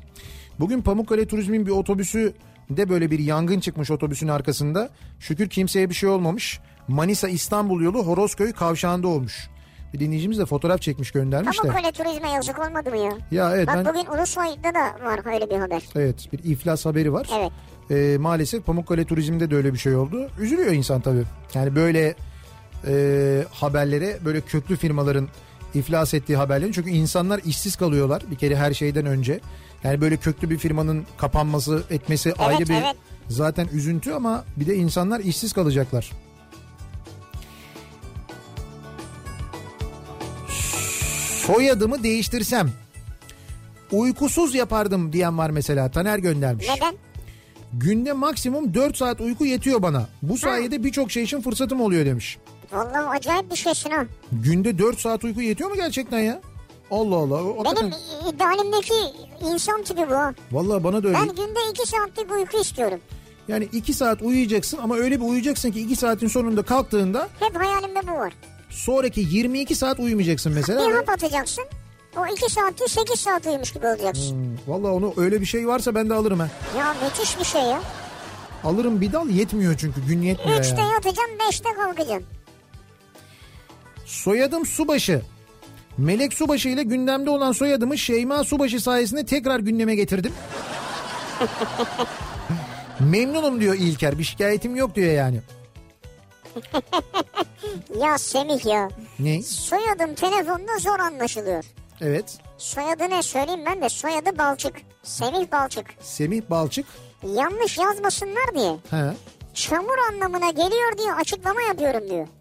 Speaker 1: Bugün Pamukkale Turizm'in bir otobüsü de böyle bir yangın çıkmış otobüsün arkasında. Şükür kimseye bir şey olmamış. Manisa İstanbul yolu Horozköy kavşağında olmuş. Bir dinleyicimiz de fotoğraf çekmiş göndermiş de.
Speaker 2: Ama böyle turizme yazık olmadı mı ya?
Speaker 1: Ya evet
Speaker 2: Bak
Speaker 1: E, ben
Speaker 2: bugün Ulusoy'da da var öyle bir haber.
Speaker 1: evet bir iflas haberi var.
Speaker 2: Evet.
Speaker 1: Ee, maalesef Pamukkale Turizm'de de öyle bir şey oldu. Üzülüyor insan tabii. Yani böyle e, haberlere böyle köklü firmaların iflas ettiği haberleri çünkü insanlar işsiz kalıyorlar bir kere her şeyden önce. Yani böyle köklü bir firmanın kapanması etmesi ayrı bir
Speaker 2: evet.
Speaker 1: zaten üzüntü ama bir de insanlar işsiz kalacaklar. Soyadımı değiştirsem uykusuz yapardım diyen var mesela Taner göndermiş.
Speaker 2: Neden?
Speaker 1: Günde maksimum 4 saat uyku yetiyor bana. Bu sayede birçok şey için fırsatım oluyor demiş.
Speaker 2: Vallahi acayip bir şeysin ha.
Speaker 1: Günde 4 saat uyku yetiyor mu gerçekten ya? Allah Allah. o-
Speaker 2: Benim
Speaker 1: Hakikaten.
Speaker 2: idealimdeki insan tipi bu. ha.
Speaker 1: Vallahi bana da öyle.
Speaker 2: Ben günde 2 saatlik uyku istiyorum.
Speaker 1: Yani 2 saat uyuyacaksın ama öyle bir uyuyacaksın ki 2 saatin sonunda kalktığında
Speaker 2: Hep hayalimde bu var.
Speaker 1: sonraki 22 saat uyumayacaksın mesela.
Speaker 2: Bir hap atacaksın. O 2 saat değil 8 saat uyumuş gibi olacaksın.
Speaker 1: Hmm, Vallahi onu öyle bir şey varsa ben de alırım ha.
Speaker 2: Ya müthiş bir şey ya.
Speaker 1: Alırım bir dal yetmiyor çünkü gün yetmiyor
Speaker 2: 3'te
Speaker 1: yani.
Speaker 2: yatacaksın 5'te kalkacaksın.
Speaker 1: Soyadım Subaşı. Melek Subaşı ile gündemde olan soyadımı Şeyma Subaşı sayesinde tekrar gündeme getirdim. Memnunum diyor İlker. Bir şikayetim yok diyor yani.
Speaker 2: Ya Semih ya.
Speaker 1: Ne?
Speaker 2: Soyadım telefonda zor anlaşılıyor.
Speaker 1: Evet.
Speaker 2: Soyadı ne söyleyeyim ben de soyadı Balçık. Semih Balçık.
Speaker 1: Semih Balçık.
Speaker 2: Yanlış yazmasınlar diye.
Speaker 1: Ha.
Speaker 2: Çamur anlamına geliyor diye açıklama yapıyorum diyor. *laughs*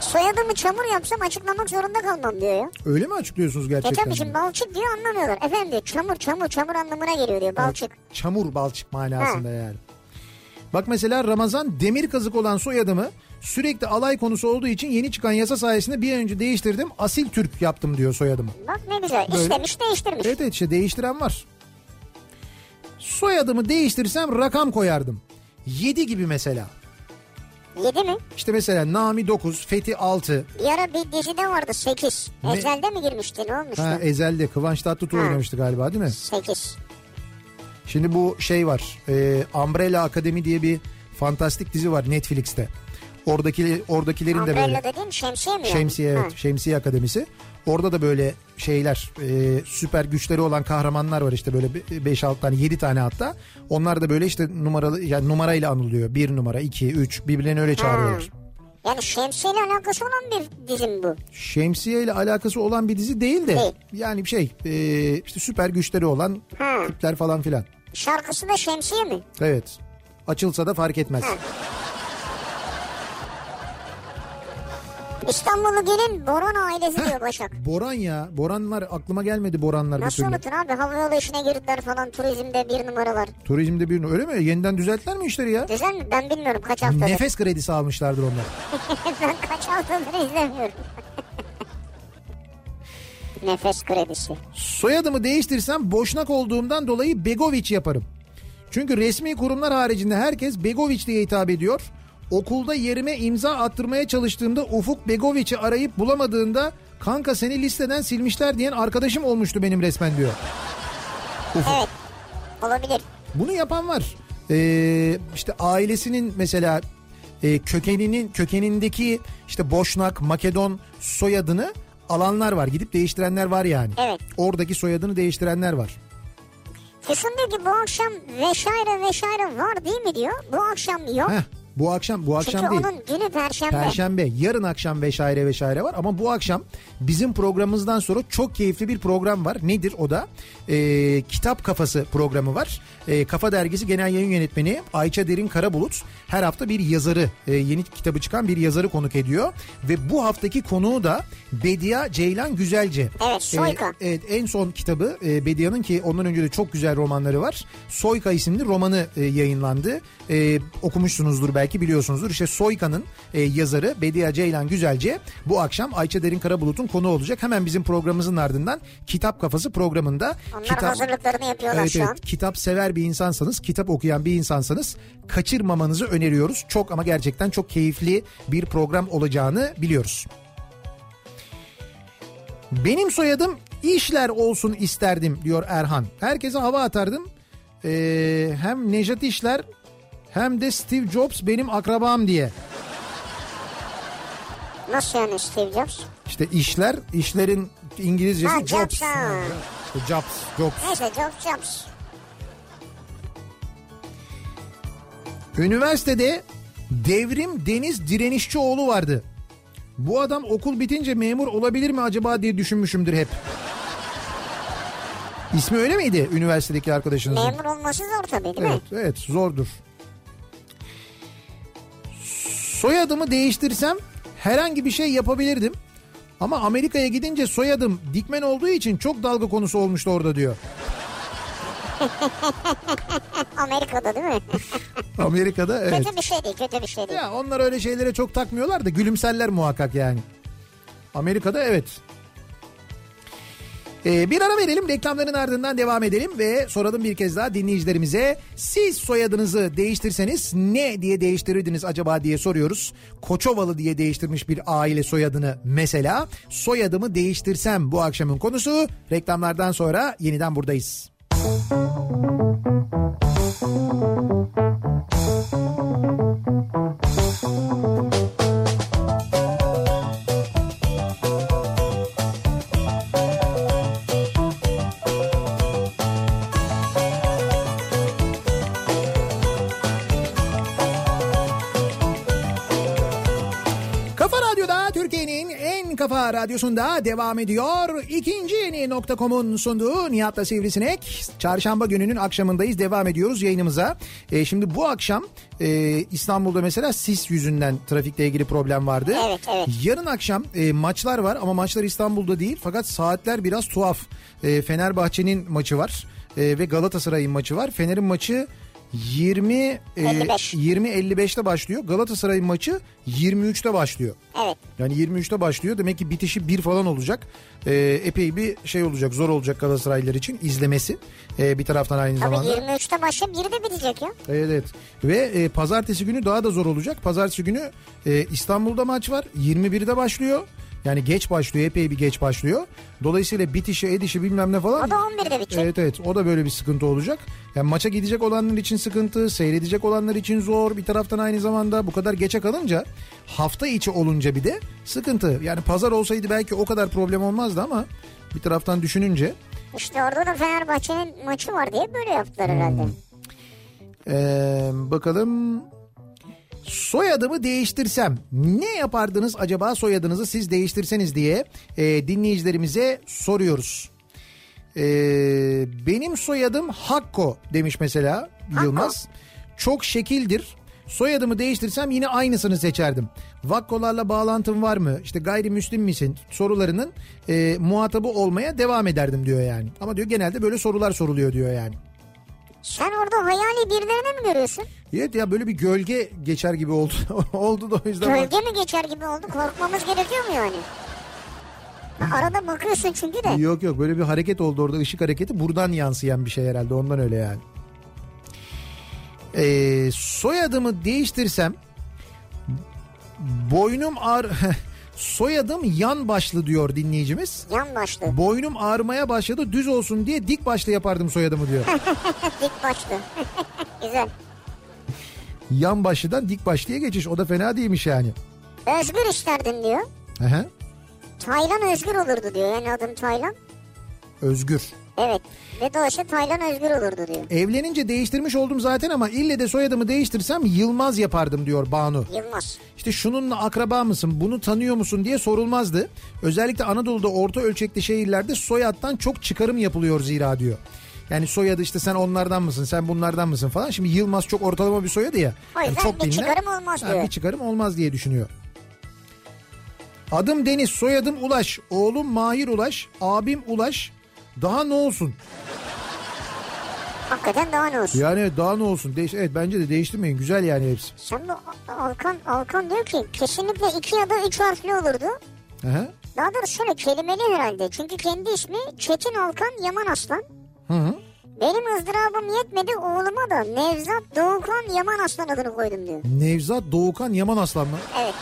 Speaker 2: Soyadımı çamur yapsam açıklamak zorunda kalmam diyor ya.
Speaker 1: Öyle mi açıklıyorsunuz
Speaker 2: E
Speaker 1: gerçekten?
Speaker 2: tabii şimdi balçık diyor anlamıyorlar. Efendim diyor çamur çamur çamur anlamına geliyor diyor balçık.
Speaker 1: Çamur balçık manasında yani. Bak mesela Ramazan demir kazık olan soyadımı sürekli alay konusu olduğu için yeni çıkan yasa sayesinde bir an önce değiştirdim. Asil Türk yaptım diyor soyadımı.
Speaker 2: Bak ne güzel
Speaker 1: Böyle.
Speaker 2: istemiş değiştirmiş.
Speaker 1: Evet evet işte değiştiren var. Soyadımı değiştirsem rakam koyardım. 7 gibi mesela.
Speaker 2: Yedi mi?
Speaker 1: İşte mesela Nami 9, Fethi 6.
Speaker 2: Bir ara bir dizide vardı sekiz.
Speaker 1: Ne?
Speaker 2: Ezelde mi girmişti ne olmuştu?
Speaker 1: Ha, e- ezelde Kıvanç Tatlıtuğ
Speaker 2: Ha.
Speaker 1: oynamıştı galiba değil mi?
Speaker 2: Sekiz.
Speaker 1: Şimdi bu şey var. E, Umbrella Akademi diye bir fantastik dizi var Netflix'te. Oradaki oradakilerin de böyle
Speaker 2: Umbrella dediğin şemsiye mi? yani?
Speaker 1: Şemsiye
Speaker 2: Ha.
Speaker 1: evet. Şemsiye Akademisi. Orada da böyle şeyler e, süper güçleri olan kahramanlar var işte böyle 5-6 tane 7 tane hatta. Onlar da böyle işte numaralı yani numarayla anılıyor. 1 numara 2 3 birbirlerini öyle çağırıyorlar.
Speaker 2: Yani şemsiyeyle alakası olan bir dizim bu.
Speaker 1: Şemsiye ile alakası olan bir dizi değil de
Speaker 2: Değil.
Speaker 1: yani bir şey e, işte süper güçleri olan
Speaker 2: Ha.
Speaker 1: tipler falan filan.
Speaker 2: Şarkısı da şemsiye mi?
Speaker 1: Evet. Açılsa da fark etmez.
Speaker 2: İstanbul'u gelin Boran ailesi diyor Başak.
Speaker 1: Boran ya. Boranlar aklıma gelmedi Boranlar bir
Speaker 2: Nasıl
Speaker 1: türlü.
Speaker 2: unutur abi havayolu işine girdiler falan turizmde bir numaralar.
Speaker 1: Turizmde bir öyle mi? Yeniden düzelttiler mi işleri ya?
Speaker 2: Güzel mi? Ben bilmiyorum kaç haftadır.
Speaker 1: Nefes kredisi almışlardır onlar.
Speaker 2: *laughs* ben kaç haftadır izlemiyorum. *laughs* Nefes kredisi.
Speaker 1: Soyadımı değiştirsem boşnak olduğumdan dolayı Begoviç yaparım. Çünkü resmi kurumlar haricinde herkes Begoviç diye hitap ediyor. Okulda yerime imza attırmaya çalıştığımda Ufuk Begoviç'i arayıp bulamadığında kanka seni listeden silmişler diyen arkadaşım olmuştu benim resmen diyor.
Speaker 2: Evet. Olabilir.
Speaker 1: Bunu yapan var. Ee, işte ailesinin mesela e, kökeninin kökenindeki işte Boşnak, Makedon soyadını alanlar var. Gidip değiştirenler var yani.
Speaker 2: Evet.
Speaker 1: Oradaki soyadını değiştirenler var.
Speaker 2: Füsun diyor ki bu akşam veşaire veşaire var değil mi diyor. Bu akşam yok.
Speaker 1: Heh, bu akşam bu akşam
Speaker 2: Çünkü
Speaker 1: değil.
Speaker 2: onun günü perşembe.
Speaker 1: Perşembe yarın akşam vesaire vesaire var ama bu akşam bizim programımızdan sonra çok keyifli bir program var. Nedir o da? Ee, kitap Kafası programı var. Ee, Kafa Dergisi Genel Yayın Yönetmeni Ayça Derin Karabulut her hafta bir yazarı e, yeni kitabı çıkan bir yazarı konuk ediyor. Ve bu haftaki konuğu da Bedia Ceylan Güzelce.
Speaker 2: Evet, Soyka.
Speaker 1: Ee, evet en son kitabı e, Bedia'nın ki ondan önce de çok güzel romanları var. Soyka isimli romanı e, yayınlandı. E, okumuşsunuzdur belki biliyorsunuzdur. İşte Soyka'nın e, yazarı Bedia Ceylan Güzelce bu akşam Ayça Derin Karabulut'un konu olacak. Hemen bizim programımızın ardından Kitap Kafası programında
Speaker 2: Onlar
Speaker 1: kitap
Speaker 2: hazırlıklarını yapıyorlar
Speaker 1: Evet,
Speaker 2: şu
Speaker 1: evet.
Speaker 2: an.
Speaker 1: kitap sever bir insansanız, kitap okuyan bir insansanız kaçırmamanızı öneriyoruz. Çok ama gerçekten çok keyifli bir program olacağını biliyoruz. Benim soyadım işler olsun isterdim diyor Erhan. Herkese hava atardım. Ee, hem Nejat İşler hem de Steve Jobs benim akrabam diye.
Speaker 2: Nasıl yani Steve Jobs?
Speaker 1: İşte işler, işlerin İngilizcesi
Speaker 2: Ha,
Speaker 1: Jobs.
Speaker 2: Jobs, ha.
Speaker 1: İşte Jobs, Jobs.
Speaker 2: Neyse Jobs Jobs.
Speaker 1: Üniversitede Devrim Deniz Direnişçioğlu vardı. Bu adam okul bitince memur olabilir mi acaba diye düşünmüşümdür hep. İsmi öyle miydi üniversitedeki arkadaşınızın?
Speaker 2: Memur olması zor tabii değil mi?
Speaker 1: Evet, evet zordur. Soyadımı değiştirsem herhangi bir şey yapabilirdim. Ama Amerika'ya gidince soyadım dikmen olduğu için çok dalga konusu olmuştu orada diyor.
Speaker 2: *laughs* Amerika'da
Speaker 1: *laughs*
Speaker 2: değil mi?
Speaker 1: Amerika'da evet.
Speaker 2: Kötü bir şey değil kötü bir şey değil.
Speaker 1: Ya onlar öyle şeylere çok takmıyorlar da gülümserler muhakkak yani. Amerika'da evet. Ee, bir ara verelim reklamların ardından devam edelim ve soralım bir kez daha dinleyicilerimize siz soyadınızı değiştirseniz ne diye değiştirirdiniz acaba diye soruyoruz. Koçovalı diye değiştirmiş bir aile soyadını mesela soyadımı değiştirsem bu akşamın konusu reklamlardan sonra yeniden buradayız. Kafa Radyo'da Türkiye'nin en kafa radyosunda devam ediyor. İkinci yeni nokta.com'un sunduğu Nihat'la Sivrisinek. Çarşamba gününün akşamındayız. Devam ediyoruz yayınımıza. E, şimdi bu akşam e, İstanbul'da mesela sis yüzünden trafikle ilgili problem vardı.
Speaker 2: Evet, evet.
Speaker 1: Yarın akşam e, maçlar var ama maçlar İstanbul'da değil. Fakat saatler biraz tuhaf. E, Fenerbahçe'nin maçı var e, ve Galatasaray'ın maçı var. Fener'in maçı 20 e,
Speaker 2: 55.
Speaker 1: 20.55'te başlıyor. Galatasaray'ın maçı 23'te başlıyor.
Speaker 2: Evet.
Speaker 1: Yani 23'te başlıyor. Demek ki bitişi 1 falan olacak. E, epey bir şey olacak. Zor olacak Galatasaraylılar için izlemesi. E, bir taraftan aynı
Speaker 2: Tabii
Speaker 1: zamanda.
Speaker 2: 23'te başlayıp 1'de bitecek ya.
Speaker 1: Evet, Evet. Ve e, pazartesi günü daha da zor olacak. Pazartesi günü e, İstanbul'da maç var. 21'de başlıyor. Yani geç başlıyor. Epey bir geç başlıyor. Dolayısıyla bitişi, edişi bilmem ne falan.
Speaker 2: O da 11'de bitecek.
Speaker 1: Evet evet o da böyle bir sıkıntı olacak. Yani maça gidecek olanlar için sıkıntı, seyredecek olanlar için zor. Bir taraftan aynı zamanda bu kadar geçe kalınca hafta içi olunca bir de sıkıntı. Yani pazar olsaydı belki o kadar problem olmazdı ama bir taraftan düşününce
Speaker 2: İşte orada da Fenerbahçe'nin maçı var diye böyle
Speaker 1: Hmm.
Speaker 2: yaptılar herhalde.
Speaker 1: Ee, bakalım soyadımı değiştirsem ne yapardınız acaba soyadınızı siz değiştirseniz diye e, dinleyicilerimize soruyoruz. Ee, benim soyadım Hakko demiş mesela Yılmaz. Çok şekildir. Soyadımı değiştirsem yine aynısını seçerdim. Vakkolarla bağlantın var mı? İşte gayrimüslim misin? Sorularının e, muhatabı olmaya devam ederdim diyor yani. Ama diyor genelde böyle sorular soruluyor diyor yani.
Speaker 2: Sen orada hayali birilerini mi görüyorsun?
Speaker 1: Evet ya böyle bir gölge geçer gibi oldu. *laughs* oldu da o yüzden.
Speaker 2: Gölge mi geçer gibi oldu? Korkmamız gerekiyor mu yani? Ha, Arada bakıyorsun çünkü de.
Speaker 1: Yok yok böyle bir hareket oldu orada ışık hareketi buradan yansıyan bir şey herhalde ondan öyle yani. Ee, soyadımı değiştirsem boynum ağr *laughs* soyadım yan başlı diyor dinleyicimiz.
Speaker 2: Yan başlı,
Speaker 1: Boynum ağrımaya başladı düz olsun diye dik başlı yapardım soyadımı diyor.
Speaker 2: dik başlı. *laughs* Güzel.
Speaker 1: yan başlıdan dik başlıya geçiş o da fena değilmiş yani.
Speaker 2: Özgür işlerdin diyor.
Speaker 1: Hı hı.
Speaker 2: Taylan Özgür olurdu diyor. Yani adım Taylan.
Speaker 1: Özgür.
Speaker 2: Evet. Ve dolayısıyla Taylan Özgür olurdu diyor.
Speaker 1: Evlenince değiştirmiş oldum zaten ama ille de soyadımı değiştirsem Yılmaz yapardım diyor Banu.
Speaker 2: Yılmaz.
Speaker 1: İşte şununla akraba mısın, bunu tanıyor musun diye sorulmazdı. Özellikle Anadolu'da orta ölçekli şehirlerde soyattan çok çıkarım yapılıyor zira diyor. Yani soyadı işte sen onlardan mısın, sen bunlardan mısın falan. Şimdi Yılmaz çok ortalama bir soyadı ya.
Speaker 2: O
Speaker 1: Yani
Speaker 2: yüzden
Speaker 1: çok
Speaker 2: bir çıkarım olmaz
Speaker 1: Ha,
Speaker 2: diyor.
Speaker 1: Bir çıkarım olmaz diye düşünüyor. Adım Deniz, soyadım Ulaş, oğlum Mahir Ulaş, abim Ulaş. Daha ne olsun?
Speaker 2: Hakikaten daha ne olsun?
Speaker 1: Yani daha ne olsun? Değiş evet bence de değiştirmeyin. Güzel yani hepsi.
Speaker 2: Sen bu Alkan, Alkan diyor ki kesinlikle iki ya da üç harfli olurdu.
Speaker 1: Aha.
Speaker 2: Daha doğrusu şöyle kelimeli herhalde. Çünkü kendi ismi Çetin Alkan Yaman Aslan.
Speaker 1: Hı hı.
Speaker 2: Benim ızdırabım yetmedi oğluma da Nevzat Doğukan Yaman Aslan adını koydum diyor.
Speaker 1: Nevzat Doğukan Yaman Aslan mı?
Speaker 2: Evet.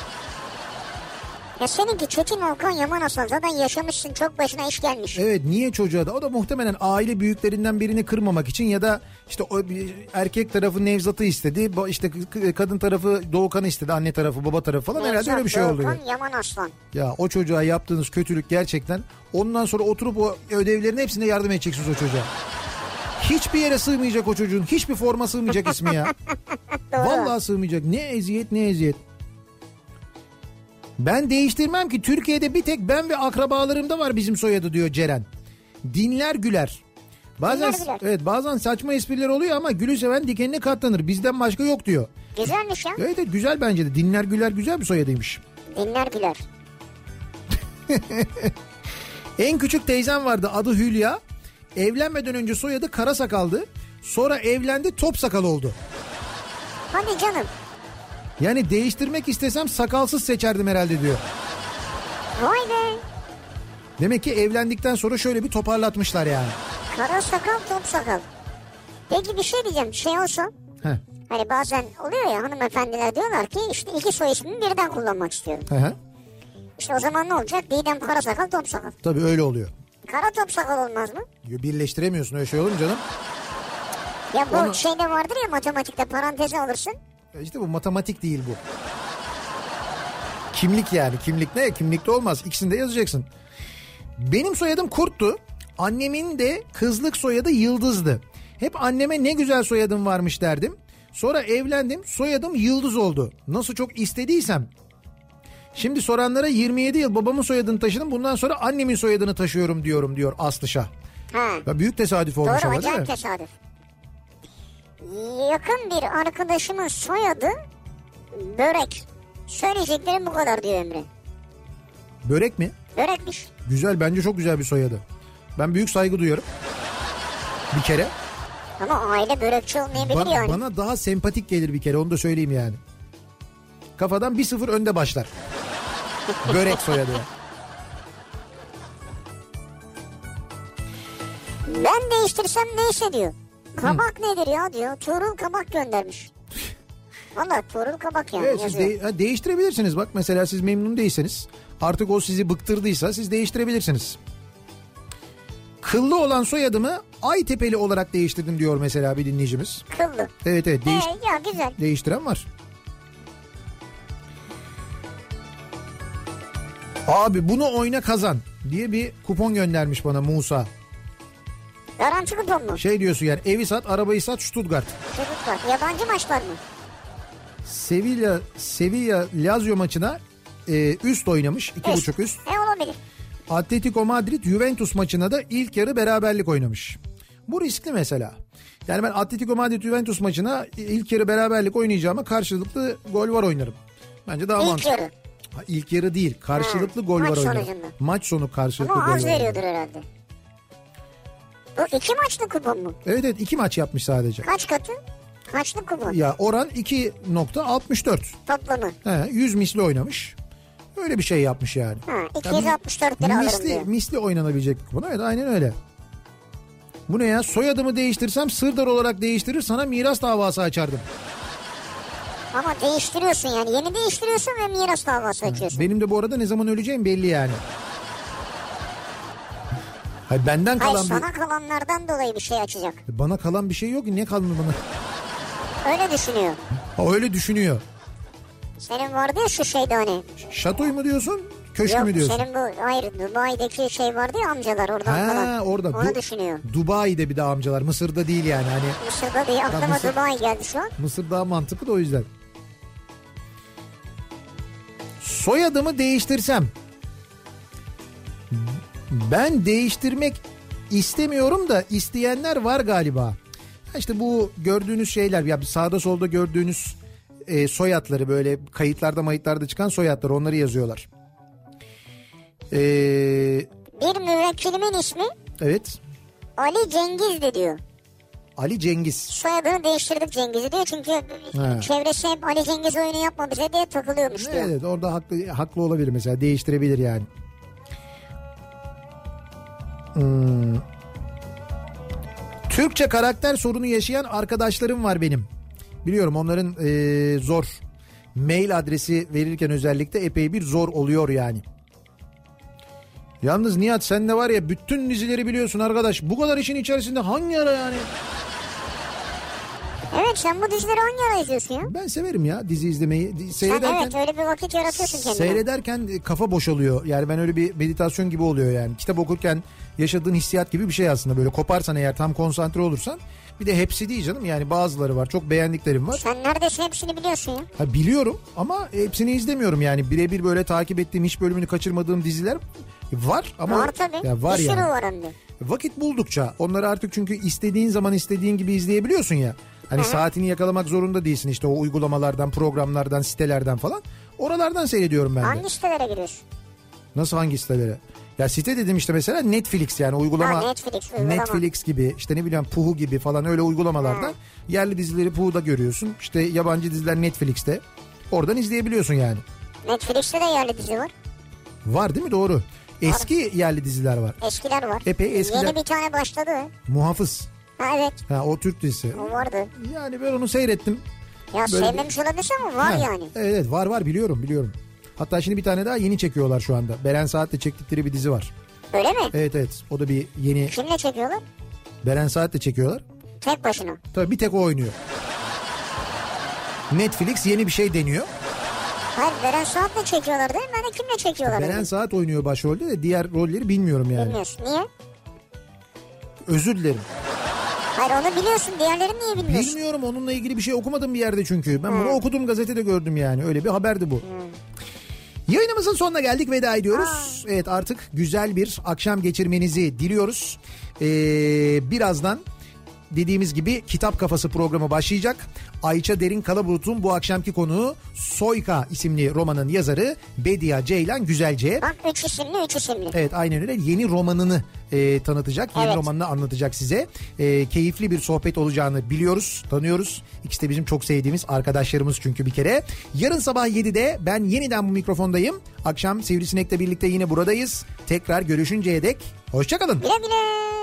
Speaker 2: Ya seninki Çetin Alkan Yaman Aslan zaten yaşamışsın çok başına iş gelmiş.
Speaker 1: Evet niye çocuğa da o da muhtemelen aile büyüklerinden birini kırmamak için ya da işte o bir- erkek tarafı Nevzat'ı istedi ba- işte k- kadın tarafı Doğukan'ı istedi anne tarafı baba tarafı falan herhalde öyle bir şey
Speaker 2: Nevzat
Speaker 1: oluyor.
Speaker 2: Doğukan Yaman Aslan.
Speaker 1: Ya o çocuğa yaptığınız kötülük gerçekten ondan sonra oturup o ödevlerin hepsine yardım edeceksiniz o çocuğa. Hiçbir yere sığmayacak o çocuğun hiçbir forma sığmayacak ismi ya.
Speaker 2: Doğru.
Speaker 1: Vallahi sığmayacak ne eziyet ne eziyet. Ben değiştirmem ki Türkiye'de bir tek ben ve akrabalarımda var bizim soyadı diyor Ceren. Dinler güler. Bazen
Speaker 2: Dinler güler.
Speaker 1: evet bazen saçma espriler oluyor ama gülü seven dikenine katlanır. Bizden başka yok diyor.
Speaker 2: Güzelmiş ya.
Speaker 1: Evet, evet güzel bence de. Dinler güler güzel bir soyadıymış.
Speaker 2: Dinler güler.
Speaker 1: En küçük teyzem vardı adı Hülya. Evlenmeden önce soyadı kara sakaldı. Sonra evlendi top sakal oldu.
Speaker 2: Hadi canım.
Speaker 1: Yani değiştirmek istesem sakalsız seçerdim herhalde diyor.
Speaker 2: Vay be.
Speaker 1: Demek ki evlendikten sonra şöyle bir toparlatmışlar yani.
Speaker 2: Kara sakal top sakal. Peki bir şey diyeceğim. Şey olsa
Speaker 1: Heh.
Speaker 2: hani bazen oluyor ya hanımefendiler diyorlar ki işte iki soy ismini birden kullanmak istiyorum.
Speaker 1: Hı hı.
Speaker 2: İşte o zaman ne olacak? Didem kara sakal top sakal.
Speaker 1: Tabii öyle oluyor.
Speaker 2: Kara top sakal olmaz mı?
Speaker 1: Yo, Birleştiremiyorsun öyle şey olur mu canım?
Speaker 2: Ya bu
Speaker 1: Onu-
Speaker 2: şeyde vardır ya matematikte parantezi alırsın.
Speaker 1: E İşte bu matematik değil bu. Kimlik yani. Kimlik ne? Kimlikte olmaz. İkisini de yazacaksın. Benim soyadım Kurt'tu. Annemin de kızlık soyadı Yıldız'dı. Hep anneme ne güzel soyadım varmış derdim. Sonra evlendim. Soyadım Yıldız oldu. Nasıl çok istediysem. Şimdi soranlara 27 yıl babamın soyadını taşıdım. Bundan sonra annemin soyadını taşıyorum diyorum diyor Aslı Şah.
Speaker 2: Ha.
Speaker 1: Ya büyük tesadüf olmuş
Speaker 2: Doğru
Speaker 1: ama değil mi?
Speaker 2: acayip tesadüf. Yakın bir arkadaşımın soyadı börek. Söyleyeceklerim bu kadar diyor Emre.
Speaker 1: Börek mi?
Speaker 2: Börekmiş.
Speaker 1: Güzel bence çok güzel bir soyadı. Ben büyük saygı duyuyorum. Bir kere.
Speaker 2: Ama aile börekçi olmayabilir
Speaker 1: Ba-
Speaker 2: yani.
Speaker 1: Bana daha sempatik gelir bir kere onu da söyleyeyim yani. Kafadan 1-0 önde başlar. Börek soyadı.
Speaker 2: Ben değiştirsem neyse diyor. Kabak nedir ya diyor. Tuğrul kabak göndermiş. Valla Tuğrul kabak yani
Speaker 1: Evet siz
Speaker 2: yazıyor.
Speaker 1: de- ha, değiştirebilirsiniz bak mesela siz memnun değilseniz. Artık o sizi bıktırdıysa siz değiştirebilirsiniz. Kıllı olan soyadımı Aytepeli olarak değiştirdim diyor mesela bir dinleyicimiz.
Speaker 2: Kıllı.
Speaker 1: Evet evet değiş-
Speaker 2: Ee, ya güzel.
Speaker 1: değiştiren var. Abi bunu oyna kazan diye bir kupon göndermiş bana Musa.
Speaker 2: Garanti kupon mu?
Speaker 1: Şey diyorsun yani evi sat arabayı sat Stuttgart.
Speaker 2: Çocuk var. Yabancı maçlar mı?
Speaker 1: Sevilla Sevilla Lazio maçına e, üst oynamış. iki
Speaker 2: Üst.
Speaker 1: buçuk üst.
Speaker 2: E olabilir.
Speaker 1: Atletico Madrid Juventus maçına da ilk yarı beraberlik oynamış. Bu riskli mesela. Yani ben Atletico Madrid Juventus maçına ilk yarı beraberlik oynayacağıma karşılıklı gol var oynarım. Bence daha
Speaker 2: İlk
Speaker 1: mantıklı.
Speaker 2: yarı.
Speaker 1: Ha, İlk yarı değil karşılıklı
Speaker 2: Ha,
Speaker 1: gol
Speaker 2: maç
Speaker 1: var oynarım.
Speaker 2: sonucunda.
Speaker 1: Maç sonu karşılıklı
Speaker 2: Ama
Speaker 1: gol
Speaker 2: az
Speaker 1: var oynarım.
Speaker 2: veriyordur herhalde. Bu iki maçlı kupon mu?
Speaker 1: Evet evet iki maç yapmış sadece.
Speaker 2: Kaç katı? Kaçlı kupon
Speaker 1: Ya oran 2.64.
Speaker 2: toplamı?
Speaker 1: He, 100 misli oynamış. Öyle bir şey yapmış yani.
Speaker 2: Ha,
Speaker 1: Ya
Speaker 2: 264 lira alırım
Speaker 1: misli,
Speaker 2: diyor.
Speaker 1: misli oynanabilecek bir kupon. Evet aynen öyle. Bu ne ya? Soyadımı değiştirsem Sırdar olarak değiştirir sana miras davası açardım.
Speaker 2: Ama değiştiriyorsun yani. Yeni değiştiriyorsun ve miras davası açıyorsun.
Speaker 1: Benim de bu arada ne zaman öleceğim belli yani. Hayır benden
Speaker 2: Hayır
Speaker 1: kalan
Speaker 2: sana kalanlardan dolayı bir şey açacak.
Speaker 1: bir, bana kalan bir şey yok ki niye kaldı bana?
Speaker 2: Öyle düşünüyor.
Speaker 1: Ha, öyle düşünüyor.
Speaker 2: Senin vardı ya şu şeyde hani.
Speaker 1: Şatoy mu diyorsun? Köşk
Speaker 2: Yok
Speaker 1: mü diyorsun?
Speaker 2: senin bu hayır Dubai'deki şey vardı ya amcalar oradan
Speaker 1: Ha
Speaker 2: kalan.
Speaker 1: orada.
Speaker 2: Onu
Speaker 1: Du-
Speaker 2: düşünüyor.
Speaker 1: Dubai'de bir de amcalar. Mısır'da değil yani. Hani
Speaker 2: Mısır'da değil aklıma
Speaker 1: Mısır-
Speaker 2: Dubai geldi şu an.
Speaker 1: Mısır daha mantıklı da o yüzden. Soyadımı değiştirsem. Ben değiştirmek istemiyorum da isteyenler var galiba. Ha İşte bu gördüğünüz şeyler ya sağda solda gördüğünüz e, soyadları böyle kayıtlarda mayıtlarda çıkan soyadlar onları yazıyorlar. Ee,
Speaker 2: Bir müvekkilimin ismi
Speaker 1: evet
Speaker 2: Ali Cengiz'di diyor.
Speaker 1: Ali Cengiz.
Speaker 2: Soyadını değiştirdik Cengiz'i diyor çünkü
Speaker 1: He.
Speaker 2: çevresi hep Ali Cengiz oyunu yapma bize diye takılıyormuş diyor.
Speaker 1: Evet orada haklı haklı olabilir mesela değiştirebilir yani. Hmm. Türkçe karakter sorunu yaşayan arkadaşlarım var benim. Biliyorum onların eee, zor. Mail adresi verirken özellikle epey bir zor oluyor yani. Yalnız Nihat sen de var ya bütün dizileri biliyorsun arkadaş. Bu kadar işin içerisinde hangi ara yani?
Speaker 2: Evet sen bu dizileri hangi ara izliyorsun ya?
Speaker 1: Ben severim ya dizi izlemeyi. Di-
Speaker 2: Sen
Speaker 1: Seyrederken...
Speaker 2: evet öyle bir vakit yaratıyorsun kendine.
Speaker 1: Seyrederken e, kafa boşalıyor. Yani ben öyle bir meditasyon gibi oluyor yani. Kitap okurken yaşadığın hissiyat gibi bir şey aslında. Böyle koparsan eğer tam konsantre olursan. Bir de hepsi değil canım yani bazıları var. Çok beğendiklerim var.
Speaker 2: Sen neredeyse hepsini biliyorsun ya.
Speaker 1: Ha, biliyorum ama hepsini izlemiyorum yani. Birebir böyle takip ettiğim hiç bölümünü kaçırmadığım diziler var ama
Speaker 2: var tabii.
Speaker 1: Ya var
Speaker 2: bir sürü
Speaker 1: yani.
Speaker 2: var hem de.
Speaker 1: Vakit buldukça onları artık çünkü istediğin zaman istediğin gibi izleyebiliyorsun ya. Hani saatini yakalamak zorunda değilsin işte o uygulamalardan, programlardan, sitelerden falan. Oralardan seyrediyorum ben de.
Speaker 2: Hangi sitelere giriyorsun?
Speaker 1: Nasıl hangi sitelere? Ya site dedim işte mesela Netflix yani uygulama.
Speaker 2: Ha, Netflix, uygulama.
Speaker 1: Netflix gibi işte ne bileyim Puhu gibi falan öyle uygulamalarda.
Speaker 2: Ha.
Speaker 1: Yerli dizileri Puhu'da görüyorsun. İşte yabancı diziler Netflix'te. Oradan izleyebiliyorsun yani.
Speaker 2: Netflix'te de yerli dizi var.
Speaker 1: Var değil mi? Doğru. Eski yerli diziler var.
Speaker 2: Eskiler var.
Speaker 1: Epey eskiler.
Speaker 2: Yeni bir tane başladı.
Speaker 1: Muhafız.
Speaker 2: Ha evet
Speaker 1: Ha o Türk dizisi.
Speaker 2: o vardı.
Speaker 1: Yani ben onu seyrettim.
Speaker 2: Ya
Speaker 1: Böyle bir-
Speaker 2: sevmemiş olabilirsin ama var
Speaker 1: Ha,
Speaker 2: yani.
Speaker 1: Evet var var biliyorum biliyorum. Hatta şimdi bir tane daha yeni çekiyorlar şu anda. Beren Saat'le çektikleri bir dizi var.
Speaker 2: Öyle mi?
Speaker 1: Evet evet o da bir yeni
Speaker 2: Kimle çekiyorlar?
Speaker 1: Beren Saat'le çekiyorlar.
Speaker 2: Tek başına.
Speaker 1: Tabii bir tek o oynuyor. Netflix yeni bir şey deniyor.
Speaker 2: Hayır Beren Saat'le çekiyorlar değil mi? Ben de kimle çekiyorlar?
Speaker 1: Beren
Speaker 2: dedim.
Speaker 1: Saat oynuyor başrolde de diğer rolleri bilmiyorum yani.
Speaker 2: Bilmiyorsun. Niye?
Speaker 1: Özür dilerim.
Speaker 2: Hayır onu biliyorsun. Diğerlerini niye bilmiyorsun?
Speaker 1: Bilmiyorum onunla ilgili bir şey okumadım bir yerde çünkü. Ben bunu okudum gazetede gördüm yani. Öyle bir haberdi bu. Yayınımızın sonuna geldik veda ediyoruz. Evet artık güzel bir akşam geçirmenizi diliyoruz. Ee, birazdan dediğimiz gibi Kitap Kafası programı başlayacak. Ayça Derin Kalabulut'un bu akşamki konuğu Soyka isimli romanın yazarı Bedia Ceylan Güzelce.
Speaker 2: Bak üç isimli üç isimli.
Speaker 1: Evet aynen öyle yeni romanını e, tanıtacak yeni
Speaker 2: Evet.
Speaker 1: romanını anlatacak size E, keyifli bir sohbet olacağını biliyoruz tanıyoruz İkisi de bizim çok sevdiğimiz arkadaşlarımız çünkü bir kere yarın sabah 7'de ben yeniden bu mikrofondayım akşam Sivrisinek'le birlikte yine buradayız tekrar görüşünceye dek hoşçakalın.
Speaker 2: Güle güle.